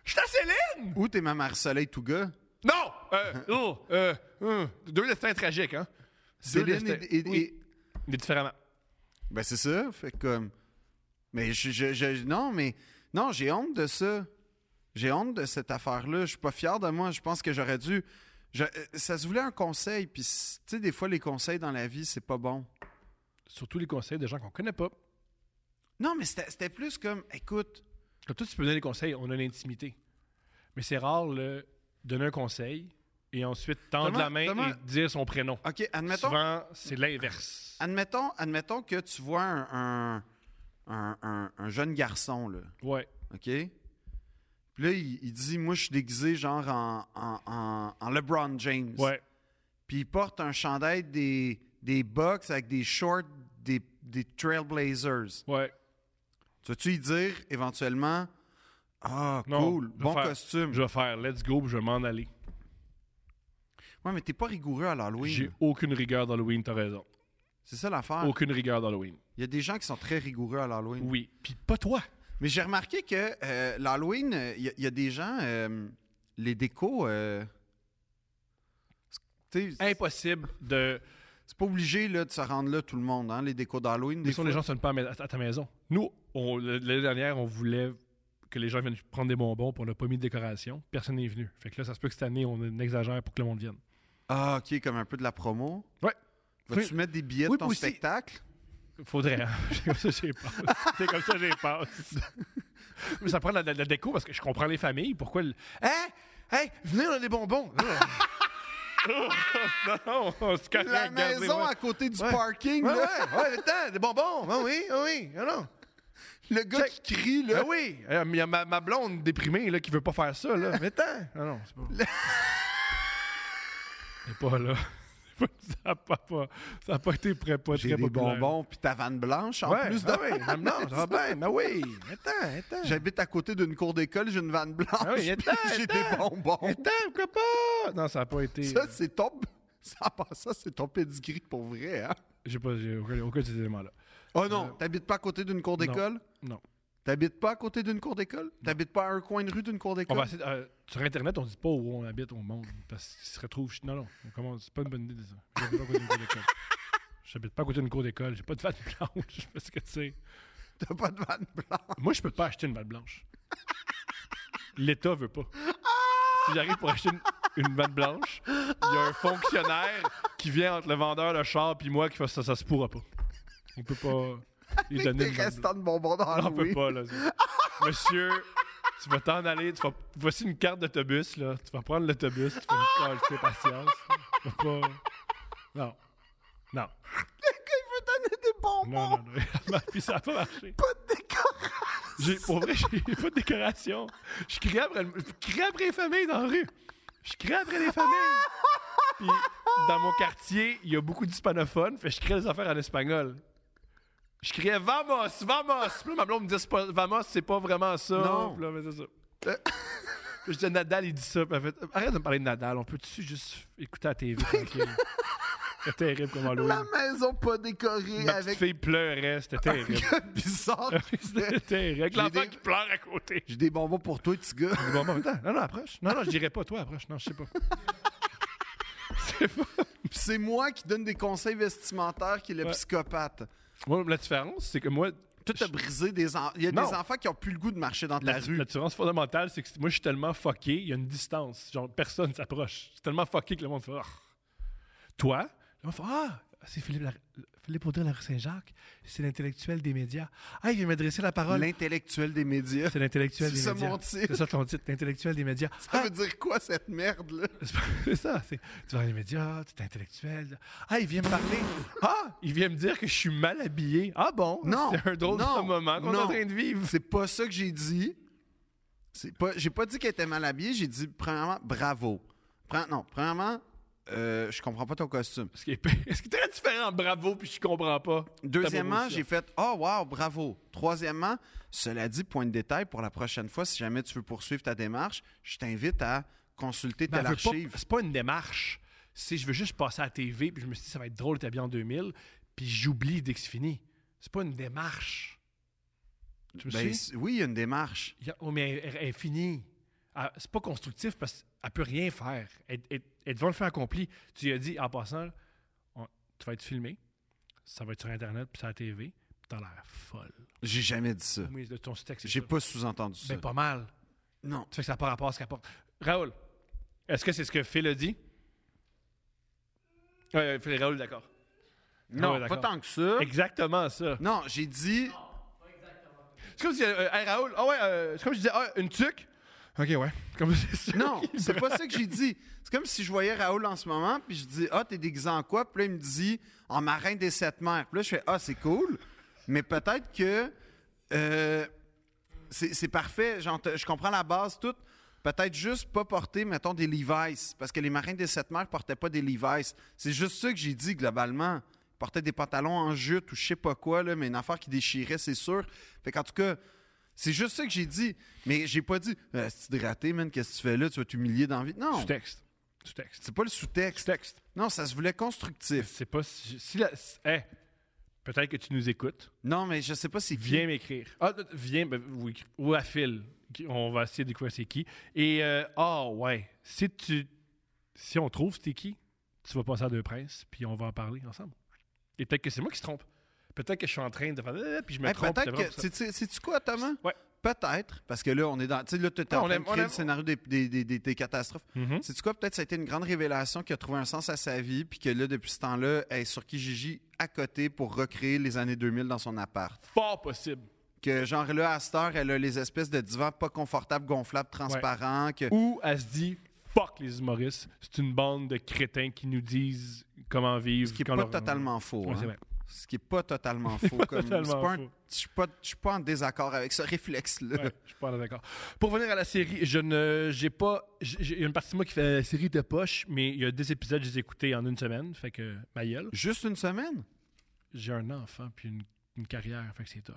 Je ta Céline! Ou t'es ma mère Soleil, tout gars? Non! Euh, oh, euh, hum, deux destins tragiques, hein? Deux Céline destins- et- et- oui, et, mais différemment. Ben c'est ça, fait que comme mais je, je- je- non mais non, j'ai honte de ça. J'ai honte de cette affaire-là, je suis pas fier de moi, je pense que j'aurais dû je- euh, ça se voulait un conseil puis c- tu sais des fois les conseils dans la vie, c'est pas bon. Surtout les conseils de gens qu'on connaît pas. Non, mais c'était c'était plus comme écoute, Comme toi, tu peux donner des conseils, on a l'intimité. Mais c'est rare, le donner un conseil et ensuite tendre Thomas, la main Thomas. et dire son prénom. OK, admettons, Souvent, c'est l'inverse. admettons, admettons que tu vois un, un, un- un- un jeune garçon, là, Ouais. OK? Puis là, il, il dit, moi, je suis déguisé genre en, en- en- en LeBron James. Ouais. Puis il porte un chandail des, des Bucks avec des shorts des, des Trailblazers. Ouais. Tu vas-tu lui dire éventuellement, ah, Non, cool, je vais bon faire- costume. Je vais faire let's go, puis je vais m'en aller. Ouais, mais t'es pas rigoureux à l'Halloween. J'ai aucune rigueur d'Halloween, t'as raison. C'est ça l'affaire. Aucune rigueur d'Halloween. Il y a des gens qui sont très rigoureux à l'Halloween. Oui. Puis pas toi. Mais j'ai remarqué que euh, l'Halloween, euh, il y, a- il y a des gens, euh, les décos, euh, tu sais, c'est Impossible de. c'est pas obligé là, de se rendre là tout le monde, hein, les décos d'Halloween. Des Des sont fois, les gens sonnent pas à ma- à ta maison. Nous, on- le- l'année dernière, on voulait que les gens viennent prendre des bonbons, puis on n'a pas mis de décoration. Personne n'est venu. Fait que là, ça se peut que cette année, on exagère pour que le monde vienne. Ah, ok, comme un peu de la promo. Ouais. Vas-tu Oui. mettre des billets Oui, de ton puis aussi- spectacle? Faudrait. hein. [LAUGHS] C'est comme ça que j'y passe. [LAUGHS] C'est comme ça que j'y passe. Mais ça prend de la, de la déco parce que je comprends les familles. Pourquoi. le- Hein? Hey, venez, on a des [LAUGHS] bonbons. non, non, on se calme. La regardez, maison ouais. à côté du Ouais. parking, Ouais, là, ouais, ouais, attends, des bonbons. Ah oui, ah oui, ah non. le gars Check. qui crie, là. Ah oui, euh, mais il y a ma, ma blonde déprimée là, qui veut pas faire ça. Là. Mais attends. Ah non, c'est pas. [LAUGHS] C'est pas là. [LAUGHS] Ça n'a pas, pas- ça a pas été pré- pas J'ai très des populaire. bonbons, puis ta vanne blanche en Ouais, plus de... ah oui, ah non, ça va bien. Mais oui, attends, attends. J'habite à côté d'une cour d'école, j'ai une vanne blanche, Ah oui, puis attends, j'ai attends. des bonbons. Attends, pourquoi pas? Non, ça n'a pas été. Ça, c'est ton... [LAUGHS] Ça, part ça, c'est ton pedigree pour vrai, hein? J'ai pas j'ai aucun, aucun de ces éléments-là. Oh non, t'habites pas à côté d'une cour d'école? Euh, Non. T'habites pas à côté d'une cour d'école? T'habites pas à un coin de rue d'une cour On d'école? va essayer de- euh, sur Internet, on dit pas où on habite au monde. Parce qu'ils se retrouvent. chez- Non, non. on commence- C'est pas une bonne idée de ça. J'habite pas à côté d'une cour d'école. [LAUGHS] J'habite pas à côté d'une cour d'école. J'ai pas de vanne blanche. [LAUGHS] Parce que, tu sais. [LAUGHS] T'as pas de vanne blanche. Moi, je peux pas acheter une vanne blanche. L'État veut pas. Si j'arrive pour acheter une, une vanne blanche, il y a un fonctionnaire qui vient entre le vendeur, le char, puis moi qui fait ça, ça se pourra pas. On peut pas lui donner Tes une vanne blanche. restants de bonbons dans Non, on peut pas, là. Monsieur, tu vas t'en aller, tu vas... voici une carte d'autobus, là. Tu vas prendre l'autobus, tu vas me coller, tu fais patience. Tu vas pas... Non. Non. Je veux donner des bonbons, Non, non, non. [LAUGHS] Puis ça a pas marché. pas de décoration. J'ai, pour vrai, [LAUGHS] j'ai pas de décoration. Je crie après, le- je crie après les familles dans la rue. Je crie après les familles. Puis dans mon quartier, il y a beaucoup d'hispanophones, fait que je crée les affaires en espagnol. Je criais Vamos, Vamos. Puis là, ma blonde me dit c'est pas- Vamos, c'est pas vraiment ça. Non. Puis là, mais c'est ça. Puis je dis Nadal, il dit ça. Puis elle fait Arrête de me parler de Nadal, on peut-tu juste écouter la TV tranquille? [LAUGHS] C'était terrible comme Halloween. La maison pas décorée Ma petite avec fille pleurait, c'était un [LAUGHS] terrible. gars bizarre. [LAUGHS] c'était terrible. Avec J'ai l'enfant des- qui pleure à côté. J'ai des bonbons pour toi, petit gars. [LAUGHS] Bon, bon, attends. Non, non, approche. Non, non, je dirais pas. Toi, approche. Non, je sais pas. C'est pas. Puis c'est moi qui donne des conseils vestimentaires qui est le Ouais. psychopathe. Moi, la différence, c'est que moi. Tout a brisé des en- Il y a Non. des enfants qui ont plus le goût de marcher dans ta la, rue. la différence fondamentale, c'est que moi, je suis tellement fucké, il y a une distance. Genre, personne s'approche. Je suis tellement fucké que le monde fait. Ah. Toi, le monde fait Ah, c'est Philippe, Lar- Philippe Audrey de la rue Saint-Jacques. C'est l'intellectuel des médias. Ah, il vient m'adresser la parole. L'intellectuel des médias. C'est [LAUGHS] l'intellectuel C'est des ça médias. mon titre. C'est ça ton titre, l'intellectuel des médias. [LAUGHS] Ça veut dire quoi, cette merde-là? C'est pas- [LAUGHS] c'est ça. c'est- Tu vas dans les médias, tu es intellectuel. Ah, il vient me parler. Ah, il vient me dire que je suis mal habillé. Ah bon? [LAUGHS] Non, C'est un drôle non, de moment qu'on est non. en train de vivre. C'est pas ça que j'ai dit. C'est pas, j'ai pas dit qu'elle était mal habillée. J'ai dit, premièrement, bravo. Pre- non, premièrement, euh, je comprends pas ton costume. Ce qui est, pire- [LAUGHS] ce qui est très différent, bravo, puis je comprends pas. Deuxièmement, j'ai fait. fait Oh, wow, bravo. Troisièmement, cela dit, point de détail, pour la prochaine fois, si jamais tu veux poursuivre ta démarche, je t'invite à consulter ta archive. C'est Ben, pas une démarche. C'est je veux juste passer à la TV, puis je me suis dit, ça va être drôle, t'es habillé en 2000, puis j'oublie dès que c'est fini. C'est pas une démarche. Tu me Ben, suis? c- oui, il y a une démarche. Il y a- oh, mais elle, elle est finie. Elle- C'est pas constructif parce qu'elle peut rien faire. Elle, elle- elle est devant le fait accompli. Tu lui as dit, en passant, on- tu vas être filmé, ça va être sur Internet, puis sur la TV, puis t'as l'air folle. J'ai jamais dit ça. Oui, de ton texte, c'est J'ai ça. pas sous-entendu ça. Ben, Ah pas mal. Non. Tu fais que ça n'a pas rapport à ce qu'elle porte. Raoul, est-ce que c'est ce que Phil a dit? Ouais, Phil, Raoul, d'accord. Non, ouais, pas d'accord. tant que ça. Exactement ça. Non, j'ai dit euh, C'est comme si, euh, hey, Raoul, ah ouais, euh, c'est comme si je disais, ah, une tuque. Ok, ouais. Comme [LAUGHS] c'est ça. Non, c'est pas ça que j'ai dit. C'est comme si je voyais Raoul en ce moment, puis je dis Ah, t'es déguisé en quoi Puis là, il me dit En marin des sept mers. Puis là, je fais Ah, c'est cool, mais peut-être que euh, c'est c'est parfait. Genre, te- je comprends la base toute. Peut-être juste pas porter, mettons, des Levi's, parce que les marins des sept mers portaient pas des Levi's. C'est juste ça que j'ai dit globalement. Ils portaient des pantalons en jute ou je sais pas quoi, là, mais une affaire qui déchirait, c'est sûr. Fait qu'en tout cas. C'est juste ça que j'ai dit. Mais j'ai pas dit euh, C'est hydraté, man, qu'est-ce que tu fais là? Tu vas t'humilier dans la vie. Non. Sous-texte. Sous-texte. C'est pas le sous-texte. Sous-texte. Non, ça se voulait constructif. C'est pas. Si, si la- si- hey, peut-être que tu nous écoutes. Non, mais je sais pas c'est qui. Viens m'écrire. Ah, non, viens, ben, oui, ou à Phil. Qui- On va essayer de découvrir c'est qui. Et, euh, ah, ouais. Si tu. Si on trouve c'est qui, tu vas passer à deux princes, puis on va en parler ensemble. Et peut-être que c'est moi qui se trompe. Peut-être que je suis en train de faire. euh, Puis je me Hey, trompe. peut-être c'est que. tu sais- Sais-tu quoi, Thomas? Ouais. Peut-être, parce que là, on est dans. Tu sais, là, tu es Ah, on en train aime- de on créer le aime- scénario des, des- des- des- des catastrophes. Mhm. Sais-tu quoi? Peut-être ça a été une grande révélation qui a trouvé un sens à sa vie, puis que là, depuis ce temps-là, elle est sur Kijiji à côté pour recréer les années 2000 dans son appart. Fort possible. Que, genre, là, à cette heure, elle a les espèces de divans pas confortables, gonflables, transparents. Que... Ou elle se dit fuck les humoristes, c'est une bande de crétins qui nous disent comment vivre. Ce qui n'est quand pas leur- totalement faux. Ouais, hein. c'est vrai. Ce qui n'est [LAUGHS] pas totalement faux. comme- totalement c'est pas un- faux. Je suis pas- je suis pas en désaccord avec ce réflexe-là. [LAUGHS] Ouais, je suis pas d'accord. Pour venir à la série, je ne, j'ai pas, j'ai- j'ai- il y a une partie de moi qui fait la série de poche, mais il y a 10 épisodes, je les ai écoutés en une semaine, fait que ma gueule. Juste une semaine? J'ai un enfant puis une, une carrière, fait que c'est tough.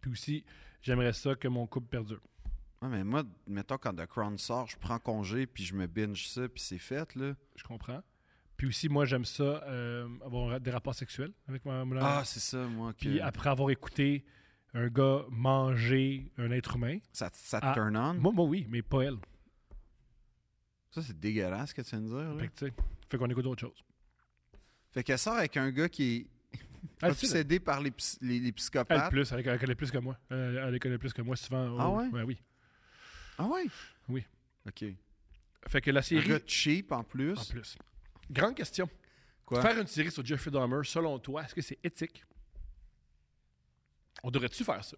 Puis aussi, j'aimerais ça que mon couple perdure. Ouais, mais moi, mettons, quand The Crown sort, je prends congé, puis je me binge ça, puis c'est fait, là. Je comprends. Puis aussi, moi, j'aime ça euh, avoir des rapports sexuels avec ma, mon Ah, c'est ça, moi. Que... Puis après avoir écouté un gars manger un être humain, Ça, ça te Ah. turn on? moi, moi oui, mais pas elle. Ça, c'est dégueulasse ce que tu viens de dire, là. Fait que, tu sais, fait qu'on écoute autre chose. Fait qu'elle sort avec un gars qui est Elle, tu sais, obsédé par les, psy- les- les Ah, elle psychopathes. plus, elle, elle connaît plus que moi. Elle, elle connaît plus que moi souvent. Ah Oh, ouais? oui. Ah ouais? Oui. OK. Fait que la Un série. gars cheap, en plus. En plus. Grande question. Quoi? Faire une série sur Jeffrey Dahmer, selon toi, est-ce que c'est éthique? On devrait-tu faire ça?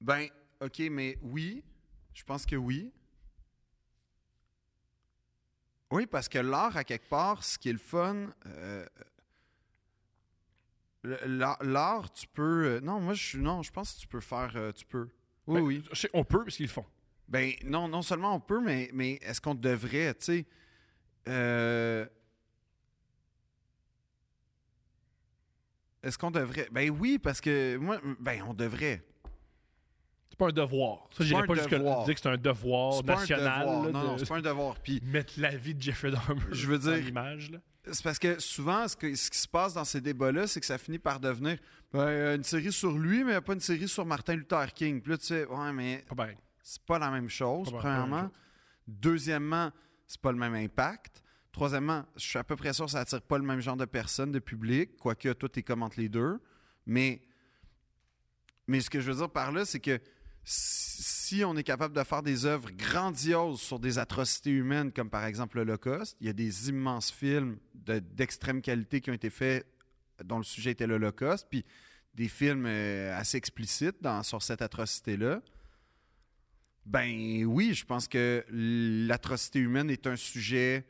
Ben, OK, mais oui. Je pense que oui. Oui, parce que l'art, à quelque part, ce qui est le fun. euh, le- l'art- l'art, tu peux. euh, non, moi, je suis- Non, je pense que tu peux faire. euh, tu peux. Ben, Oui, oui. je sais, on peut, parce qu'ils le font. Ben, non, non seulement on peut, mais, mais est-ce qu'on devrait, tu sais. euh, Est-ce qu'on devrait? Ben oui, parce que moi, ben on devrait. C'est pas un devoir. Ça, C'est pas j'irais un pas jusque-là. devoir. dire que c'est un devoir C'est pas un national. devoir. là, Non, non, de- c'est pas un devoir. Puis Mettre la vie de Jeffrey Dahmer Je veux dans dire- l'image. là. C'est parce que souvent, ce, que- ce qui se passe dans ces débats-là, c'est que ça finit par devenir ben, euh, une série sur lui, mais pas une série sur Martin Luther King. Puis là, tu sais, ouais, mais Pas pareil. c'est pas la même chose, Pas la- pas la même premièrement. Deuxièmement, c'est pas le même impact. Troisièmement, je suis à peu près sûr que ça attire pas le même genre de personnes, de public, quoique toi, tu commentes les deux. Mais, mais ce que je veux dire par là, c'est que si si on est capable de faire des œuvres grandioses sur des atrocités humaines, comme par exemple l'Holocauste, il y a des immenses films de- d'extrême qualité qui ont été faits dont le sujet était l'Holocauste, puis des films euh, assez explicites dans- sur cette atrocité-là. Ben oui, je pense que l'atrocité humaine est un sujet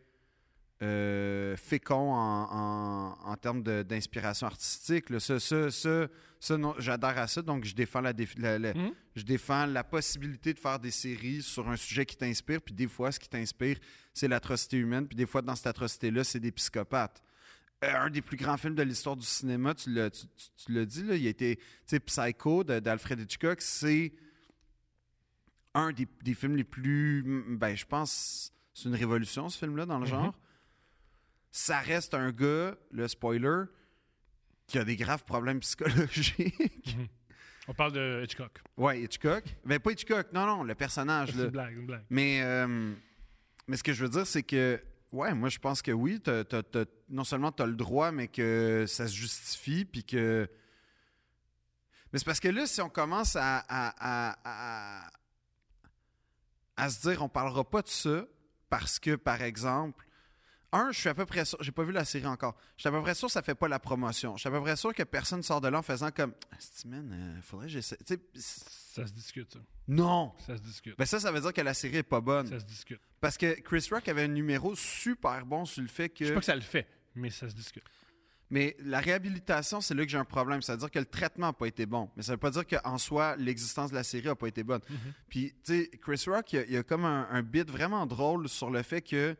euh, fécond en, en- en termes de- d'inspiration artistique. là. Ça, ça- ça- ça, non, j'adhère à ça, donc je défends la, défi- la- la- Mhm. je défends la possibilité de faire des séries sur un sujet qui t'inspire, puis des fois, ce qui t'inspire, c'est l'atrocité humaine, puis des fois, dans cette atrocité-là, c'est des psychopathes. Euh, un des plus grands films de l'histoire du cinéma, tu l'as tu- tu- tu l'as dit, là, il a été, tu sais, Psycho de- d'Alfred Hitchcock, c'est un des, des films les plus. Ben, je pense. C'est une révolution, ce film-là, dans le Mhm. genre. Ça reste un gars, le spoiler, qui a des graves problèmes psychologiques. [LAUGHS] On parle de Hitchcock. ouais, Hitchcock. Ben, pas Hitchcock, non, non, le personnage, C'est là. une blague, une blague. Mais, euh, mais ce que je veux dire, c'est que, ouais, moi, je pense que oui, t'as- t'as- t'as- non seulement tu as le droit, mais que ça se justifie, puis que. Mais c'est parce que là, si on commence à, à, à- à- à se dire, on parlera pas de ça, parce que, par exemple, Un, je suis à peu près sûr, j'ai pas vu la série encore. Je suis à peu près sûr que ça fait pas la promotion. Je suis à peu près sûr que personne sort de là en faisant comme Ah, c'ti, man, euh, faudrait que j'essaie. Tu sais, c'est- Ça se discute, ça. Non! Ça se discute. Ben ça, ça veut dire que la série est pas bonne. Ça se discute. Parce que Chris Rock avait un numéro super bon sur le fait Je que. sais pas que ça le fait, mais ça se discute. Mais la réhabilitation, c'est là que j'ai un problème. C'est-à-dire que le traitement n'a pas été bon. Mais ça ne veut pas dire qu'en soi, l'existence de la série n'a pas été bonne. Puis, tu sais, Chris Rock, il y a, il y a comme un, un bit vraiment drôle sur le fait que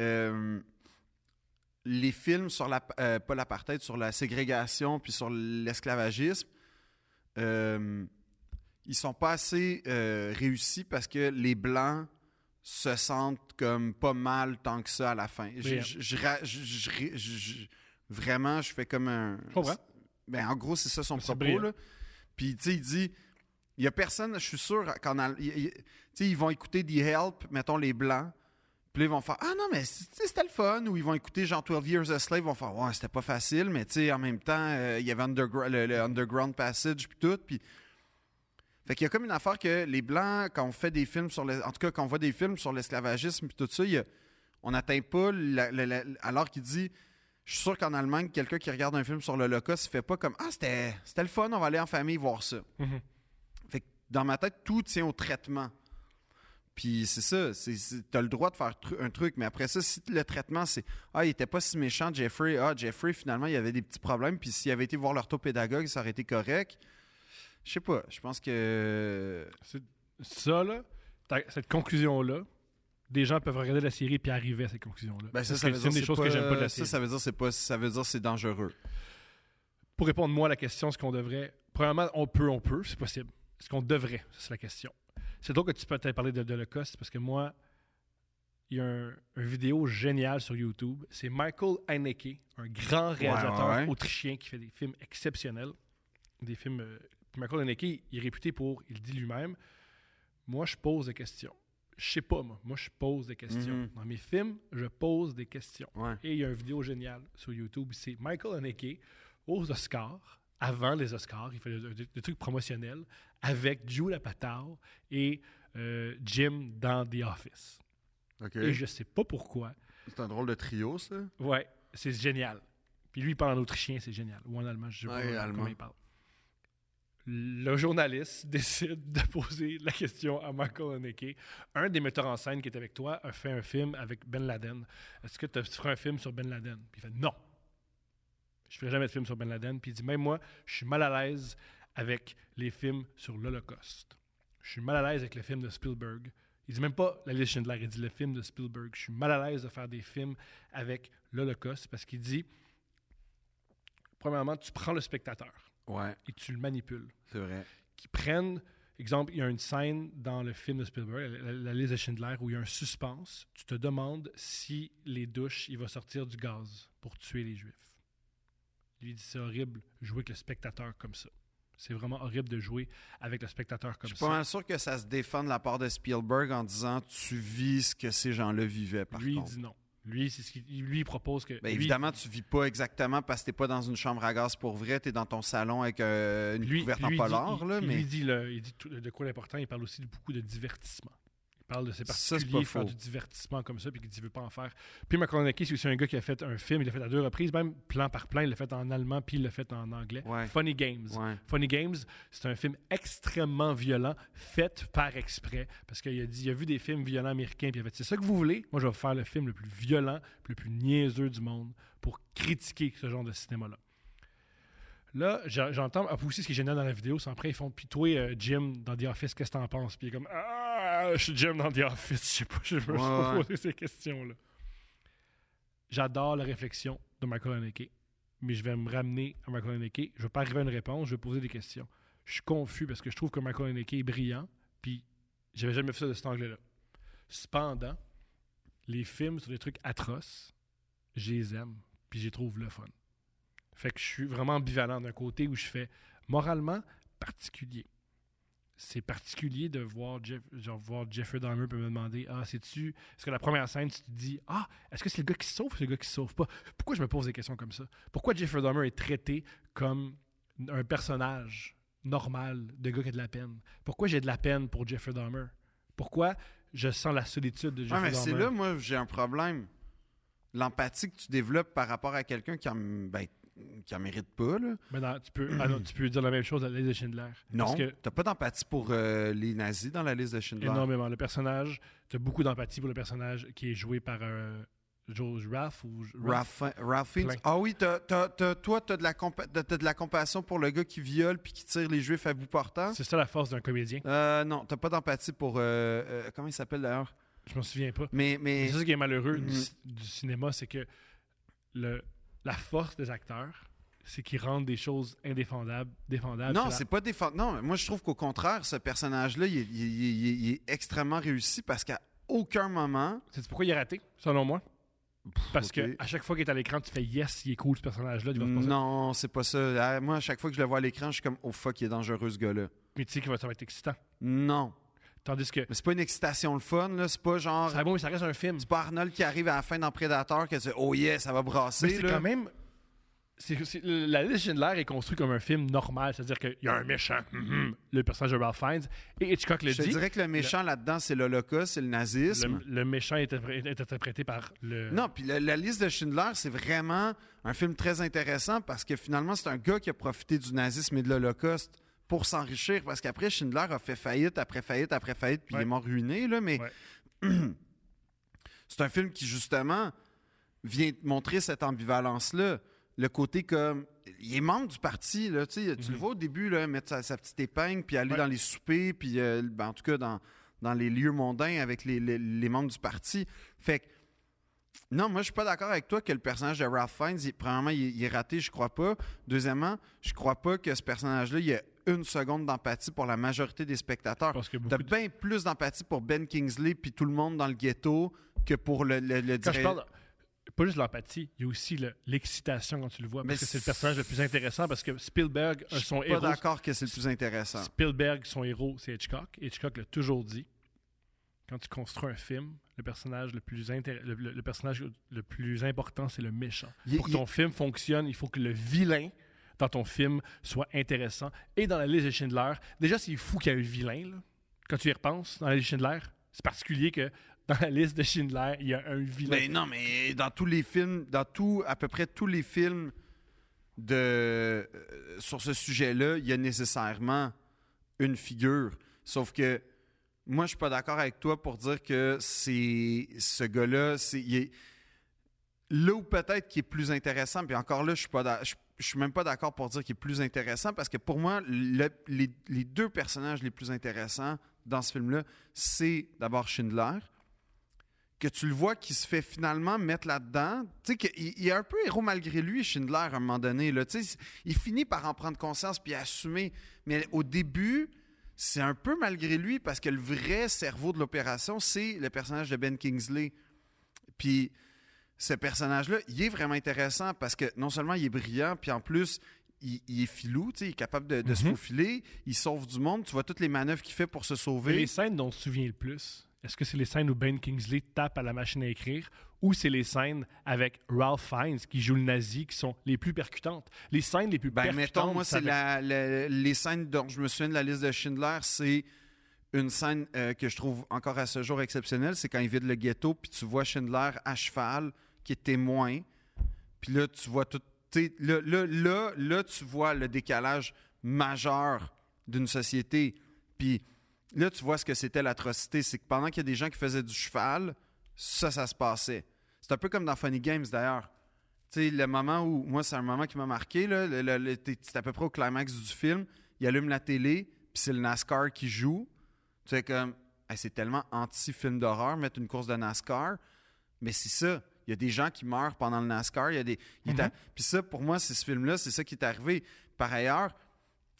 euh, les films sur la. euh, pas l'apartheid, sur la ségrégation, puis sur l'esclavagisme, euh, ils sont pas assez euh, réussis parce que les Blancs se sentent comme pas mal tant que ça à la fin. Je- Mais, euh, je- je ra- je- je- je- je- vraiment, je fais comme un. Je comprends. Ben, en gros, c'est ça son C'est propos. brillant. Là. Puis, tu sais, il dit il y a personne, je suis sûr, qu'en Al- il- il- tu sais, ils vont écouter The Help, mettons les Blancs. Puis là, ils vont faire Ah non, mais c- tu sais, c'était le fun. Ou ils vont écouter genre 12 Years a Slave. Ils vont faire Ouais, c'était pas facile, mais tu sais, en même temps, euh, il y avait undergr- le, le Underground Passage, puis tout. Puis. Fait qu'il y a comme une affaire que les Blancs, quand on fait des films sur le. En tout cas, quand on voit des films sur l'esclavagisme, puis tout ça, il y a- on n'atteint pas. la- la- la- alors qu'il dit je suis sûr qu'en Allemagne, quelqu'un qui regarde un film sur l'Holocauste, il fait pas comme Ah, c'était c'était le fun, on va aller en famille voir ça. Mhm. Fait que dans ma tête, tout tient au traitement. Puis c'est ça, c'est- c'est- t'as le droit de faire tru- un truc, mais après ça, si le traitement c'est Ah, il était pas si méchant, Jeffrey. Ah, Jeffrey, finalement, il avait des petits problèmes, puis s'il avait été voir l'orthopédagogue, ça aurait été correct. Je sais pas, je pense que. C'est- Ça, là, ta- cette conclusion-là, des gens peuvent regarder la série puis arriver à cette conclusion-là. Ben, ça, Parce ça que veut c'est dire une des c'est choses que j'aime pas de la ça, série. ça veut dire c'est pas. Ça veut dire c'est dangereux. Pour répondre, moi, à la question, ce qu'on devrait. Premièrement, on peut, on peut, c'est possible. Ce qu'on devrait, ça, c'est la question. C'est drôle que tu peux t'aies parlé de, de l'Holocauste parce que moi, il y a un- une vidéo géniale sur YouTube. C'est Michael Haneke, un grand réalisateur ouais, ouais. autrichien qui fait des films exceptionnels. Des films. euh, puis Michael Haneke, il est réputé pour, il le dit lui-même, moi, je pose des questions. Je sais pas, moi. Moi, je pose des questions. Mhm. Dans mes films, je pose des questions. Ouais. Et il y a une vidéo géniale sur YouTube. C'est Michael Haneke aux Oscars, avant les Oscars. Il fait des, des- des trucs promotionnels avec Drew Lapatow et euh, Jim dans The Office. Ok. Et je sais pas pourquoi. C'est un drôle de trio, ça. Ouais, c'est génial. Puis lui, il parle en autrichien, c'est génial. Ou en allemand, je sais Ouais, pas allemand. comment il parle. Le journaliste [LAUGHS] décide de poser la question à Michael Haneke. Un des metteurs en scène qui est avec toi a fait un film avec Ben Laden. Est-ce que t'as- tu ferais un film sur Ben Laden? Puis il fait non. Je ferai jamais de film sur Ben Laden. Puis il dit même moi, je suis mal à l'aise avec les films sur l'Holocauste. Je suis mal à l'aise avec le film de Spielberg. Il dit même pas la liste Schindler, il dit le film de Spielberg. Je suis mal à l'aise de faire des films avec l'Holocauste parce qu'il dit premièrement, tu prends le spectateur Ouais, et tu le manipules. c'est vrai. Qui prennent, exemple, il y a une scène dans le film de Spielberg, la, la- la liste de Schindler, où il y a un suspense. Tu te demandes si les douches, il va sortir du gaz pour tuer les Juifs. Lui il dit c'est horrible jouer avec le spectateur comme ça. C'est vraiment horrible de jouer avec le spectateur comme Je suis ça. pas mal sûr que ça se défend de la part de Spielberg en disant tu vis ce que ces gens-là vivaient par lui, il contre. dit non. Lui, c'est ce qu'il- lui, il propose que. Ben, lui- évidemment, tu vis pas exactement parce que t'es pas dans une chambre à gaz pour vrai, t'es dans ton salon avec euh, une lui, couverte lui en dit- polar, il- là, puis mais lui dit, le- il dit tout- de quoi l'important, il parle aussi de beaucoup de divertissement. Il parle de ses Ça, c'est pas particuliers faire faux. du divertissement comme ça, puis qu'il dit, il veut pas en faire. Puis McConaughey, c'est aussi un gars qui a fait un film, il l'a fait à deux reprises, même plan par plan, il l'a fait en allemand, puis il l'a fait en anglais. Ouais. Funny Games. Ouais. Funny Games, c'est un film extrêmement violent, fait par exprès, parce qu'il a dit, il a vu des films violents américains, puis il a fait, c'est ça que vous voulez? Moi, je vais faire le film le plus violent, puis le plus niaiseux du monde pour critiquer ce genre de cinéma-là. Là, j'a- j'entends ah, puis aussi ce qui est génial dans la vidéo, c'est après ils font pitoyer Jim dans The Office, qu'est-ce que t'en penses? Puis il est comme Ah, je suis Jim dans The Office, je sais pas, je veux Ouais, pas ouais. poser ces questions-là. J'adore la réflexion de Michael Haneke, mais je vais me ramener à Michael Haneke. Je vais pas arriver à une réponse, je vais poser des questions. Je suis confus parce que je trouve que Michael Haneke est brillant, puis j'avais jamais fait ça de cet angle-là. Cependant, les films sur des trucs atroces, je les aime, puis je les trouve le fun. Fait que je suis vraiment ambivalent d'un côté où je fais moralement particulier. C'est particulier de voir, Jeff, genre voir Jeffrey Dahmer peut me demander Ah, c'est-tu. Est-ce que la première scène, tu te dis Ah, est-ce que c'est le gars qui se sauve ou c'est le gars qui se sauve pas Pourquoi je me pose des questions comme ça Pourquoi Jeffrey Dahmer est traité comme un personnage normal de gars qui a de la peine Pourquoi j'ai de la peine pour Jeffrey Dahmer Pourquoi je sens la solitude de Ouais, Jeffrey mais c'est Dahmer là, moi, j'ai un problème. l'empathie que tu développes par rapport à quelqu'un qui en, ben, qui en mérite pas. Là. Mais non, tu peux, ah non, tu peux dire la même chose à l'aise de Schindler. Non, Parce tu que t'as pas d'empathie pour euh, les nazis dans la liste de Schindler. énormément. Le personnage, tu as beaucoup d'empathie pour le personnage qui est joué par euh, Joe Raff ou Ralph- Ralph Fiennes. Plein. Ah oui, t'as- t'as- t'as- toi, tu as, de la compassion pour le gars qui viole puis qui tire les juifs à bout portant. C'est ça la force d'un comédien. Euh, non, t'as pas d'empathie pour. euh, euh, comment il s'appelle d'ailleurs Je m'en souviens pas. Mais. Mais mais... C'est ça qui est malheureux du, Mhm. du cinéma, c'est que le, la force des acteurs, c'est qu'ils rendent des choses indéfendables. Défendables, Non, c'est c'est la- pas défend. Non, mais moi, je trouve qu'au contraire, ce personnage-là, il, est- il est- il est- il est extrêmement réussi parce qu'à aucun moment. Sais-tu pourquoi il est raté, selon moi? Parce ok. que à chaque fois qu'il est à l'écran, tu fais yes, il est cool ce personnage-là. il va se passer- Non, c'est pas ça. Ah, Moi, à chaque fois que je le vois à l'écran, je suis comme, oh fuck, il est dangereux ce gars-là. Mais tu sais qu'il va, ça va être excitant. Non. Tandis que. Mais c'est pas une excitation le fun, là. C'est pas genre. Ça, bon, mais ça reste un film. C'est pas Arnold qui arrive à la fin dans Predator que tu oh yeah, ça va brasser. Mais c'est là. quand même. c'est- c'est- la liste de Schindler est construite comme un film normal, c'est-à-dire qu'il y a un méchant, mhm, le personnage de Ralph Fiennes, et Hitchcock le Je te dit. dirais que le méchant là-dedans, c'est l'Holocauste, c'est le nazisme. Le, le méchant est, interpré- est interprété par le. Non, puis la, la liste de Schindler, c'est vraiment un film très intéressant parce que finalement, c'est un gars qui a profité du nazisme et de l'Holocauste pour s'enrichir parce qu'après, Schindler a fait faillite après faillite après faillite puis Ouais. il est mort ruiné, là, mais Ouais. [CLEARS THROAT] c'est un film qui, justement, vient te montrer cette ambivalence-là. Le côté comme. Il est membre du parti, là, tu sais, tu le Mhm. vois au début, là, mettre sa, sa petite épingle, puis aller Ouais. dans les soupers, puis euh, ben, en tout cas dans, dans les lieux mondains avec les, les- les membres du parti. Fait que, non, moi, je suis pas d'accord avec toi que le personnage de Ralph Fiennes, il- premièrement, il, il est raté, je crois pas. Deuxièmement, je crois pas que ce personnage-là, il y a une seconde d'empathie pour la majorité des spectateurs. Parce que beaucoup T'as de- bien plus d'empathie pour Ben Kingsley puis tout le monde dans le ghetto que pour le, le, le Quand je dire- parle, euh, pas juste l'empathie, il y a aussi le- l'excitation quand tu le vois, Mais parce que c'est le c'est- personnage le plus intéressant, parce que Spielberg, Je euh, suis son pas héros, d'accord que c'est le plus intéressant. Spielberg, son héros, c'est Hitchcock. Hitchcock l'a toujours dit. Quand tu construis un film, le personnage le plus, intér- le, le- le personnage le plus important, c'est le méchant. Il- Pour que il- ton film fonctionne, il faut que le vilain dans ton film soit intéressant. Et dans la liste de Schindler, déjà, c'est fou qu'il y ait un vilain. là. Quand tu y repenses, dans la liste de Schindler, c'est particulier que dans la liste de Schindler, il y a un vilain. Mais non, mais dans tous les films, dans tout, à peu près tous les films de, euh, sur ce sujet-là, il y a nécessairement une figure. Sauf que moi, je suis pas d'accord avec toi pour dire que c'est ce gars-là, c'est il est- là où peut-être qu'il est plus intéressant. Puis encore là, je suis pas d'a- je, je suis même pas d'accord pour dire qu'il est plus intéressant parce que pour moi, le- les, les deux personnages les plus intéressants dans ce film-là, c'est d'abord Schindler que tu le vois qui se fait finalement mettre là-dedans. Tu sais, qu'il il est un peu héros malgré lui, Schindler, à un moment donné. Là. Tu sais, il finit par en prendre conscience puis assumer. Mais au début, c'est un peu malgré lui parce que le vrai cerveau de l'opération, c'est le personnage de Ben Kingsley. Puis ce personnage-là, il est vraiment intéressant parce que non seulement il est brillant, puis en plus, il, il est filou, tu sais, il est capable de, de se Mhm. faufiler, il sauve du monde. Tu vois toutes les manœuvres qu'il fait pour se Mais sauver. les scènes dont on se souvient le plus, est-ce que c'est les scènes où Ben Kingsley tape à la machine à écrire ou c'est les scènes avec Ralph Fiennes qui joue le nazi qui sont les plus percutantes? Les scènes les plus Ben, percutantes. mettons, moi, c'est avec- la- la- les scènes dont je me souviens de la liste de Schindler, c'est une scène euh, que je trouve encore à ce jour exceptionnelle, c'est quand il vide le ghetto, puis tu vois Schindler à cheval, qui est témoin, puis là, tu vois tout... tu sais, Là, là, là, là, tu vois le décalage majeur d'une société, puis là, tu vois ce que c'était l'atrocité, c'est que pendant qu'il y a des gens qui faisaient du cheval, ça, ça se passait. C'est un peu comme dans Funny Games, d'ailleurs. Tu sais, le moment où, moi, c'est un moment qui m'a marqué, là, le- le- le- t'es- c'est à peu près au climax du film, il allume la télé, puis c'est le NASCAR qui joue. Tu sais, comme, Hey, c'est tellement anti-film d'horreur, mettre une course de NASCAR, mais c'est ça. Il y a des gens qui meurent pendant le NASCAR, il y a des... il Mm-hmm. est à- Puis ça, pour moi, c'est ce film-là, c'est ça qui est arrivé. Par ailleurs,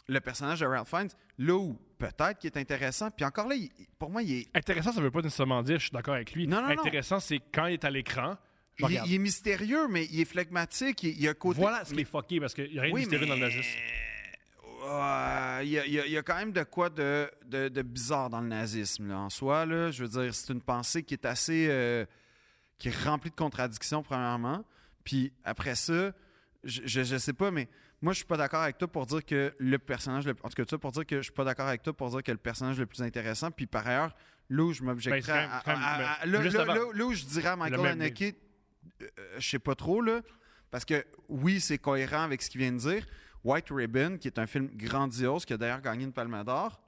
le personnage de Ralph Fiennes, là où peut-être qu'il est intéressant, puis encore là, il- pour moi, il est Intéressant, ça veut pas nécessairement dire, je suis d'accord avec lui. Non, non, non. Intéressant, c'est quand il est à l'écran, je Il, est- regarde. il est mystérieux, mais il est phlegmatique. Il, il a un côté. Voilà ce qui mais- est fucké parce qu'il n'y a rien de oui, mystérieux mais- dans le nazisme. Euh, il, y a, il y a- il y a quand même de quoi de, de- de bizarre dans le nazisme, là, en soi. Là, je veux dire, c'est une pensée qui est assez. euh, qui est remplie de contradictions, premièrement. Puis après ça, je, je, je sais pas, mais moi, je suis pas d'accord avec toi pour dire que le personnage. Le, en tout cas, toi, pour dire que je suis pas d'accord avec toi pour dire que le personnage le plus intéressant. Puis par ailleurs, là où je m'objecterais. Ben, c'est quand même- à- quand même- à- à- ben, là- juste là- avant. là- là où je dirais à Michael même- Haneke, euh, je sais pas trop, là, parce que oui, c'est cohérent avec ce qu'il vient de dire. White Ribbon, qui est un film grandiose, qui a d'ailleurs gagné une Palme d'Or,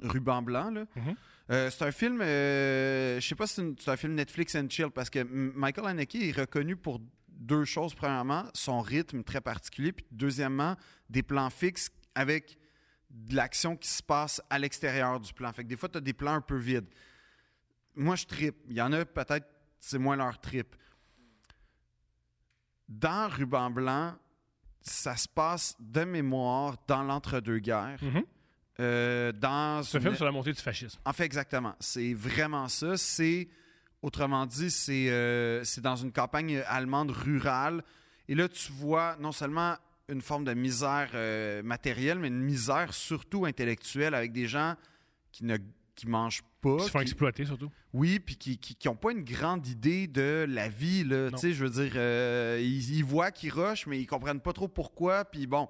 Ruban Blanc, là. Mhm. Euh, c'est un film, euh, je sais pas si c'est une- c'est un film Netflix and chill, parce que M- Michael Haneke est reconnu pour deux choses. Premièrement, son rythme très particulier, puis deuxièmement, des plans fixes avec de l'action qui se passe à l'extérieur du plan. Fait que des fois, tu as des plans un peu vides. Moi, je tripe. Il y en a peut-être, c'est moins leur trip. Dans Ruban Blanc, ça se passe de mémoire dans l'entre-deux-guerres. Mhm. Euh, dans C'est un une- film sur la montée du fascisme. en fait, exactement. C'est vraiment ça. C'est, autrement dit, c'est euh, c'est dans une campagne allemande rurale. Et là, tu vois non seulement une forme de misère euh, matérielle, mais une misère surtout intellectuelle avec des gens qui ne qui mangent pas. Ils se font qui- exploiter surtout. oui, puis qui n'ont pas une grande idée de la vie. Non. Là. Tu sais, je veux dire, euh, ils, ils voient qu'ils rushent, mais ils comprennent pas trop pourquoi. Puis bon,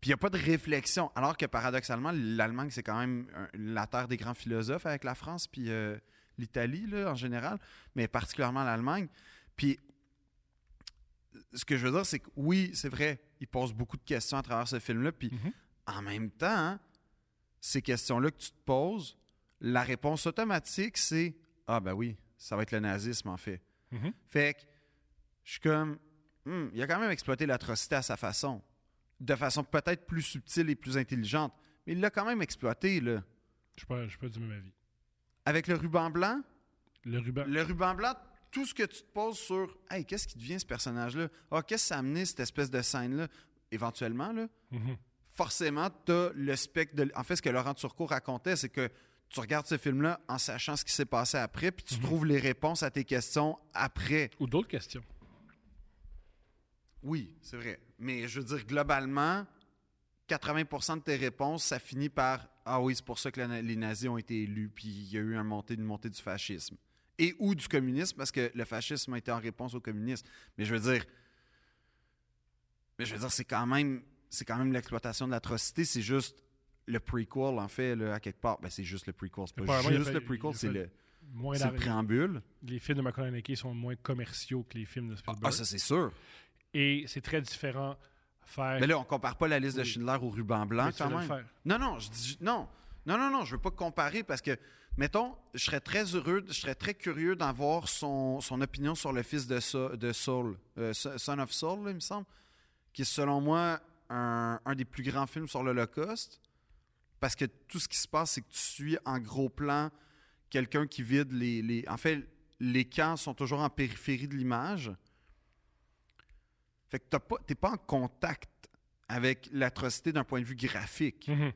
puis il n'y a pas de réflexion. Alors que paradoxalement, l'Allemagne, c'est quand même un- la terre des grands philosophes avec la France, puis euh, l'Italie là, en général, mais particulièrement l'Allemagne. Puis ce que je veux dire, c'est que oui, c'est vrai, ils posent beaucoup de questions à travers ce film-là. Puis Mhm. en même temps, hein, ces questions-là que tu te poses, la réponse automatique, c'est Ah, ben oui, ça va être le nazisme, en fait. Mhm. Fait que je suis comme Hmm, il a quand même exploité l'atrocité à sa façon, de façon peut-être plus subtile et plus intelligente, mais il l'a quand même exploité, là. Je suis pas, je suis pas du même avis. Avec le ruban blanc, Le ruban. le ruban blanc, tout ce que tu te poses sur Hey, qu'est-ce qui devient ce personnage-là Ah, qu'est-ce que ça a amené cette espèce de scène-là Éventuellement, là, Mhm. forcément, tu le spectre de. En fait, ce que Laurent Turcot racontait, c'est que tu regardes ce film-là en sachant ce qui s'est passé après, puis tu Mhm. trouves les réponses à tes questions après. Ou d'autres questions. Oui, c'est vrai. Mais je veux dire, globalement, 80 de tes réponses, ça finit par Ah oui, c'est pour ça que la- les nazis ont été élus, puis il y a eu un montée, une montée du fascisme. Et ou du communisme, parce que le fascisme a été en réponse au communisme. Mais je veux dire, mais je veux dire, c'est quand même, c'est quand même l'exploitation de l'atrocité. C'est juste le prequel, en fait, là, à quelque part. Ben, c'est juste le prequel. C'est Mais pas apparemment, il a juste fait- le il a prequel, c'est fait le, Moins c'est le d'arri- préambule. Les films de Michael Haneke sont moins commerciaux que les films de Ah, Spielberg. ah, ça, c'est sûr. Et c'est très différent faire. Mais là, on compare pas la liste de Oui. Schindler au ruban blanc, Mais tu quand vas le même. faire. Non, non, je dis non. Non, non, non, je veux pas comparer parce que, mettons, je serais très heureux, je serais très curieux d'avoir son, son opinion sur le fils de, So- de Saul, euh, So- Son of Saul, là, il me semble, qui est selon moi un, un des plus grands films sur l'Holocauste. Parce que tout ce qui se passe, c'est que tu suis en gros plan quelqu'un qui vide les, les. En fait, les camps sont toujours en périphérie de l'image. Fait que t'as pas- t'es pas en contact avec l'atrocité d'un point de vue graphique Mhm.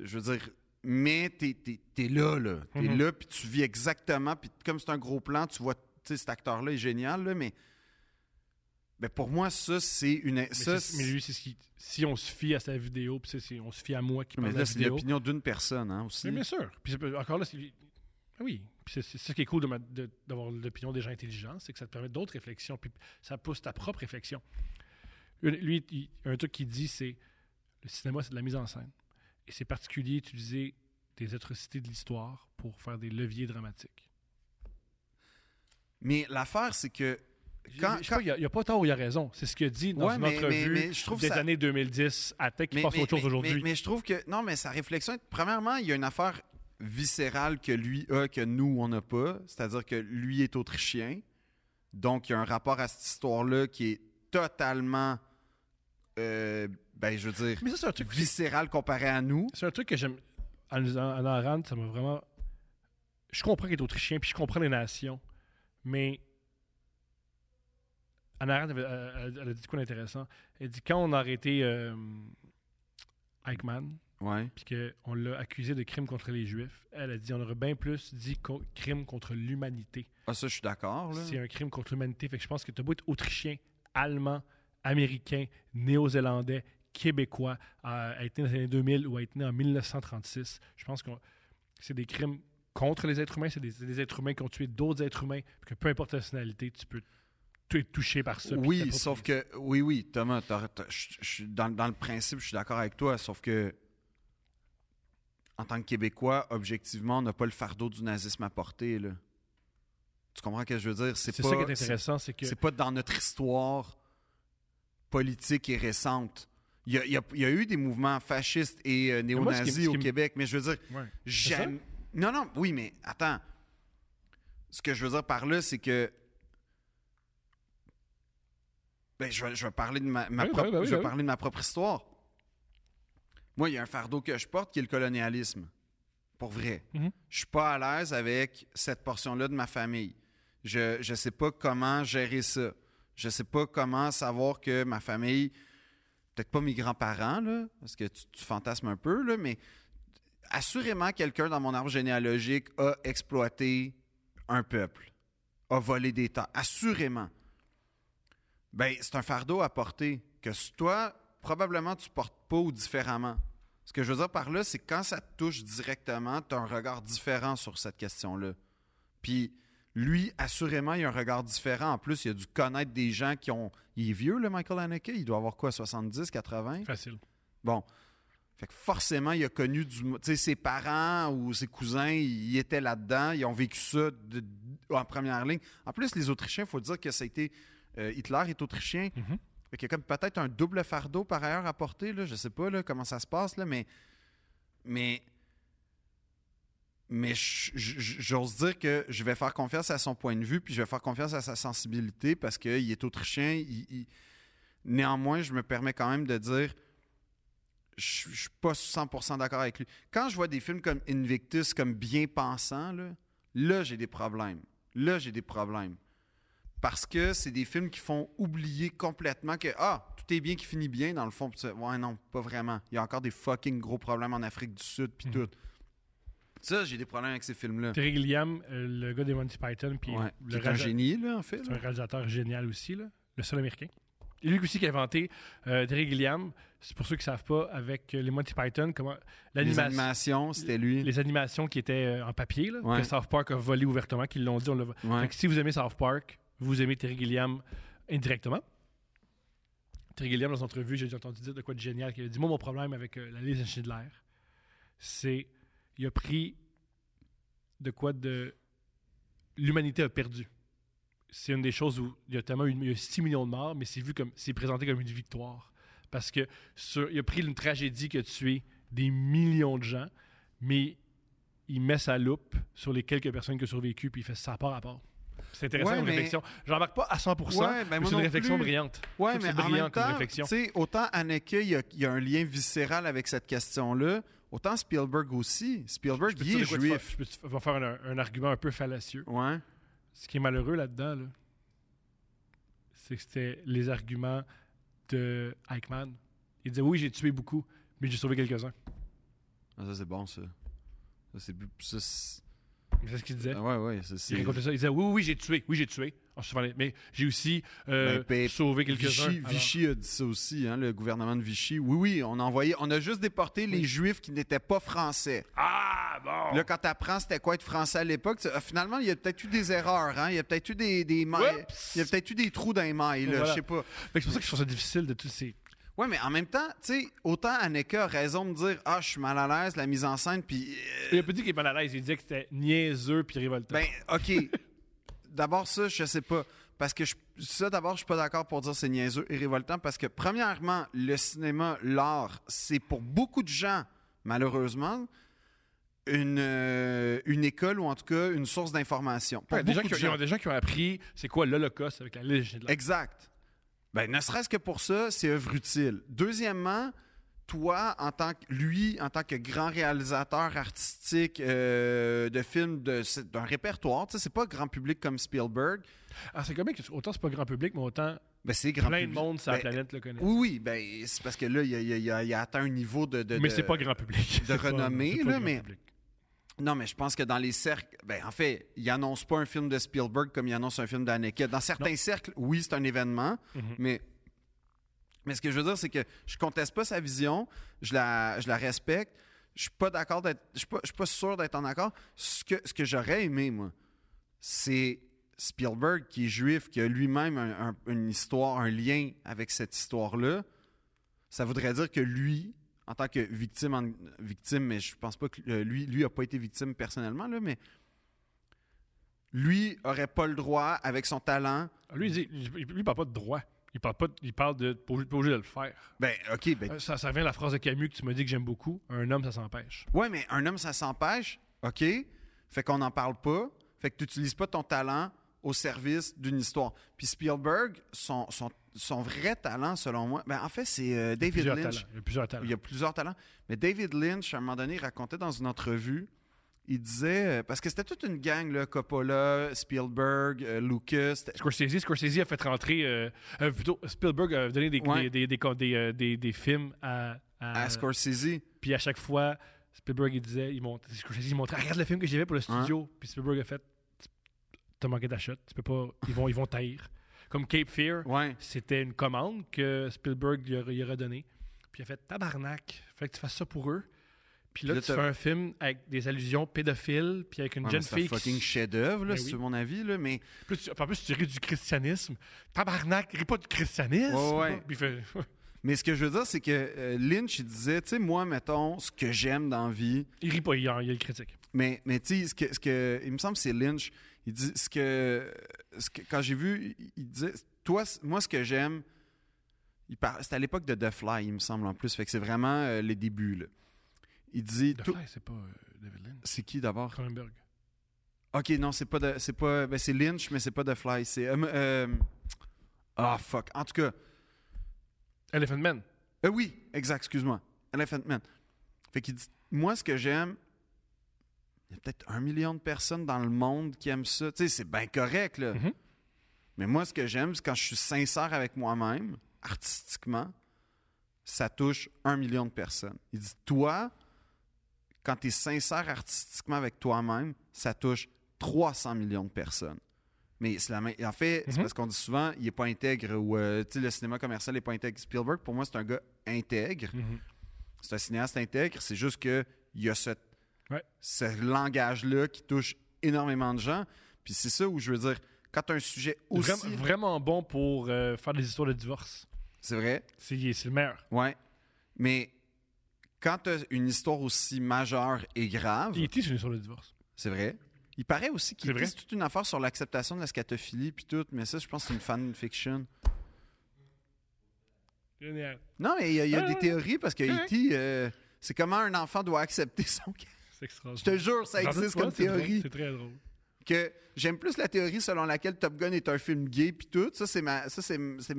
je veux dire, mais t'es es, là, là. T'es Mhm. là, puis tu vis exactement. Puis comme c'est un gros plan, tu vois, tu sais, cet acteur-là est génial, là, mais. Ben pour moi, ça, c'est une. Mais, ça, c'est- mais c'est- lui, c'est ce qui. Si on se fie à sa vidéo, puis c'est- c'est- on se fie à moi qui mais parle de là, la c'est vidéo. l'opinion d'une personne, hein, aussi. Mais bien sûr. Puis c'est- encore là, c'est. Ah Oui. Puis c'est- c'est c'est ce qui est cool de ma- de- d'avoir l'opinion des gens intelligents, c'est que ça te permet d'autres réflexions, puis ça pousse ta propre réflexion. Une- Lui, il- un truc qu'il dit, c'est le cinéma, c'est de la mise en scène. Et c'est particulier utiliser des atrocités de l'histoire pour faire des leviers dramatiques. Mais l'affaire, c'est que. Quand, Je sais quand- pas, il n'y a, pas tort, il y a raison. C'est ce qu'il a dit dans Ouais, une mais- entrevue mais- mais je trouve des ça- années 2010 à Tech qui mais- passe à mais- autre chose mais- mais- aujourd'hui. mais je trouve que. Non, mais sa réflexion. est- Premièrement, il y a une affaire viscérale que lui a, que nous, on n'a pas. C'est-à-dire que lui est autrichien. Donc, il y a un rapport à cette histoire-là qui est totalement. euh, ben, je veux dire. Mais ça, c'est un truc viscéral comparé à nous. C'est un truc que j'aime. En lisant Anna Arendt, ça m'a vraiment. Je comprends qu'il est autrichien, puis je comprends les nations, mais. Anna Arendt, avait- euh, elle, elle- elle a dit quoi d'intéressant? Elle dit quand on a arrêté euh, Eichmann, Ouais. puis qu'on l'a accusé de crime contre les Juifs, elle a dit on aurait bien plus dit co- crime contre l'humanité. Ah, ça, je suis d'accord. là. C'est un crime contre l'humanité. Fait que je pense que tu beau être autrichien, allemand, américain, néo-zélandais, québécois, euh, être né dans les années 2000 ou être né en 1936. Je pense que c'est des crimes contre les êtres humains. C'est des, c'est des êtres humains qui ont tué d'autres êtres humains. puis Que peu importe ta nationalité, tu peux tu es touché par ça. puis Oui, t'approprier sauf ça. que. Oui, oui, Thomas, t'as- t'as- je- je suis dans, dans le principe, je suis d'accord avec toi, sauf que. En tant que Québécois, objectivement, on n'a pas le fardeau du nazisme à porter. Là. Tu comprends ce que je veux dire? C'est pas- ça qui est intéressant, c'est que. C'est pas dans notre histoire politique et récente. Il y a, il y a- il y a eu des mouvements fascistes et moi, euh, ce qui- néo-nazis ce au qui me- Québec, mais je veux dire, Ouais. C'est ça? jamais. Non, non, oui, mais attends. Ce que je veux dire par là, c'est que. Ben, je, vais- je vais parler de ma, ma Oui, ben propre, oui, ben oui, je vais ben oui. parler de ma propre histoire. Moi, il y a un fardeau que je porte qui est le colonialisme. Pour vrai. Mhm. Je suis pas à l'aise avec cette portion-là de ma famille. Je ne sais pas comment gérer ça. Je sais pas comment savoir que ma famille, peut-être pas mes grands-parents, là, parce que tu, tu fantasmes un peu, là, mais assurément quelqu'un dans mon arbre généalogique a exploité un peuple, a volé des terres. Assurément. Ben, c'est un fardeau à porter que s- toi, probablement, tu portes pas ou différemment. Ce que je veux dire par là, c'est que quand ça te touche directement, tu as un regard différent sur cette question-là. Puis lui, assurément, il a un regard différent. En plus, il a dû connaître des gens qui ont. Il est vieux, le Michael Haneke. Il doit avoir quoi, 70, 80? Facile. Bon. Fait que forcément, il a connu du. mo- Tu sais, ses parents ou ses cousins, ils étaient là-dedans. Ils ont vécu ça de- en première ligne. En plus, les Autrichiens, il faut dire que ça a été. euh, Hitler est Autrichien. Mhm. Fait qu'il y a comme peut-être un double fardeau par ailleurs à porter. Là. Je sais pas là, comment ça se passe, là, mais. Mais. Mais je- je- j'ose dire que je vais faire confiance à son point de vue, puis je vais faire confiance à sa sensibilité parce qu'il est autrichien. il- il- Néanmoins, je me permets quand même de dire je je suis pas 100% d'accord avec lui. Quand je vois des films comme Invictus, comme Bien Pensant, là, là, j'ai des problèmes. Là, j'ai des problèmes. Parce que c'est des films qui font oublier complètement que, ah, tout est bien qui finit bien, dans le fond. Puis tu fais, ouais, non, pas vraiment. Il y a encore des fucking gros problèmes en Afrique du Sud, puis Mhm. tout. Ça, j'ai des problèmes avec ces films-là. Terry Gilliam, euh, le gars des Monty Python, puis Ouais. le Qui est un réalisa- génie, là, en fait. c'est là. un réalisateur génial aussi, là. le seul américain. Et lui aussi qui a inventé euh, Terry Gilliam, c'est pour ceux qui ne savent pas, avec euh, les Monty Python, comment Les l'animation. animations, c'était lui. les animations qui étaient euh, en papier, là, Ouais. que South Park a volé ouvertement, qu'ils l'ont dit. On l'a- Ouais. Fait que si vous aimez South Park, vous aimez Terry Gilliam indirectement. Terry Gilliam, dans son entrevue, j'ai déjà entendu dire de quoi de génial. qu'il a dit Moi, mon problème avec euh, la liste de Schindler, c'est il a pris de quoi de. L'humanité a perdu. C'est une des choses où il y a tellement eu, il y a 6 millions de morts, mais c'est vu comme c'est présenté comme une victoire. Parce que sur- il a pris une tragédie qui a tué des millions de gens, mais il met sa loupe sur les quelques personnes qui ont survécu, puis il fait ça part à part. C'est intéressant Ouais, comme mais- réflexion. J'embarque pas à 100%, Ouais, ben mais moi c'est une non réflexion plus. brillante. Ouais, trouve que mais c'est en brillant même comme temps, tu réflexion. sais, autant Haneke, il y, a- il y a un lien viscéral avec cette question-là, autant Spielberg aussi. Spielberg, Je peux te il est dire de quoi de fa- juif. Je peux te- va faire un, un argument un peu fallacieux. Ouais. Ce qui est malheureux là-dedans, là, c'est que c'était les arguments de Eichmann. Il disait oui, j'ai tué beaucoup, mais j'ai sauvé quelques-uns. Ah, ça, c'est bon, ça. Ça, c'est... bu- ça, c'est- C'est ce qu'il disait. Ah, ouais, ouais, ça, Il c'est... racontait ça. Il disait oui, oui, oui, j'ai tué, oui, j'ai tué. En se souvenant, mais j'ai aussi euh, Ben, ben, sauvé quelques-uns. Vichy, Alors, Vichy a dit ça aussi, hein, le gouvernement de Vichy. Oui, oui, on a envoyé... On a juste déporté les Juifs qui n'étaient pas français. Ah bon. Là, quand t'apprends c'était quoi être français à l'époque, tu- ah, finalement, il y a peut-être eu des erreurs, hein? Il y a peut-être eu des, des mailles... Oups! Il y a peut-être eu des trous dans les mailles, là, Voilà. je sais pas. Fait que C'est pour ça que je trouve ça difficile de tous ces. Ouais, mais en même temps, tu sais, autant Aneka a raison de dire Ah, je suis mal à l'aise, la mise en scène, puis. euh, Il a pas dit qu'il est mal à l'aise. Il disait que c'était niaiseux puis révoltant. ben, [LAUGHS] OK. d'abord, ça, je sais pas. Parce que je- ça, d'abord, je suis pas d'accord pour dire c'est niaiseux et révoltant, parce que, premièrement, le cinéma, l'art, c'est pour beaucoup de gens, malheureusement, une, euh, une école ou en tout cas une source d'information. Pour Ouais, des, gens beaucoup qui, de gens. ont- des gens qui ont appris c'est quoi l'Holocauste avec la liste de la- Exact. Ben, ne serait-ce que pour ça, c'est œuvre utile. Deuxièmement, toi, en tant que lui, en tant que grand réalisateur artistique euh, de films de- c'est- d'un répertoire, tu sais, c'est pas grand public comme Spielberg, Ah, c'est comique. Autant c'est pas grand public, mais autant ben c'est grand plein de public. monde sur la Ben, planète le connaît. Oui, oui, ben c'est parce que là, il a, il a- il a- il a atteint un niveau de. de- mais de- c'est pas grand [LAUGHS] public. de C'est pas- renommée, c'est pas là, grand mais- public. Non, mais je pense que dans les cercles, ben en fait, il annonce pas un film de Spielberg comme il annonce un film d'Anneke. Dans certains cercles, oui, c'est un événement, Mhm. mais mais ce que je veux dire, c'est que je conteste pas sa vision, je la, je la respecte. Je suis pas d'accord d'être, je suis pas, je suis pas sûr d'être en accord. Ce que ce que j'aurais aimé moi, c'est Spielberg qui est juif, qui a lui-même un- un- une histoire, un lien avec cette histoire-là. Ça voudrait dire que lui, en tant que victime, en- victime, mais je pense pas que euh, lui, lui a pas été victime personnellement là, mais lui aurait pas le droit, avec son talent. Ah, Lui, il dit, lui, il parle pas de droit. Il parle, pas de- il parle de pas obligé- pas obligé de le faire. Ben, OK, ben. Euh, Ça, ça vient de la phrase de Camus que tu m'as dit que j'aime beaucoup. Un homme, ça s'empêche. Ouais, mais un homme, ça s'empêche. OK? Fait qu'on n'en parle pas. Fait que tu n'utilises pas ton talent au service d'une histoire. Puis Spielberg, son, son, son vrai talent, selon moi, ben, en fait, c'est euh, David Plusieurs Lynch. talents. Il y a plusieurs talents. Il y a plusieurs talents. Mais David Lynch, à un moment donné, il racontait dans une entrevue, il disait, euh, parce que c'était toute une gang, là, Coppola, Spielberg, euh, Lucas. c'était- Scorsese, Scorsese a fait rentrer. euh, euh, plutôt, Spielberg a donné des, Ouais. des, des, des- des, euh, des- des films à, à- À Scorsese. Puis à chaque fois, Spielberg, il disait, il monte, Scorsese, il montrait, Ah, regarde le film que j'ai fait pour le studio. Puis Spielberg a fait, t'as manqué d'achat, tu peux pas, ils vont, ils vont taillir. Comme Cape Fear, Ouais. c'était une commande que Spielberg lui a, lui a redonnée. Puis il a fait tabarnak, fait que tu fasses ça pour eux. Puis là, Puis là, tu t'as- fais un film avec des allusions pédophiles, puis avec une Ouais, mais jeune c'est un fille. qui- fucking chef-d'œuvre, là, Ben c'est oui. mon avis, là, mais Plus tu- en plus, tu ris du christianisme. Tabarnak, ris pas du christianisme. Ouais, ouais. Puis il fait- [LAUGHS] Mais ce que je veux dire, c'est que euh, Lynch, il disait, tu sais, moi, mettons, ce que j'aime dans la vie, il rit pas, il, en- il le critique. mais, mais tu sais, ce que, ce que- il me semble que c'est Lynch, il dit, ce que, ce que- quand j'ai vu, il- il disait, toi, c- moi, ce que j'aime, il par- c'était à l'époque de The Fly, il me semble, en plus, fait que c'est vraiment euh, les débuts, là. Il dit, The tout- Fly, c'est pas euh, David Lynch. c'est qui d'abord? Cronenberg. Ok, non, c'est pas de- c'est pas, ben, c'est Lynch, mais c'est pas The Fly, c'est, euh, euh, ah, fuck, en tout cas, Elephant Man. Euh, oui, exact, excuse-moi. Elephant Man. Fait qu'il dit Moi, ce que j'aime, il y a peut-être un million de personnes dans le monde qui aiment ça. Tu sais, c'est bien correct, là. Mhm. Mais moi, ce que j'aime, c'est quand je suis sincère avec moi-même, artistiquement, ça touche un million de personnes. Il dit Toi, quand tu es sincère artistiquement avec toi-même, ça touche 300 millions de personnes. Mais c'est la main- en fait, c'est Mhm. parce qu'on dit souvent, il n'est pas intègre ou euh, tu sais, le cinéma commercial n'est pas intègre. Spielberg, pour moi, c'est un gars intègre. Mhm. C'est un cinéaste intègre. C'est juste que il y a ce, Ouais. ce langage-là qui touche énormément de gens. Puis c'est ça où je veux dire, quand t'as un sujet aussi. Vraim- vraiment bon pour euh, faire des histoires de divorce. C'est vrai. C'est c'est le meilleur. Ouais. Mais quand t'as une histoire aussi majeure et grave, E.T., c'est une histoire de divorce. c'est vrai. Il paraît aussi qu'il C'est vrai. existe toute une affaire sur l'acceptation de la scatophilie puis tout, mais ça, je pense que c'est une fanfiction. Génial. Non, mais il y a, il y a Ah, des ouais. théories parce que Correct. E.T., euh, c'est comment un enfant doit accepter son [LAUGHS] cas. C'est Je te extraordinaire. jure, ça J'en existe doute pas, comme c'est drôle, théorie. C'est très drôle. que j'aime plus la théorie selon laquelle Top Gun est un film gay puis tout. Ça c'est ma ça c'est c'est-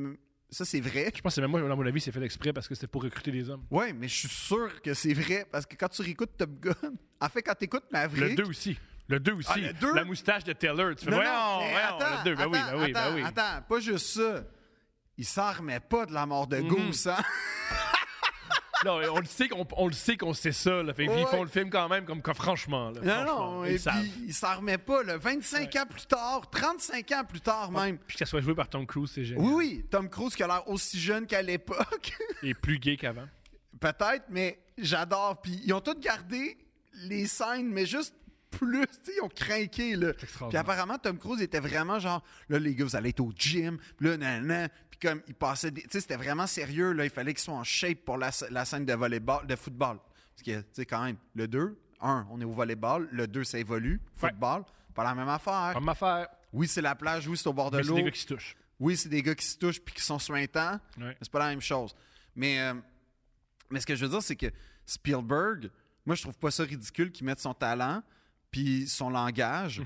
ça c'est vrai. Je pense que même moi, dans mon avis, c'est fait exprès parce que c'était pour recruter des hommes. Ouais, mais je suis sûr que c'est vrai parce que quand tu réécoutes Top Gun, [LAUGHS] en fait quand tu écoutes Le Maverick, 2 aussi. Le 2 aussi. Ah, le deux? La moustache de Taylor. Tu fais, Non, non, voyons, mais voyons, attends, le 2. Ben oui, attends, ben oui, ben attends, oui. attends, pas juste ça. Il s'en remet pas de la mort Mhm. de [LAUGHS] Goose, hein? Non, on le sait qu'on on le sait qu'on sait ça. Là. Fait, qu'ils Ouais. font le film quand même, comme que franchement. Là, Non, franchement, non, ils et savent. puis il s'en remet pas, là. 25 ans plus tard, 35 ans plus tard même. Puis que ça soit joué par Tom Cruise, c'est génial. Oui, oui, Tom Cruise qui a l'air aussi jeune qu'à l'époque. Et plus gay qu'avant. Peut-être, mais j'adore. Puis ils ont tous gardé les scènes, mais juste plus. Tu sais, ils ont craqué, là. Puis extraordinaire. apparemment, Tom Cruise était vraiment genre, là, les gars, vous allez être au gym, puis là, nan, Puis comme, il passait des. Tu sais, c'était vraiment sérieux, là. Il fallait qu'ils soient en shape pour la, sc- la scène de volleyball, de football. Parce que, tu sais, quand même, le 2, 1, on est au volleyball, le 2, ça évolue, Ouais. football, pas la même affaire. Comme m'affaire. Oui, c'est la plage, oui, c'est au bord de Mais c'est des Ah. l'eau. gars qui se touchent. Oui, c'est des gars qui se touchent puis qui sont suintants. Ouais. Mais c'est pas la même chose. Mais, euh, mais ce que je veux dire, c'est que Spielberg, moi, je trouve pas ça ridicule qu'il mette son talent puis son langage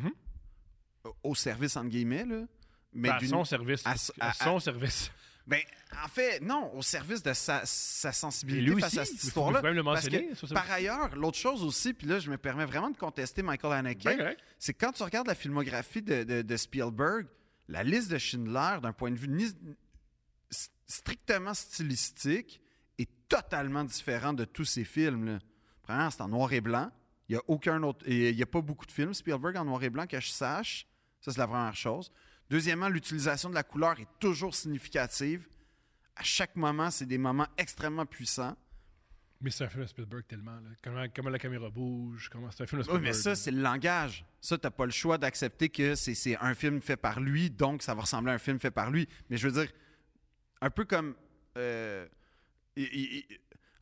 au- au service, entre guillemets, là. Mais Mhm. Ben, à d'une- son service. à s- À, à- son [LAUGHS] service. ben, en fait, non, au service de sa, sa sensibilité Et lui face aussi, à cette il faut- histoire-là. il faut quand même le Parce que, mentionner, ça, ça- par ailleurs, l'autre chose aussi, puis là, je me permets vraiment de contester Michael Haneke, Ben correct. c'est que quand tu regardes la filmographie de, de- de Spielberg, la liste de Schindler, d'un point de vue ni- s- strictement stylistique, est totalement différente de tous ses films. là. Premièrement, c'est en noir et blanc. Il n'y a aucun autre. et Il n'y a pas beaucoup de films Spielberg en noir et blanc que je sache. Ça, c'est la première chose. Deuxièmement, l'utilisation de la couleur est toujours significative. À chaque moment, c'est des moments extrêmement puissants. Mais c'est un film de Spielberg tellement. Là. Comment, comment la caméra bouge. Comment... C'est un film de Oui, Spielberg. mais ça, là. c'est le langage. Ça, t'as pas le choix d'accepter que c'est- c'est un film fait par lui, donc ça va ressembler à un film fait par lui. Mais je veux dire, un peu comme. euh, il- il- il-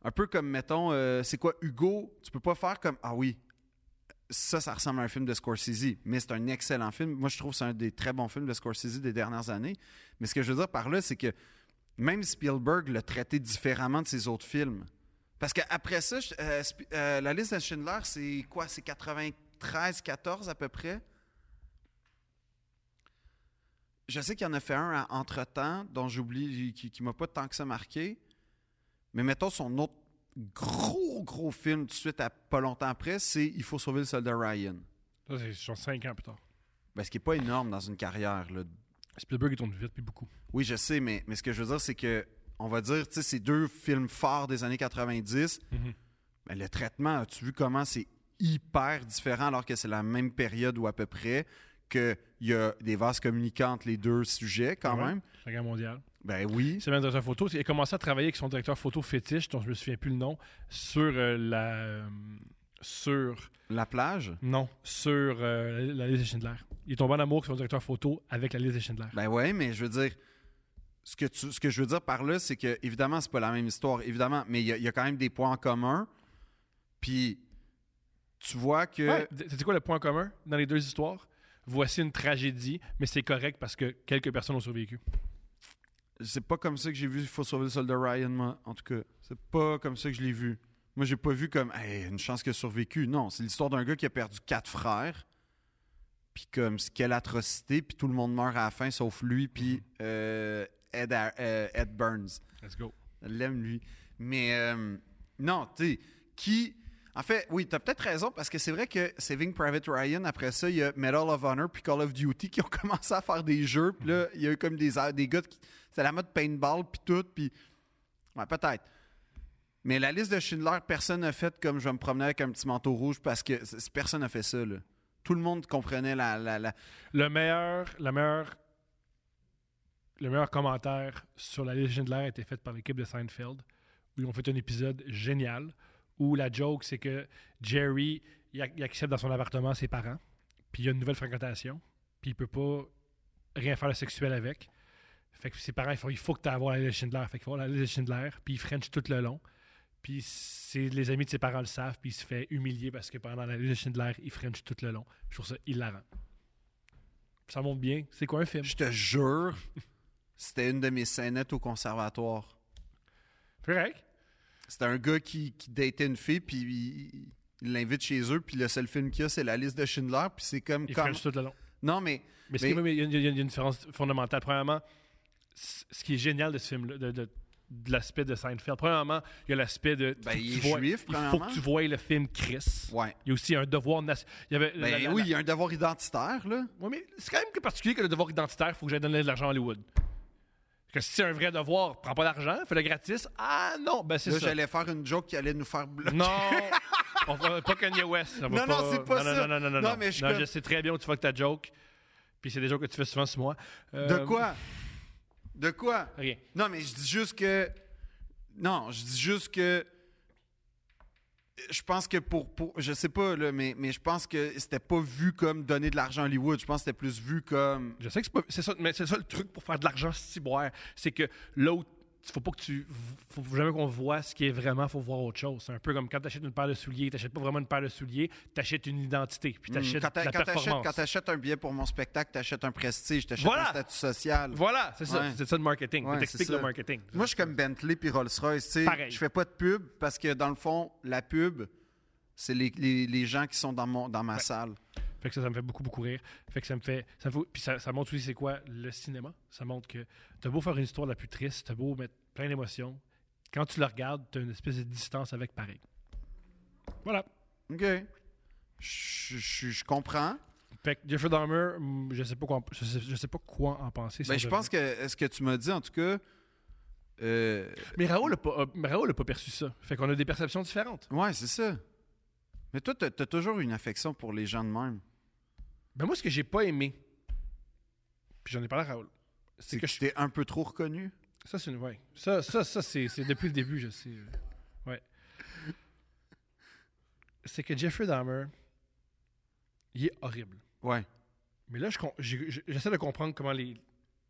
un peu comme, mettons, euh, c'est quoi Hugo Tu peux pas faire comme. Ah oui, ça, ça ressemble à un film de Scorsese, mais c'est un excellent film. Moi, je trouve que c'est un des très bons films de Scorsese des dernières années. Mais ce que je veux dire par là, c'est que même Spielberg l'a traité différemment de ses autres films. Parce qu'après ça, je- euh, Sp- euh, la liste de Schindler, c'est quoi? C'est 93, 14 à peu près? Je sais qu'il en a fait un à- entre-temps, dont j'oublie, qui, qui m'a pas tant que ça marqué. Mais mettons son autre gros, gros film tout de suite, à, pas longtemps après, c'est Il faut sauver le soldat Ryan. Ça, c'est genre 5 ans plus tard. Ben, ce qui n'est pas énorme dans une carrière. là. Spielberg, il tourne vite, puis beaucoup. Oui, je sais, mais, mais ce que je veux dire, c'est que, on va dire, tu sais, ces deux films forts des années 90, Mhm. ben, le traitement, as-tu vu comment c'est hyper différent alors que c'est la même période ou à peu près, qu'il y a des vases communicants entre les deux sujets quand Ouais. même? La guerre mondiale. Ben oui. C'est même directeur photo. Il a commencé à travailler avec son directeur photo fétiche, dont je me souviens plus le nom, sur euh, la. euh, sur. La plage? Non, sur euh, la, la liste de Schindler. Il est tombé en amour avec son directeur photo avec la liste de Schindler. Ben ouais, mais je veux dire, ce que, tu- ce que je veux dire par là, c'est que, évidemment, c'est pas la même histoire, évidemment, mais il y, a- il y a quand même des points en commun. Puis, tu vois que. Ouais, C'était Euh, quoi le point commun dans les deux histoires? Voici une tragédie, mais c'est correct parce que quelques personnes ont survécu. C'est pas comme ça que j'ai vu Il faut sauver le soldat Ryan, moi, en tout cas. C'est pas comme ça que je l'ai vu. Moi, j'ai pas vu comme Hey, une chance qu'il a survécu. Non, c'est l'histoire d'un gars qui a perdu quatre frères. Puis comme c'est- quelle atrocité, puis tout le monde meurt à la fin sauf lui, puis euh, Ed, Har- euh, Ed Burns. Let's go. Je l'aime, lui. Mais euh, non, tu sais, qui. En fait, oui, t'as peut-être raison parce que c'est vrai que Saving Private Ryan, après ça, il y a Medal of Honor puis Call of Duty qui ont [LAUGHS] commencé à faire des jeux. Puis là, il y a eu comme des, des gars qui. C'est la mode paintball puis tout. Puis. Ouais, peut-être. Mais la liste de Schindler, personne n'a fait comme je vais me promener avec un petit manteau rouge parce que c- personne n'a fait ça, là. Tout le monde comprenait la. la, la- Le meilleur, la meilleure- le meilleur commentaire sur la liste Schindler a été fait par l'équipe de Seinfeld, où ils ont fait un épisode génial, où la joke, c'est que Jerry, il, ac- il accepte dans son appartement ses parents, puis il a une nouvelle fréquentation, puis il peut pas rien faire de sexuel avec. Fait que ses parents, ils font, il faut que tu avoir la liste Schindler. Fait qu'il faut avoir la liste Schindler, puis il French tout le long. Puis c'est- les amis de ses parents le savent, puis il se fait humilier parce que pendant la liste Schindler, il French tout le long. Je trouve ça hilarant. Ça montre bien. C'est quoi un film? Je te jure, c'était une de mes scénettes au conservatoire. Correct. C'était un gars qui, qui datait une fille, puis il- il l'invite chez eux, puis le seul film qu'il y a, c'est La liste de Schindler, puis c'est comme... Il comme- French tout le long. Non, mais... Mais, ce qui- mais il, y a, une- il y a une différence fondamentale. Premièrement, c- ce qui est génial de ce film-là, de, de- de l'aspect de Seinfeld, premièrement, il y a l'aspect de. Ben, faut que il tu est vois- juif, Il faut premièrement. que tu vois le film Chris. Ouais. Il y a aussi un devoir national. Il y avait. Ben la- la- oui, la- il y a un devoir identitaire, là. Ouais, mais c'est quand même que particulier que le devoir identitaire, il faut que j'aille donner de l'argent à Hollywood. Que si c'est un vrai devoir, prends pas d'argent, fais-le gratis. Ah non, ben c'est Là, ça. j'allais faire une joke qui allait nous faire bloquer. Non, on va pas Kanye West. on va Non, non, c'est pas non, ça. Non, non, non, Non, non, mais je Non, comme- je sais très bien où tu fais que ta joke. Puis c'est des jokes que tu fais souvent sur moi. Euh, [LAUGHS] De quoi? De quoi? Rien. Non, mais je dis juste que... Non, je dis juste que... Je pense que pour, pour je sais pas là, mais, mais je pense que c'était pas vu comme donner de l'argent à Hollywood. Je pense que c'était plus vu comme Je sais que c'est pas. C'est ça, mais c'est ça le truc pour faire de l'argent ciboire. C'est que l'autre. Faut pas que tu. Faut jamais qu'on voit ce qui est vraiment, faut voir autre chose. C'est un peu comme quand t'achètes une paire de souliers, t'achètes pas vraiment une paire de souliers, t'achètes une identité, puis t'achètes Mm. Quand t'a- la quand t'achètes performance. quand t'achètes un billet pour mon spectacle, t'achètes un prestige, t'achètes Voilà. un statut social. Voilà, c'est ça. Ouais. C'est ça le marketing. Ouais, Mais c'est T'expliques ça. le marketing. Moi, je suis comme Bentley puis Rolls-Royce. tu sais. Pareil. Je fais pas de pub parce que, dans le fond, la pub, c'est les, les- les gens qui sont dans, mon, dans ma salle. Fait que ça, ça me fait beaucoup, beaucoup rire. Fait que ça me fait. Ça me fait- puis ça, ça montre aussi c'est quoi le cinéma. Ça montre que t'as beau faire une histoire la plus triste, t'as beau mettre plein d'émotions. Quand tu le regardes, t'as une espèce de distance avec pareil. Voilà. OK. Je, je- je comprends. Fait que Jeffrey Dahmer, mm, je sais pas quoi, en- je sais, je sais pas quoi en penser. Ben, sans je revenir. pense que ce que tu m'as dit, en tout cas. euh, Mais Raoul a pas, a- Raoul a pas perçu ça. Fait qu'on a des perceptions différentes. ouais, c'est ça. Mais toi, t'as as toujours une affection pour les gens de même. Ben moi, ce que j'ai pas aimé, puis j'en ai parlé à Raoul, c'est C'est que que je- je t'ai un peu trop reconnu. ça, c'est une, ouais. Ça, ça, ça, c'est, c'est depuis le début, je sais. euh, Ouais. C'est que Jeffrey Dahmer, il est horrible. Ouais. Mais là, je com- j'ai- j'ai- j'essaie de comprendre comment les,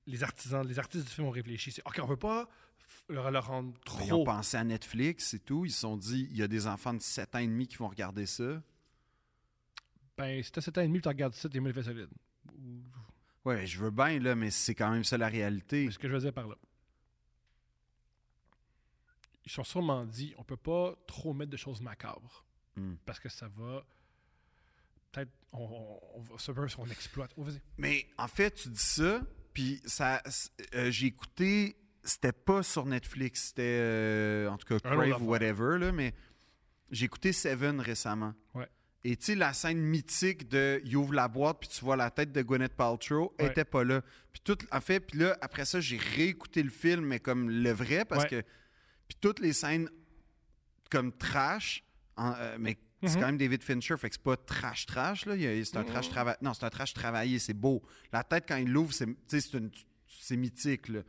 les artisans, les artistes du film ont réfléchi. C'est, OK, on veut pas f- leur, leur rendre Ben, Ils trop... ont pensé à Netflix et tout. Ils se sont dit, il y a des enfants de 7 ans et demi qui vont regarder ça. Ben, si t'as 7 ans et demi, puis t'en regardes ça, t'es mieux les fesses solides. Ou- Ouais, je veux bien, là, mais c'est quand même ça la réalité. C'est ce que je veux dire par là. Ils sont sûrement dit, on peut pas trop mettre de choses macabres. Hmm. Parce que ça va. Peut-être. On, on- on va- ça peut- on exploite. Oh, vas-y. Mais en fait, tu dis ça, puis ça, c'est- euh, j'ai écouté, c'était pas sur Netflix, c'était euh, en tout cas Un autre Crave affaire. ou whatever, là, mais j'ai écouté Seven récemment. Ouais. Et tu sais, la scène mythique de il ouvre la boîte puis tu vois la tête de Gwyneth Paltrow, elle Ouais. était pas là. Puis tout, en fait, puis là, après ça, j'ai réécouté le film, mais comme le vrai, parce Ouais. que. Puis toutes les scènes comme trash, en- euh, mais Mhm. c'est quand même David Fincher, fait que c'est pas trash trash, là. Il y a- C'est un trash Mm-hmm. travaillé. Non, c'est un trash travaillé, c'est beau. La tête, quand il l'ouvre, c'est tu sais, c'est une- c'est mythique, là.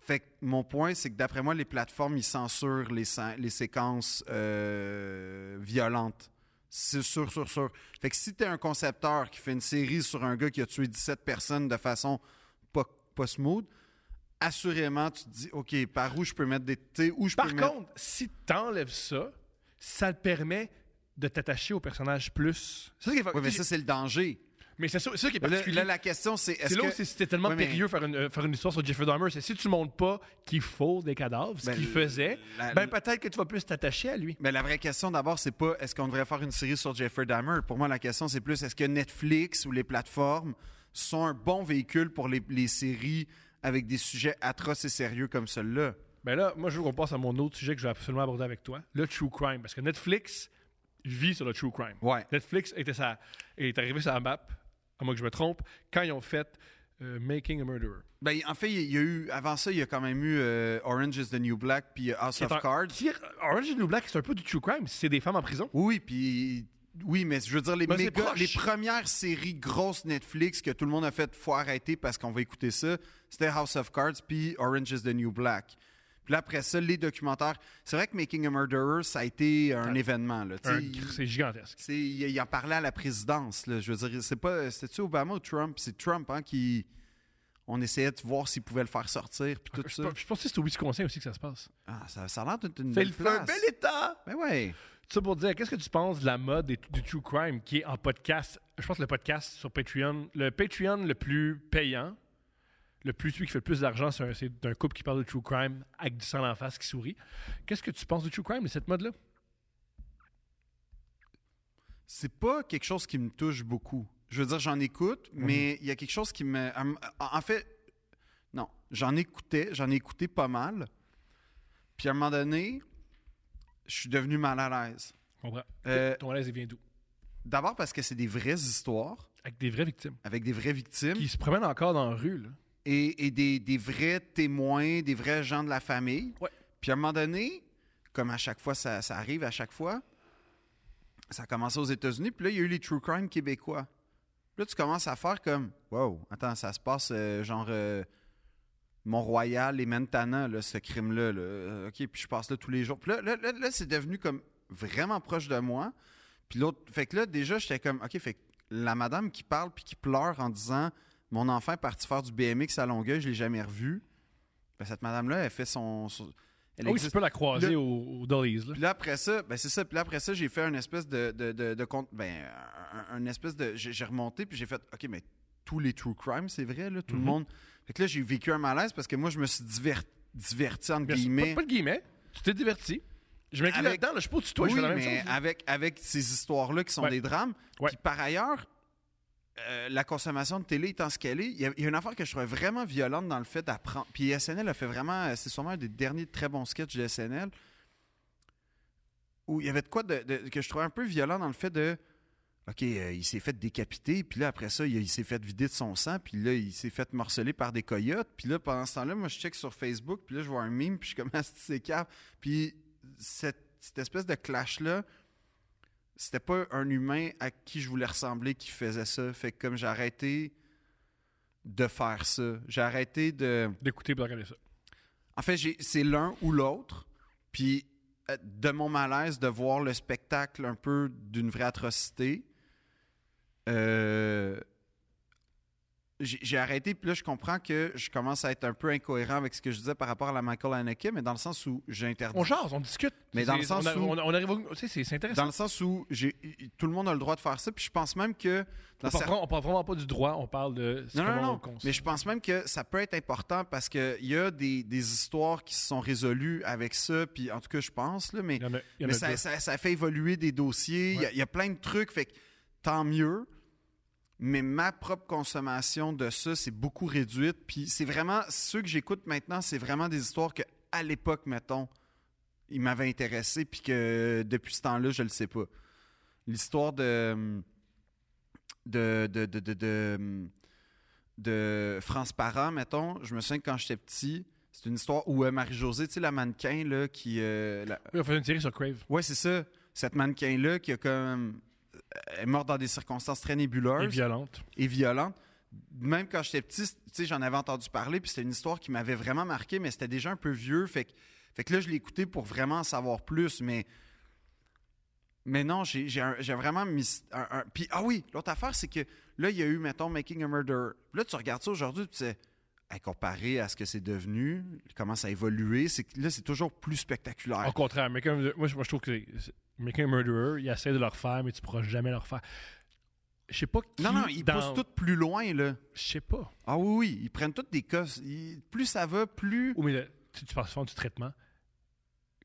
Fait que mon point, c'est que d'après moi, les plateformes, ils censurent les, scè- les séquences euh, violentes. C'est sûr, sûr, sûr. Fait que si t'es un concepteur qui fait une série sur un gars qui a tué 17 personnes de façon pas, pas smooth, assurément, tu te dis, OK, par où je peux mettre des... tu sais, Où je Par peux mettre- contre, si t'enlèves ça, ça te permet de t'attacher au personnage plus. C'est ça qui est, Oui, mais ça, c'est le danger. mais c'est ça, c'est ça qui est Là, particulier. là, la question, c'est C'est est-ce là où que... c'est- c'était tellement Ouais, mais- périlleux faire une, euh, faire une histoire sur Jeffrey Dahmer. C'est si tu montres pas qu'il faut des cadavres, ce Ben, qu'il faisait, la- ben peut-être que tu vas plus t'attacher à lui. Mais la vraie question d'abord, c'est pas est-ce qu'on devrait faire une série sur Jeffrey Dahmer. Pour moi, la question, c'est plus est-ce que Netflix ou les plateformes sont un bon véhicule pour les, les séries avec des sujets atroces et sérieux comme celui-là. Ben là, moi, je veux qu'on passe à mon autre sujet que je vais absolument aborder avec toi, le true crime. Parce que Netflix vit sur le true crime. Ouais. Netflix était sa- est arrivé sur la map, à moins que je me trompe, quand ils ont fait euh, Making a Murderer. Ben, en fait, il y a eu avant ça, il y a quand même eu euh, Orange is the New Black puis euh, House of Qui est un- Cards. qui est- Orange is the New Black, c'est un peu du true crime. C'est des femmes en prison. Oui, puis oui, mais je veux dire les Ben, c'est méga- proche. les premières séries grosses Netflix que tout le monde a fait faut arrêter parce qu'on va écouter ça, c'était House of Cards puis Orange is the New Black. Puis là, après ça, les documentaires. C'est vrai que Making a Murderer, ça a été un événement. Là, tu sais. Un- Il- C'est gigantesque. c'est- il, il en parlait à la présidence. là. Je veux dire, c'est pas. C'était-tu Obama ou Trump? C'est Trump hein, qui. On essayait de voir s'il pouvait le faire sortir. Puis tout Ah, Je, ça. pe- je pense que c'est au Wisconsin aussi que ça se passe. Ah, ça, ça a l'air d'une- d'une C'est belle le- place. un bel état! Ben ouais. Ça pour dire, qu'est-ce que tu penses de la mode et t- du true crime qui est en podcast? Je pense que le podcast sur Patreon, le Patreon le plus payant, le plus celui qui fait le plus d'argent, c'est un, c'est un couple qui parle de true crime avec du sang en face qui sourit. Qu'est-ce que tu penses du true crime de cette mode-là? c'est pas quelque chose qui me touche beaucoup. Je veux dire, j'en écoute, Mhm. mais il y a quelque chose qui me. en- En fait, non, j'en écoutais, j'en ai écouté pas mal. Puis à un moment donné, je suis devenu mal à l'aise. Je comprends. Euh, Ton malaise il vient d'où? D'abord parce que c'est des vraies histoires Avec des vraies victimes avec des vraies victimes qui se promènent encore dans la rue. Là. et, et des, des vrais témoins, des vrais gens de la famille. Ouais. Puis à un moment donné, comme à chaque fois, ça, ça arrive à chaque fois, ça a commencé aux États-Unis, puis là, il y a eu les true crime québécois. Puis là, tu commences à faire comme Wow, attends, ça se passe euh, genre euh, Mont-Royal et Mentana, là, ce crime-là. là. Euh, OK, puis je passe là tous les jours. Puis là, là, là, là, c'est devenu comme vraiment proche de moi. Puis l'autre, fait que là, déjà, j'étais comme OK, fait que la madame qui parle puis qui pleure en disant Mon enfant est parti faire du BMX à Longueuil, je l'ai jamais revu. Ben, cette madame-là, elle fait son. son- elle Ah oui, tu existe- peux la croiser Le- au, au Dolly's. Là. puis là, après ça, ben c'est ça. Puis là, après ça, j'ai fait une espèce de, de, de, de compte. Ben, un, un espèce de. J'ai j'ai remonté, puis j'ai fait OK, mais tous les true crimes, c'est vrai, là, tout le Mhm. monde. Fait que là, j'ai vécu un malaise parce que moi, je me suis diver- diverti, entre Bien sûr, guillemets. Pas, pas de guillemets. Tu t'es diverti. Je m'inclus Avec- là-dedans. là. je pose tu toi, je oui, fais la même mais chose. avec, avec ces histoires-là qui sont Ouais. des drames. Ouais. Puis par ailleurs, euh, la consommation de télé étant ce qu'elle est, il y, a- il y a une affaire que je trouvais vraiment violente dans le fait d'apprendre. Puis SNL a fait vraiment, euh, c'est sûrement un des derniers très bons sketchs de SNL, où il y avait de quoi de- de- que je trouvais un peu violent dans le fait de. OK, euh, il s'est fait décapiter, puis là, après ça, il, il s'est fait vider de son sang, puis là, il s'est fait morceler par des coyotes. Puis là, pendant ce temps-là, moi, je check sur Facebook, puis là, je vois un mime, puis je [LAUGHS] commence à c'est cave. Puis cette, cette espèce de clash-là, c'était pas un humain à qui je voulais ressembler qui faisait ça. Fait que comme j'ai arrêté de faire ça, j'ai arrêté de... D'écouter et de regarder ça. En fait, j'ai- c'est l'un ou l'autre. Puis euh, de mon malaise de voir le spectacle un peu d'une vraie atrocité, euh, j'ai j'ai arrêté, puis là, je comprends que je commence à être un peu incohérent avec ce que je disais par rapport à la Michael Haneke, mais dans le sens où j'interdis. On jase, on discute. Mais dans le C'est- sens on a- où- On, on arrive au- Tu sais, c'est- c'est Dans intéressant. le sens où j'ai- tout le monde a le droit de faire ça, puis je pense même que. Dans On parle, certains- vraiment- on parle vraiment pas du droit, on parle de Non, non, comment non. on conçoit. Mais je pense même que ça peut être important parce qu'il y a des, des histoires qui se sont résolues avec ça, puis en tout cas, je pense, là, mais, Il y en a, il y en mais a ça, deux. ça- ça fait évoluer des dossiers. Il y a- il y, a plein de trucs, fait que tant mieux. Mais ma propre consommation de ça, c'est beaucoup réduite. Puis c'est vraiment, ceux que j'écoute maintenant, c'est vraiment des histoires que à l'époque, mettons, ils m'avaient intéressé, puis que depuis ce temps-là, je le sais pas. L'histoire de de, de, de, de, de- de France Parent, mettons, je me souviens que quand j'étais petit, c'est une histoire où euh, Marie-Josée, tu sais, la mannequin, là, qui. euh, la- Oui, on faisait une série sur Crave. Ouais, c'est ça. Cette mannequin-là qui a comme. euh, est morte dans des circonstances très nébuleuses Et violente. et violente. Même quand j'étais petit, c- tu sais, j'en avais entendu parler, puis c'était une histoire qui m'avait vraiment marqué, mais c'était déjà un peu vieux. Fait que, fait que là, je l'ai écouté pour vraiment en savoir plus, mais. Mais non, j'ai j'ai un- j'ai vraiment mis. un- un- puis, ah oui, l'autre affaire, c'est que là, il y a eu, mettons, Making a Murderer. Puis Là, tu regardes ça aujourd'hui, puis tu sais, hey, comparé à ce que c'est devenu, comment ça a évolué, c'est que là, c'est toujours plus spectaculaire. Au contraire, Making- moi, je, moi, je trouve que c'est- Making a Murderer, il essaie de le refaire, mais tu pourras jamais le refaire. Je sais pas qui non, non, ils dans- poussent tout plus loin, là. Je sais pas. Ah oui, oui, ils prennent toutes des cosses. Ils- plus ça va, plus. Oui, mais le- tu, tu parles souvent du traitement.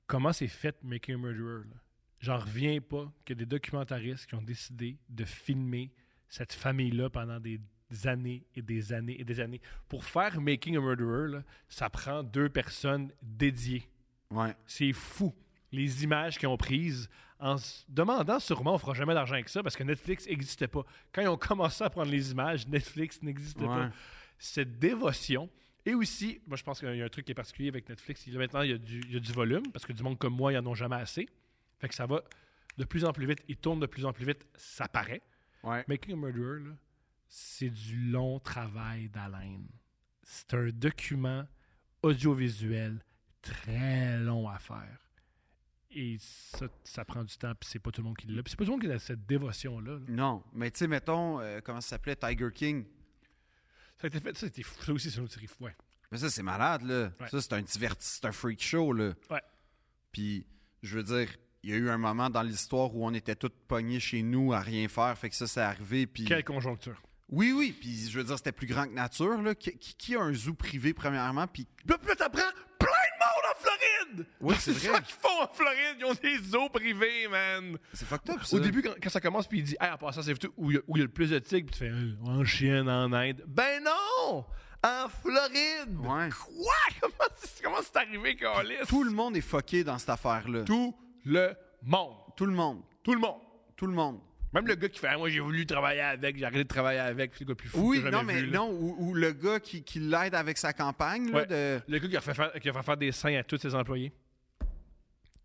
Comment c'est fait Making a Murderer? là? J'en reviens pas que des documentaristes qui ont décidé de filmer cette famille-là pendant des années et des années et des années. Pour faire Making a Murderer, là, ça prend deux personnes dédiées. Ouais. C'est fou. Les images qu'ils ont prises en se demandant sûrement on fera jamais d'argent avec ça parce que Netflix n'existait pas. Quand ils ont commencé à prendre les images, Netflix n'existait Ouais. pas. Cette dévotion. Et aussi, moi je pense qu'il y a un truc qui est particulier avec Netflix. Il- Maintenant, il y, a du, il y a du volume parce que du monde comme moi, ils n'en ont jamais assez. Fait que ça va de plus en plus vite. Ils tournent de plus en plus vite. Ça paraît. Ouais. Making a Murderer, là, c'est du long travail d'haleine. C'est un document audiovisuel très long à faire. Et ça, ça prend du temps, puis c'est pas tout le monde qui l'a. Puis c'est pas tout le monde qui a cette dévotion-là. là. Non, mais tu sais, mettons, euh, comment ça s'appelait, Tiger King. Ça a été fait, ça, c'était fou. Ça aussi, c'est une autre série. fou, Ouais. Mais ça, c'est malade, là. Ouais. Ça, c'est un divertissement, c'est un freak show, là. Ouais. Puis, je veux dire, il y a eu un moment dans l'histoire où on était tous pognés chez nous à rien faire, fait que ça, c'est arrivé. Puis... Quelle conjoncture. Oui, oui, puis je veux dire, c'était plus grand que nature, là. Qui, qui- qui a un zoo privé, premièrement, puis... Là, puis là, t'apprends plein de monde en Floride! Oui, c'est C'est vrai. ça qu'ils font en Floride. Ils ont des zoos privés, man. C'est fucked up, ça. Au début, quand, quand ça commence, puis il dit, hey, en passant, c'est où il y a- où il y a le plus de tigres, puis tu fais, Euh, en Chine, en Inde. Ben non! En Floride! Ouais. Quoi? [LAUGHS] Comment c'est comment c'est arrivé, Carlis? Tout le monde est fucké dans cette affaire-là. Tout... Tout le monde. le monde. Tout le monde. Tout le monde. Même le gars qui fait, Ah, moi, j'ai voulu travailler avec, j'ai arrêté de travailler avec, c'est le gars le plus fou Oui, que j'ai non, jamais mais vu, là. non, ou, ou le gars qui, qui l'aide avec sa campagne, là, Ouais. de... Le gars qui a, fait faire, qui a fait faire des seins à tous ses employés.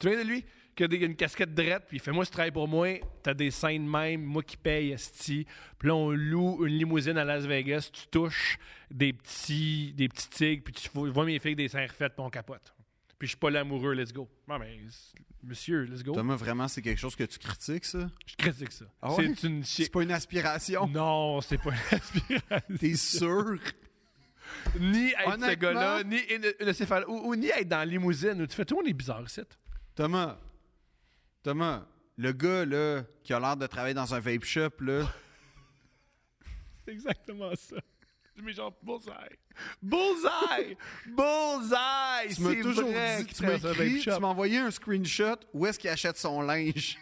Tu viens de lui? Qui a des- une casquette drette, puis il fait Moi, je travaille pour moi, t'as des seins de même, moi qui paye, esti. Puis là, on loue une limousine à Las Vegas, tu touches des petits, des petits tigres, puis tu vois vois mes filles avec des seins refaits, puis on capote. Puis je suis pas l'amoureux, let's go. Non, mais c'est- monsieur, let's go. Thomas, vraiment, c'est quelque chose que tu critiques, ça? Je critique ça. Ah ouais? C'est une chi- C'est pas [LAUGHS] une aspiration. Non, c'est pas une aspiration. T'es sûr? [LAUGHS] Ni être ce Honnêtement- gars-là, ni une, une céphale- ou, ou ni être dans la limousine. où Tu fais tout, on est bizarre, ici. Thomas, Thomas, le gars, là, qui a l'air de travailler dans un vape shop, là, C'est exactement ça. Mais genre, bullseye. Bullseye! bullseye! tu m'as C'est toujours vrai dit, qu'il tu m'as travaille dans un vape écrit, tu shop. m'as envoyé un screenshot où est-ce qu'il achète son linge.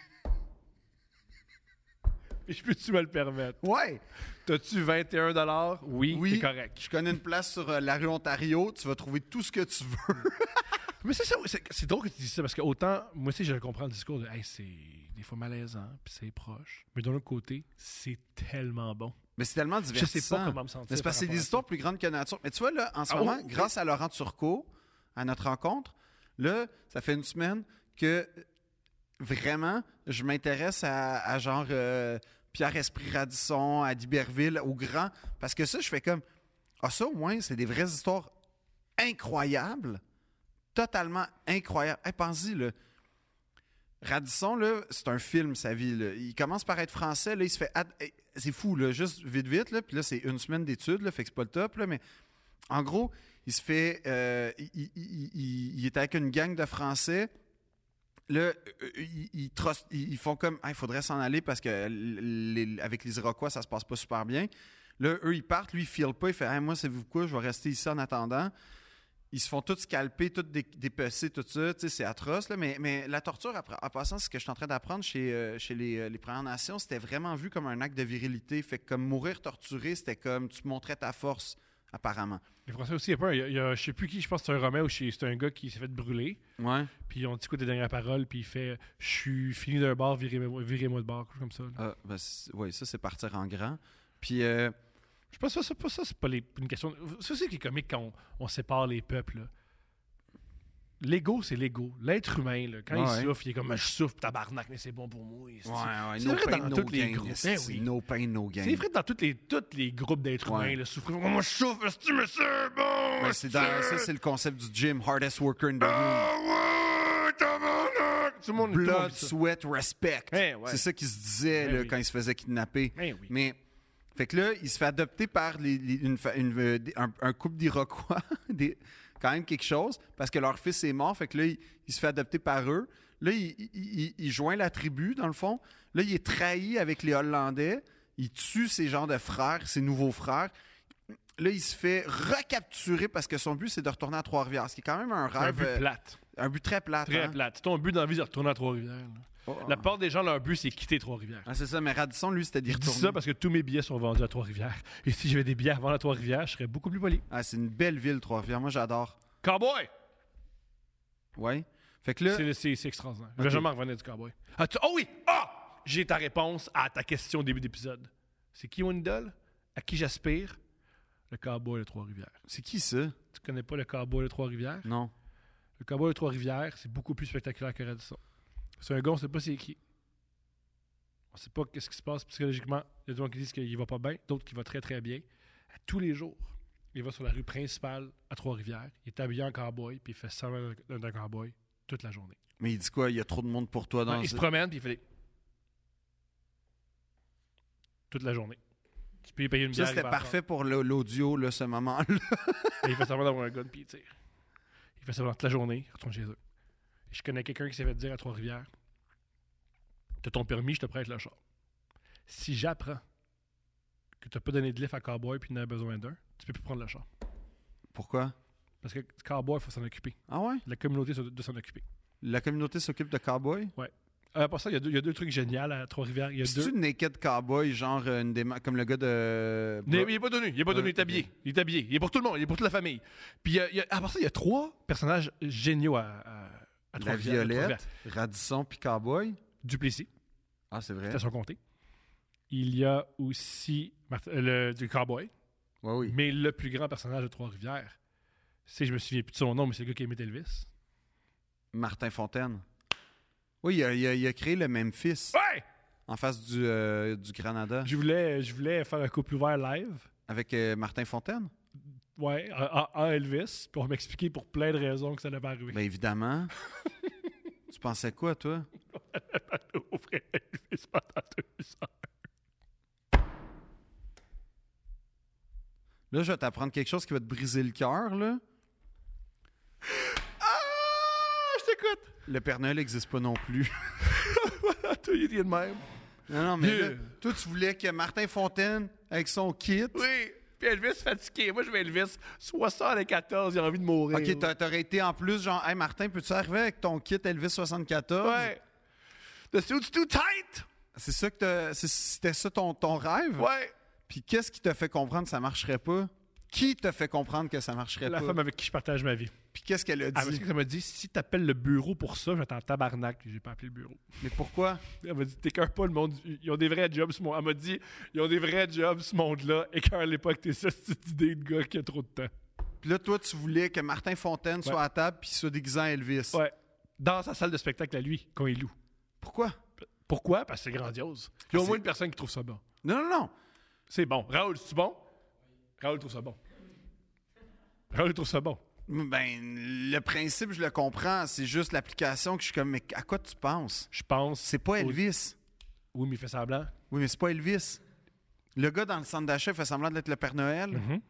Mais Je peux-tu me le permettre? Ouais. T'as-tu 21 Oui, Oui. c'est correct. Je connais une place sur euh, la rue Ontario, tu vas trouver tout ce que tu veux. Mais c'est ça, c'est- c'est drôle que tu dis ça, parce que autant, moi aussi, je comprends le discours de « Hey, c'est des fois malaisant, puis c'est proche. » Mais d'un autre côté, c'est tellement bon. Mais c'est tellement Je divertissant. sais pas comment me sentir. Mais c'est parce que c'est par rapport à des ça. histoires plus grandes que nature. Mais tu vois, là, en ce Ah, moment, oh, oui. grâce à Laurent Turcot, à notre rencontre, là, ça fait une semaine que euh, vraiment, je m'intéresse à, à genre euh, Pierre-Esprit Radisson, à d'Iberville, au grand. Parce que ça, je fais comme. Ah, ça, au moins, c'est des vraies histoires incroyables. Totalement incroyables. Hey, pense-y, là. Radisson, là, c'est un film, sa vie. là. Il commence par être français, là, il se fait. ad- eh, C'est fou, là, juste vite, vite, là. Puis là, c'est une semaine d'études, là, fait que c'est pas le top, là, mais en gros, il se fait. euh, il, il- il- il- il est avec une gang de Français. Là, euh, ils, ils trust- ils- ils font comme. Ah, il faudrait s'en aller parce que l- les- avec les Iroquois, ça se passe pas super bien. Là, eux, ils partent. Lui, il file pas. Il fait Ah, Moi, c'est vous quoi Je vais rester ici en attendant. Ils se font tous scalper, tous dé- dépecés, tout ça. Tu sais, c'est atroce. Là. Mais, mais la torture, après- en passant, ce que je suis en train d'apprendre chez, euh, chez les, euh, les Premières Nations, c'était vraiment vu comme un acte de virilité. Fait que, comme mourir torturé, c'était comme tu montrais ta force, apparemment. Les Français aussi, il y a pas un- il y a- il y a- je sais plus qui, je pense que c'est un Romain ou chez- c'est un gars qui s'est fait brûler. Ouais. Puis on dit quoi des dernières paroles, puis il fait Je suis fini d'un bar, virez-moi virez-moi de bar, quelque chose comme ça. là. Ah, ben, c'est- ouais, ça, c'est partir en grand. Puis, euh, Je pense que ça, c'est pas, ça, c'est pas les- une question. Ça, c'est que les comiques quand on, on sépare les peuples. là. L'ego, c'est l'ego. L'être humain, là, quand Ouais. il souffle, il est comme Ah, Je souffle, tabarnak, mais c'est bon pour moi. esti. ouais, ouais, C'est no vrai pain, dans no tous les gain, groupes, esti, eh oui. Ben No pain, no gain. C'est vrai que dans tous les, toutes les groupes d'êtres Ouais. humains, là, souffrir. Moi, je souffre, esti, mais c'est bon. Ben, c'est dans- ça, c'est le concept du gym, hardest worker in the room. Ah ouais, tabarnak! Tout le monde tout le monde Blood, dit ça. sweat, respect. Eh, ouais. C'est ça qui se disait Eh là, oui. quand il se faisait kidnapper. Eh oui. Mais, fait que là, il se fait adopter par les- les- une fa- une- euh, des- un, un couple d'Iroquois, [LAUGHS] des- quand même quelque chose, parce que leur fils est mort. Fait que là, il, il se fait adopter par eux. Là, il, il- il- il joint la tribu, dans le fond. Là, il est trahi avec les Hollandais. Il tue ses genres de frères, ses nouveaux frères. Là, il se fait recapturer parce que son but, c'est de retourner à Trois-Rivières, ce qui est quand même un Un rêve, but euh, plate. un but très hein? plat. Très plate. C'est ton but dans la vie de retourner à Trois-Rivières. là. La plupart des gens, leur but, c'est quitter Trois-Rivières. oh. Ah, c'est ça, mais Radisson, lui, c'était d'y Je dis retourner. ça parce que tous mes billets sont vendus à Trois-Rivières. Et si j'avais des billets avant à Trois-Rivières, je serais beaucoup plus poli. Ah, c'est une belle ville, Trois-Rivières. Moi, j'adore. Cowboy! Ouais. Fait que là, C'est, c'est- c'est extraordinaire. Je vais Ok. jamais revenir du cowboy. Ah, tu- oh oui! Ah! J'ai ta réponse à ta question au début d'épisode. C'est qui mon idole? À qui j'aspire? Le cowboy de Trois-Rivières. c'est qui ça? Tu connais pas le cowboy de Trois-Rivières? Non. Le cowboy de Trois-Rivières, c'est beaucoup plus spectaculaire que Radisson. C'est un gars, on sait pas c'est qui. On sait pas qu'est-ce qui se passe psychologiquement. Il y a des gens qui disent qu'il va pas bien, d'autres qui va très très bien. À tous les jours, il va sur la rue principale à Trois-Rivières, il est habillé en cowboy, puis il fait semblant d'un- d'un cowboy toute la journée. Mais il dit quoi? Il y a trop de monde pour toi dans il se ce- promène, puis il fait des... toute la journée. Tu peux lui payer une Ça, bière. il c'était va parfait pour le- l'audio, là, ce moment-là. [LAUGHS] Et il fait semblant d'avoir un gun, puis il tire. Il fait semblant toute la journée, il retourne chez eux. Et je connais quelqu'un qui s'est fait dire à Trois-Rivières T'as ton permis, je te prête le char. Si j'apprends que t'as pas donné de lift à Cowboy puis qu'il en a besoin d'un, tu peux plus prendre le char. Pourquoi? Parce que Cowboy, il faut s'en occuper. Ah ouais? La communauté doit doit s'en occuper. La communauté s'occupe de cowboys? Euh, pour ça, il y, a deux- il y a deux trucs géniaux à Trois-Rivières. Il y a C'est-tu deux. naked cowboy, genre euh, une déma- comme le gars de. Mais il est pas donné, il est pas donné, il est Ouais, habillé. Il est habillé. Il est pour tout le monde, il est pour toute la famille. Puis euh, il y a- il y a- à part ça, il y a trois personnages géniaux à, à, à La Trois-Rivières. à Trois-Rivières. Violette, Radisson, puis cowboy. Duplessis. Ah, c'est vrai? station comté. Il y a aussi Martin- euh, le, du cowboy, Ouais, oui. mais le plus grand personnage de Trois-Rivières, c'est, je me souviens plus de son nom, mais c'est le gars qui aimait Elvis. Martin Fontaine. Oui, il a, il a- il a créé le Memphis Ouais! en face du, euh, du Granada Je voulais, je voulais faire un couple ouvert live, avec euh, Martin Fontaine. ouais, à, à- à Elvis, pour m'expliquer pour plein de raisons que ça n'avait pas arrivé. Ben évidemment. tu pensais quoi, toi? [LAUGHS] Ouvrir Elvis pendant deux ans. Là, je vais t'apprendre quelque chose qui va te briser le cœur, là. Ah, je t'écoute! Le Père Noël n'existe pas non plus. Toi, il est de même. non, non, mais Yeah. là, toi, tu voulais que Martin Fontaine, avec son kit... Oui! Puis Elvis fatigué. Moi, je vais Elvis 74, il a envie de mourir. OK, t'a- t'aurais été en plus genre, « Hey, Martin, peux-tu arriver avec ton kit Elvis 74? Ouais. The suit's too tight! C'est ça que t'as- c'est- C'était ça ton, ton rêve? Ouais! Puis qu'est-ce qui t'a fait comprendre que ça marcherait pas? Qui t'a fait comprendre que ça marcherait La pas? femme avec qui je partage ma vie. Puis qu'est-ce qu'elle a Ah, parce dit? que ça m'a dit, si t'appelles le bureau pour ça, je vais t'en tabarnak. J'ai pas appelé le bureau. Mais pourquoi? Elle m'a dit, t'écœures pas le monde. Ils ont des vrais jobs, ce monde. Elle m'a dit, ils ont des vrais jobs, ce monde-là. Écœure-les pas que t'es ça, cette idée de gars qui a trop de temps. Puis là, toi, tu voulais que Martin Fontaine soit Ouais. à table puis soit déguisé en Elvis. Ouais. Dans sa salle de spectacle à lui, quand il loue. Pourquoi? Pourquoi? Parce que c'est grandiose. Il y a au Ah, moins c'est- une personne qui trouve ça bon. Non, non, non. C'est bon. Raoul, c'est bon? Raoul trouve ça bon. Raoul trouve ça bon. Ben, le principe, je le comprends. C'est juste l'application que je suis comme, mais à quoi tu penses? Je pense. C'est pas au- Elvis. Oui, mais il fait semblant. Oui, mais c'est pas Elvis. Le gars dans le centre d'achat fait semblant d'être le Père Noël. Mais Mhm.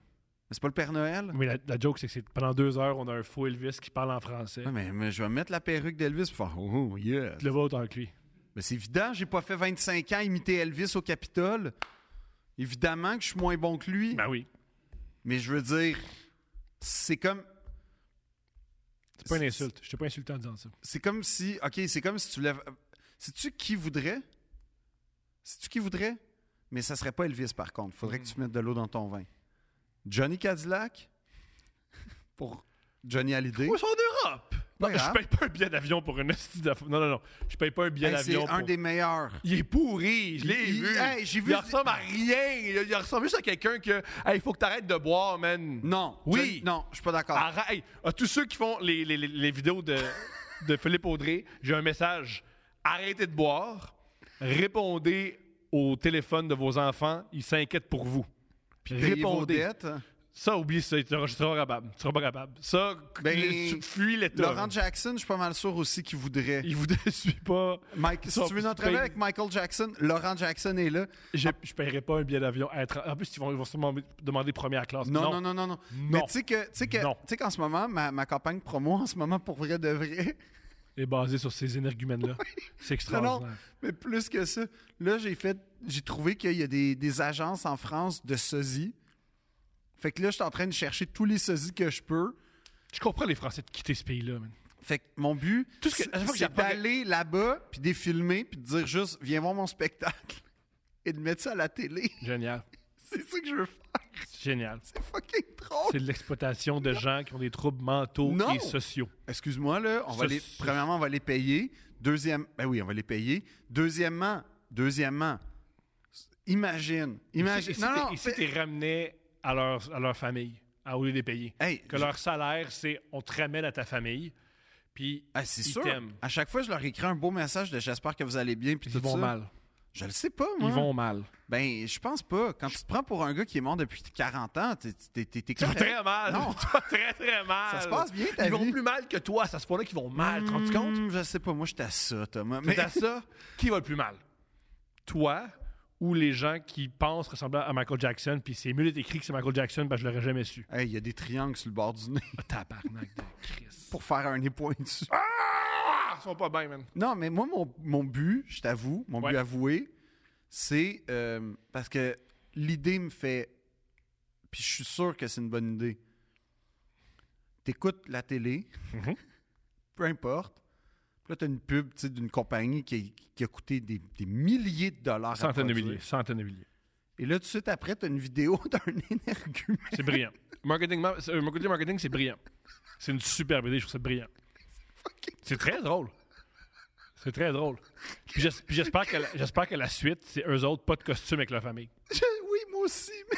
c'est pas le Père Noël. Mais la, la joke, c'est que c'est- pendant deux heures, on a un faux Elvis qui parle en français. Ouais, mais, mais je vais mettre la perruque d'Elvis pour faire Oh, oh, yeah. Tu le vois autant que lui. Mais c'est évident, j'ai pas fait 25 ans imiter Elvis au Capitole. Évidemment que je suis moins bon que lui. Ben oui. Mais je veux dire, c'est comme. C'est pas une insulte. Je t'ai pas insulté en disant ça. C'est comme si. OK, c'est comme si tu voulais. Sais-tu qui voudrait? Sais-tu qui voudrait? Mais ça serait pas Elvis, par contre. Faudrait que tu mettes de l'eau dans ton vin. [LAUGHS] Johnny Cadillac? Pour Johnny Hallyday? Où est en Europe? Non, Pas je grave. paye pas un billet d'avion pour une hostie d'aff- Non, non, non. Je paye pas un billet Hey, c'est d'avion un pour... des meilleurs. Il est pourri, je l'ai Il- vu. hey, j'ai vu- Il ressemble à rien. Il, il ressemble juste à quelqu'un que. Hey, il faut que t'arrêtes de boire, man. Non. Oui. Ah, Johnny- non, je suis pas d'accord. Arrête. Hey, à tous ceux qui font les, les- les- les vidéos [LAUGHS] de, de Philippe Audrey, j'ai un message. Arrêtez de boire. Répondez au téléphone de vos enfants. Ils s'inquiètent pour vous. Puis Payez vos répondez. dettes. Ça, oublie ça. Tu seras tu seras pas capable. Tu seras pas capable. Ça, Ben, tu fuis l'État. Laurent Jackson, je suis pas mal sûr aussi qu'il voudrait. Il vous [LAUGHS] déçoit pas. Mike, si Sauf tu veux une qu'il entrevue paye. avec Michael Jackson, Laurent Jackson est là. Je, je paierai pas un billet d'avion. à être- En plus, ils vont, ils vont sûrement me demander première classe. Non, non, non, non, non. Mais tu sais que, tu sais que, Non. tu sais qu'en ce moment, ma, ma campagne promo en ce moment pour vrai de vrai. est basé sur ces [LAUGHS] énergumènes-là. C'est Non, extraordinaire. non, mais plus que ça. Là, j'ai fait, j'ai trouvé qu'il y a des, des agences en France de sosies. Fait que là, je suis en train de chercher tous les sosies que je peux. Je comprends les Français de quitter ce pays-là. man. Fait que mon but, Tout ce que- c'est- à chaque fois que c'est j'apprends que- d'aller là-bas, puis défilmer, puis de dire juste, viens voir mon spectacle, [LAUGHS] et de mettre ça à la télé. [LAUGHS] Génial. C'est ça que je veux faire. [LAUGHS] C'est Génial. C'est fucking drôle. C'est de l'exploitation de gens qui ont des troubles mentaux Non. et sociaux. Excuse-moi, là, on Ça, va les, c'est- premièrement, on va les payer. Deuxième, ben oui, on va les payer. Deuxièmement, deuxièmement, imagine, imagine. Ici, non, t'es- non, ici, fais- t'es ramené à leur, à leur famille, à, au lieu des payés. Hey, que je- leur salaire, c'est on te ramène à ta famille, puis Ah, c'est ils sûr. t'aiment. À chaque fois, je leur écris un beau message de j'espère que vous allez bien, puis Ils tout vont ça. mal. Je le sais pas, moi. Ils vont mal. Ben, je pense pas. Quand tu te prends pour un gars qui est mort depuis 40 ans, t'es, t'es, t'es- t'es Tu vas correct. très mal. [LAUGHS] Non. Tu vas très, très mal. Ça se passe bien, ta Ils vont vie. plus mal que toi. C'est à ce point-là qu'ils vont mal. Tu te rends compte? Hmm, Je sais pas. Moi, je à ça, Thomas. Mais Mais à ça, qui va le plus mal? Toi ou les gens qui pensent ressembler à Michael Jackson, puis c'est mieux d'être écrit que c'est Michael Jackson, ben je l'aurais jamais su. [LAUGHS] Hey, il y a des triangles sur le bord du nez Ah, tabarnak de Chris. pour faire un nez pointu. Ah! Ils sont pas bien, man. Non, mais moi, mon, mon but, je t'avoue, mon Ouais. but avoué, c'est euh, parce que l'idée me fait. Puis je suis sûr que c'est une bonne idée. T'écoutes la télé, Mhm. [LAUGHS] peu importe. Puis là, t'as une pub tu sais, d'une compagnie qui, qui a coûté des, des milliers de dollars. à Centaines de produire. milliers, centaines de milliers. Et là, tout de suite après, t'as une vidéo [LAUGHS] d'un énergumène. [LAUGHS] C'est brillant. [LAUGHS] Marketing, ma- c'est- euh, marketing, marketing, c'est brillant. C'est une super idée, je trouve ça brillant. C'est très drôle. C'est très drôle. Puis j'es- puis j'espère que, la- j'espère que la suite, c'est eux autres, pas de costume avec leur famille. Je- oui, moi aussi, mais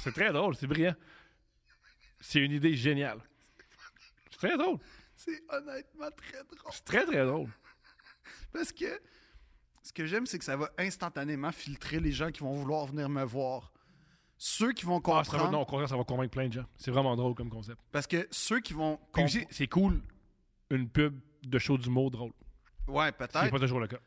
C'est très drôle, c'est brillant. C'est une idée géniale. C'est très drôle. c'est honnêtement très drôle. C'est très, très drôle. Parce que ce que j'aime, c'est que ça va instantanément filtrer les gens qui vont vouloir venir me voir. Ceux qui vont Ah, ça va, non, comprendre. au contraire, ça va convaincre plein de gens. C'est vraiment drôle comme concept. parce que ceux qui vont Puis comprendre. aussi, c'est cool, une pub de show d'humour drôle. Ouais, C'est peut-être. pas toujours le cas.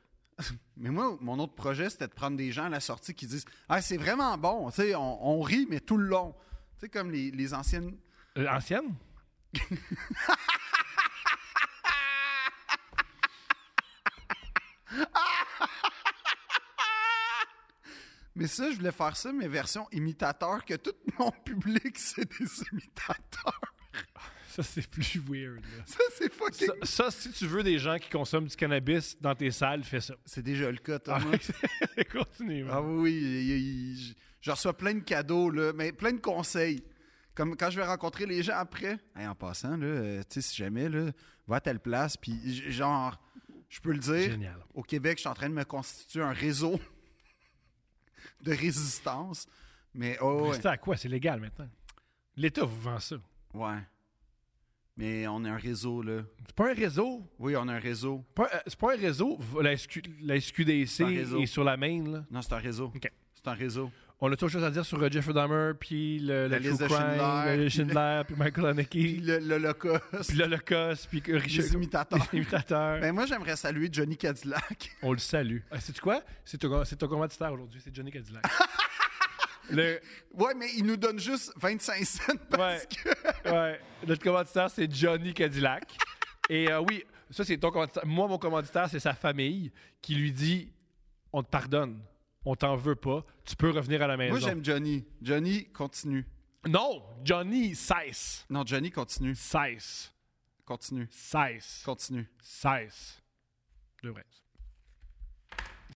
Mais moi, mon autre projet, c'était de prendre des gens à la sortie qui disent Ah, c'est vraiment bon. Tu sais, on, on rit, mais tout le long. Tu sais, comme les, les anciennes. Euh, ancienne? Mais ça, je voulais faire ça, mais version imitateur, que tout mon [LAUGHS] public, c'est des imitateurs. Ça, c'est plus weird. là. Ça, c'est fucking. Ça, ça, si tu veux des gens qui consomment du cannabis dans tes salles, fais ça. C'est déjà le cas, Thomas. Ah, [LAUGHS] Continue. man. Ah oui, il- il- il- je- je reçois plein de cadeaux, là, mais plein de conseils. Comme quand je vais rencontrer les gens après. Hey, en passant, là, euh, tu sais, si jamais, là, va à telle place, puis j- genre, je peux le dire, Génial. au Québec, je suis en train de me constituer un réseau [LAUGHS] de résistance. Mais oh, Vous ouais, restez à quoi? C'est légal maintenant. L'État vous vend ça. ouais. Mais on a un réseau, là. C'est pas un réseau. Oui, on a un réseau. Pas- euh, C'est pas un réseau. La, SQ la SQDC C'est un réseau. est sur la main, là. Non, c'est un réseau. OK. C'est un réseau. On a toujours chose à dire sur euh, Jeffrey Dahmer, puis le, La le True liste de Crime, Schindler, le- le puis le- Schindler, puis Michael Puis Haneke, le- l'Holocauste, puis l'Holocauste, puis que les Richard. imitateurs. [LAUGHS] les imitateurs. Ben moi, j'aimerais saluer Johnny Cadillac. On le salue. Ah, sais-tu quoi? C'est ton, c'est ton commanditaire aujourd'hui, c'est Johnny [LAUGHS] Cadillac. le, Ouais, mais il nous donne juste 25 cents parce Ouais. que... ouais, notre commanditaire, c'est Johnny Cadillac. Et euh, oui, ça, c'est ton commanditaire. Moi, mon commanditaire, c'est sa famille qui lui dit On te pardonne, on t'en veut pas, tu peux revenir à la maison. Moi, j'aime Johnny. Johnny, continue. Non, Johnny, cesse. Non, Johnny, continue. Cesse. Continue. Cesse. Continue. Cesse. Le vrai.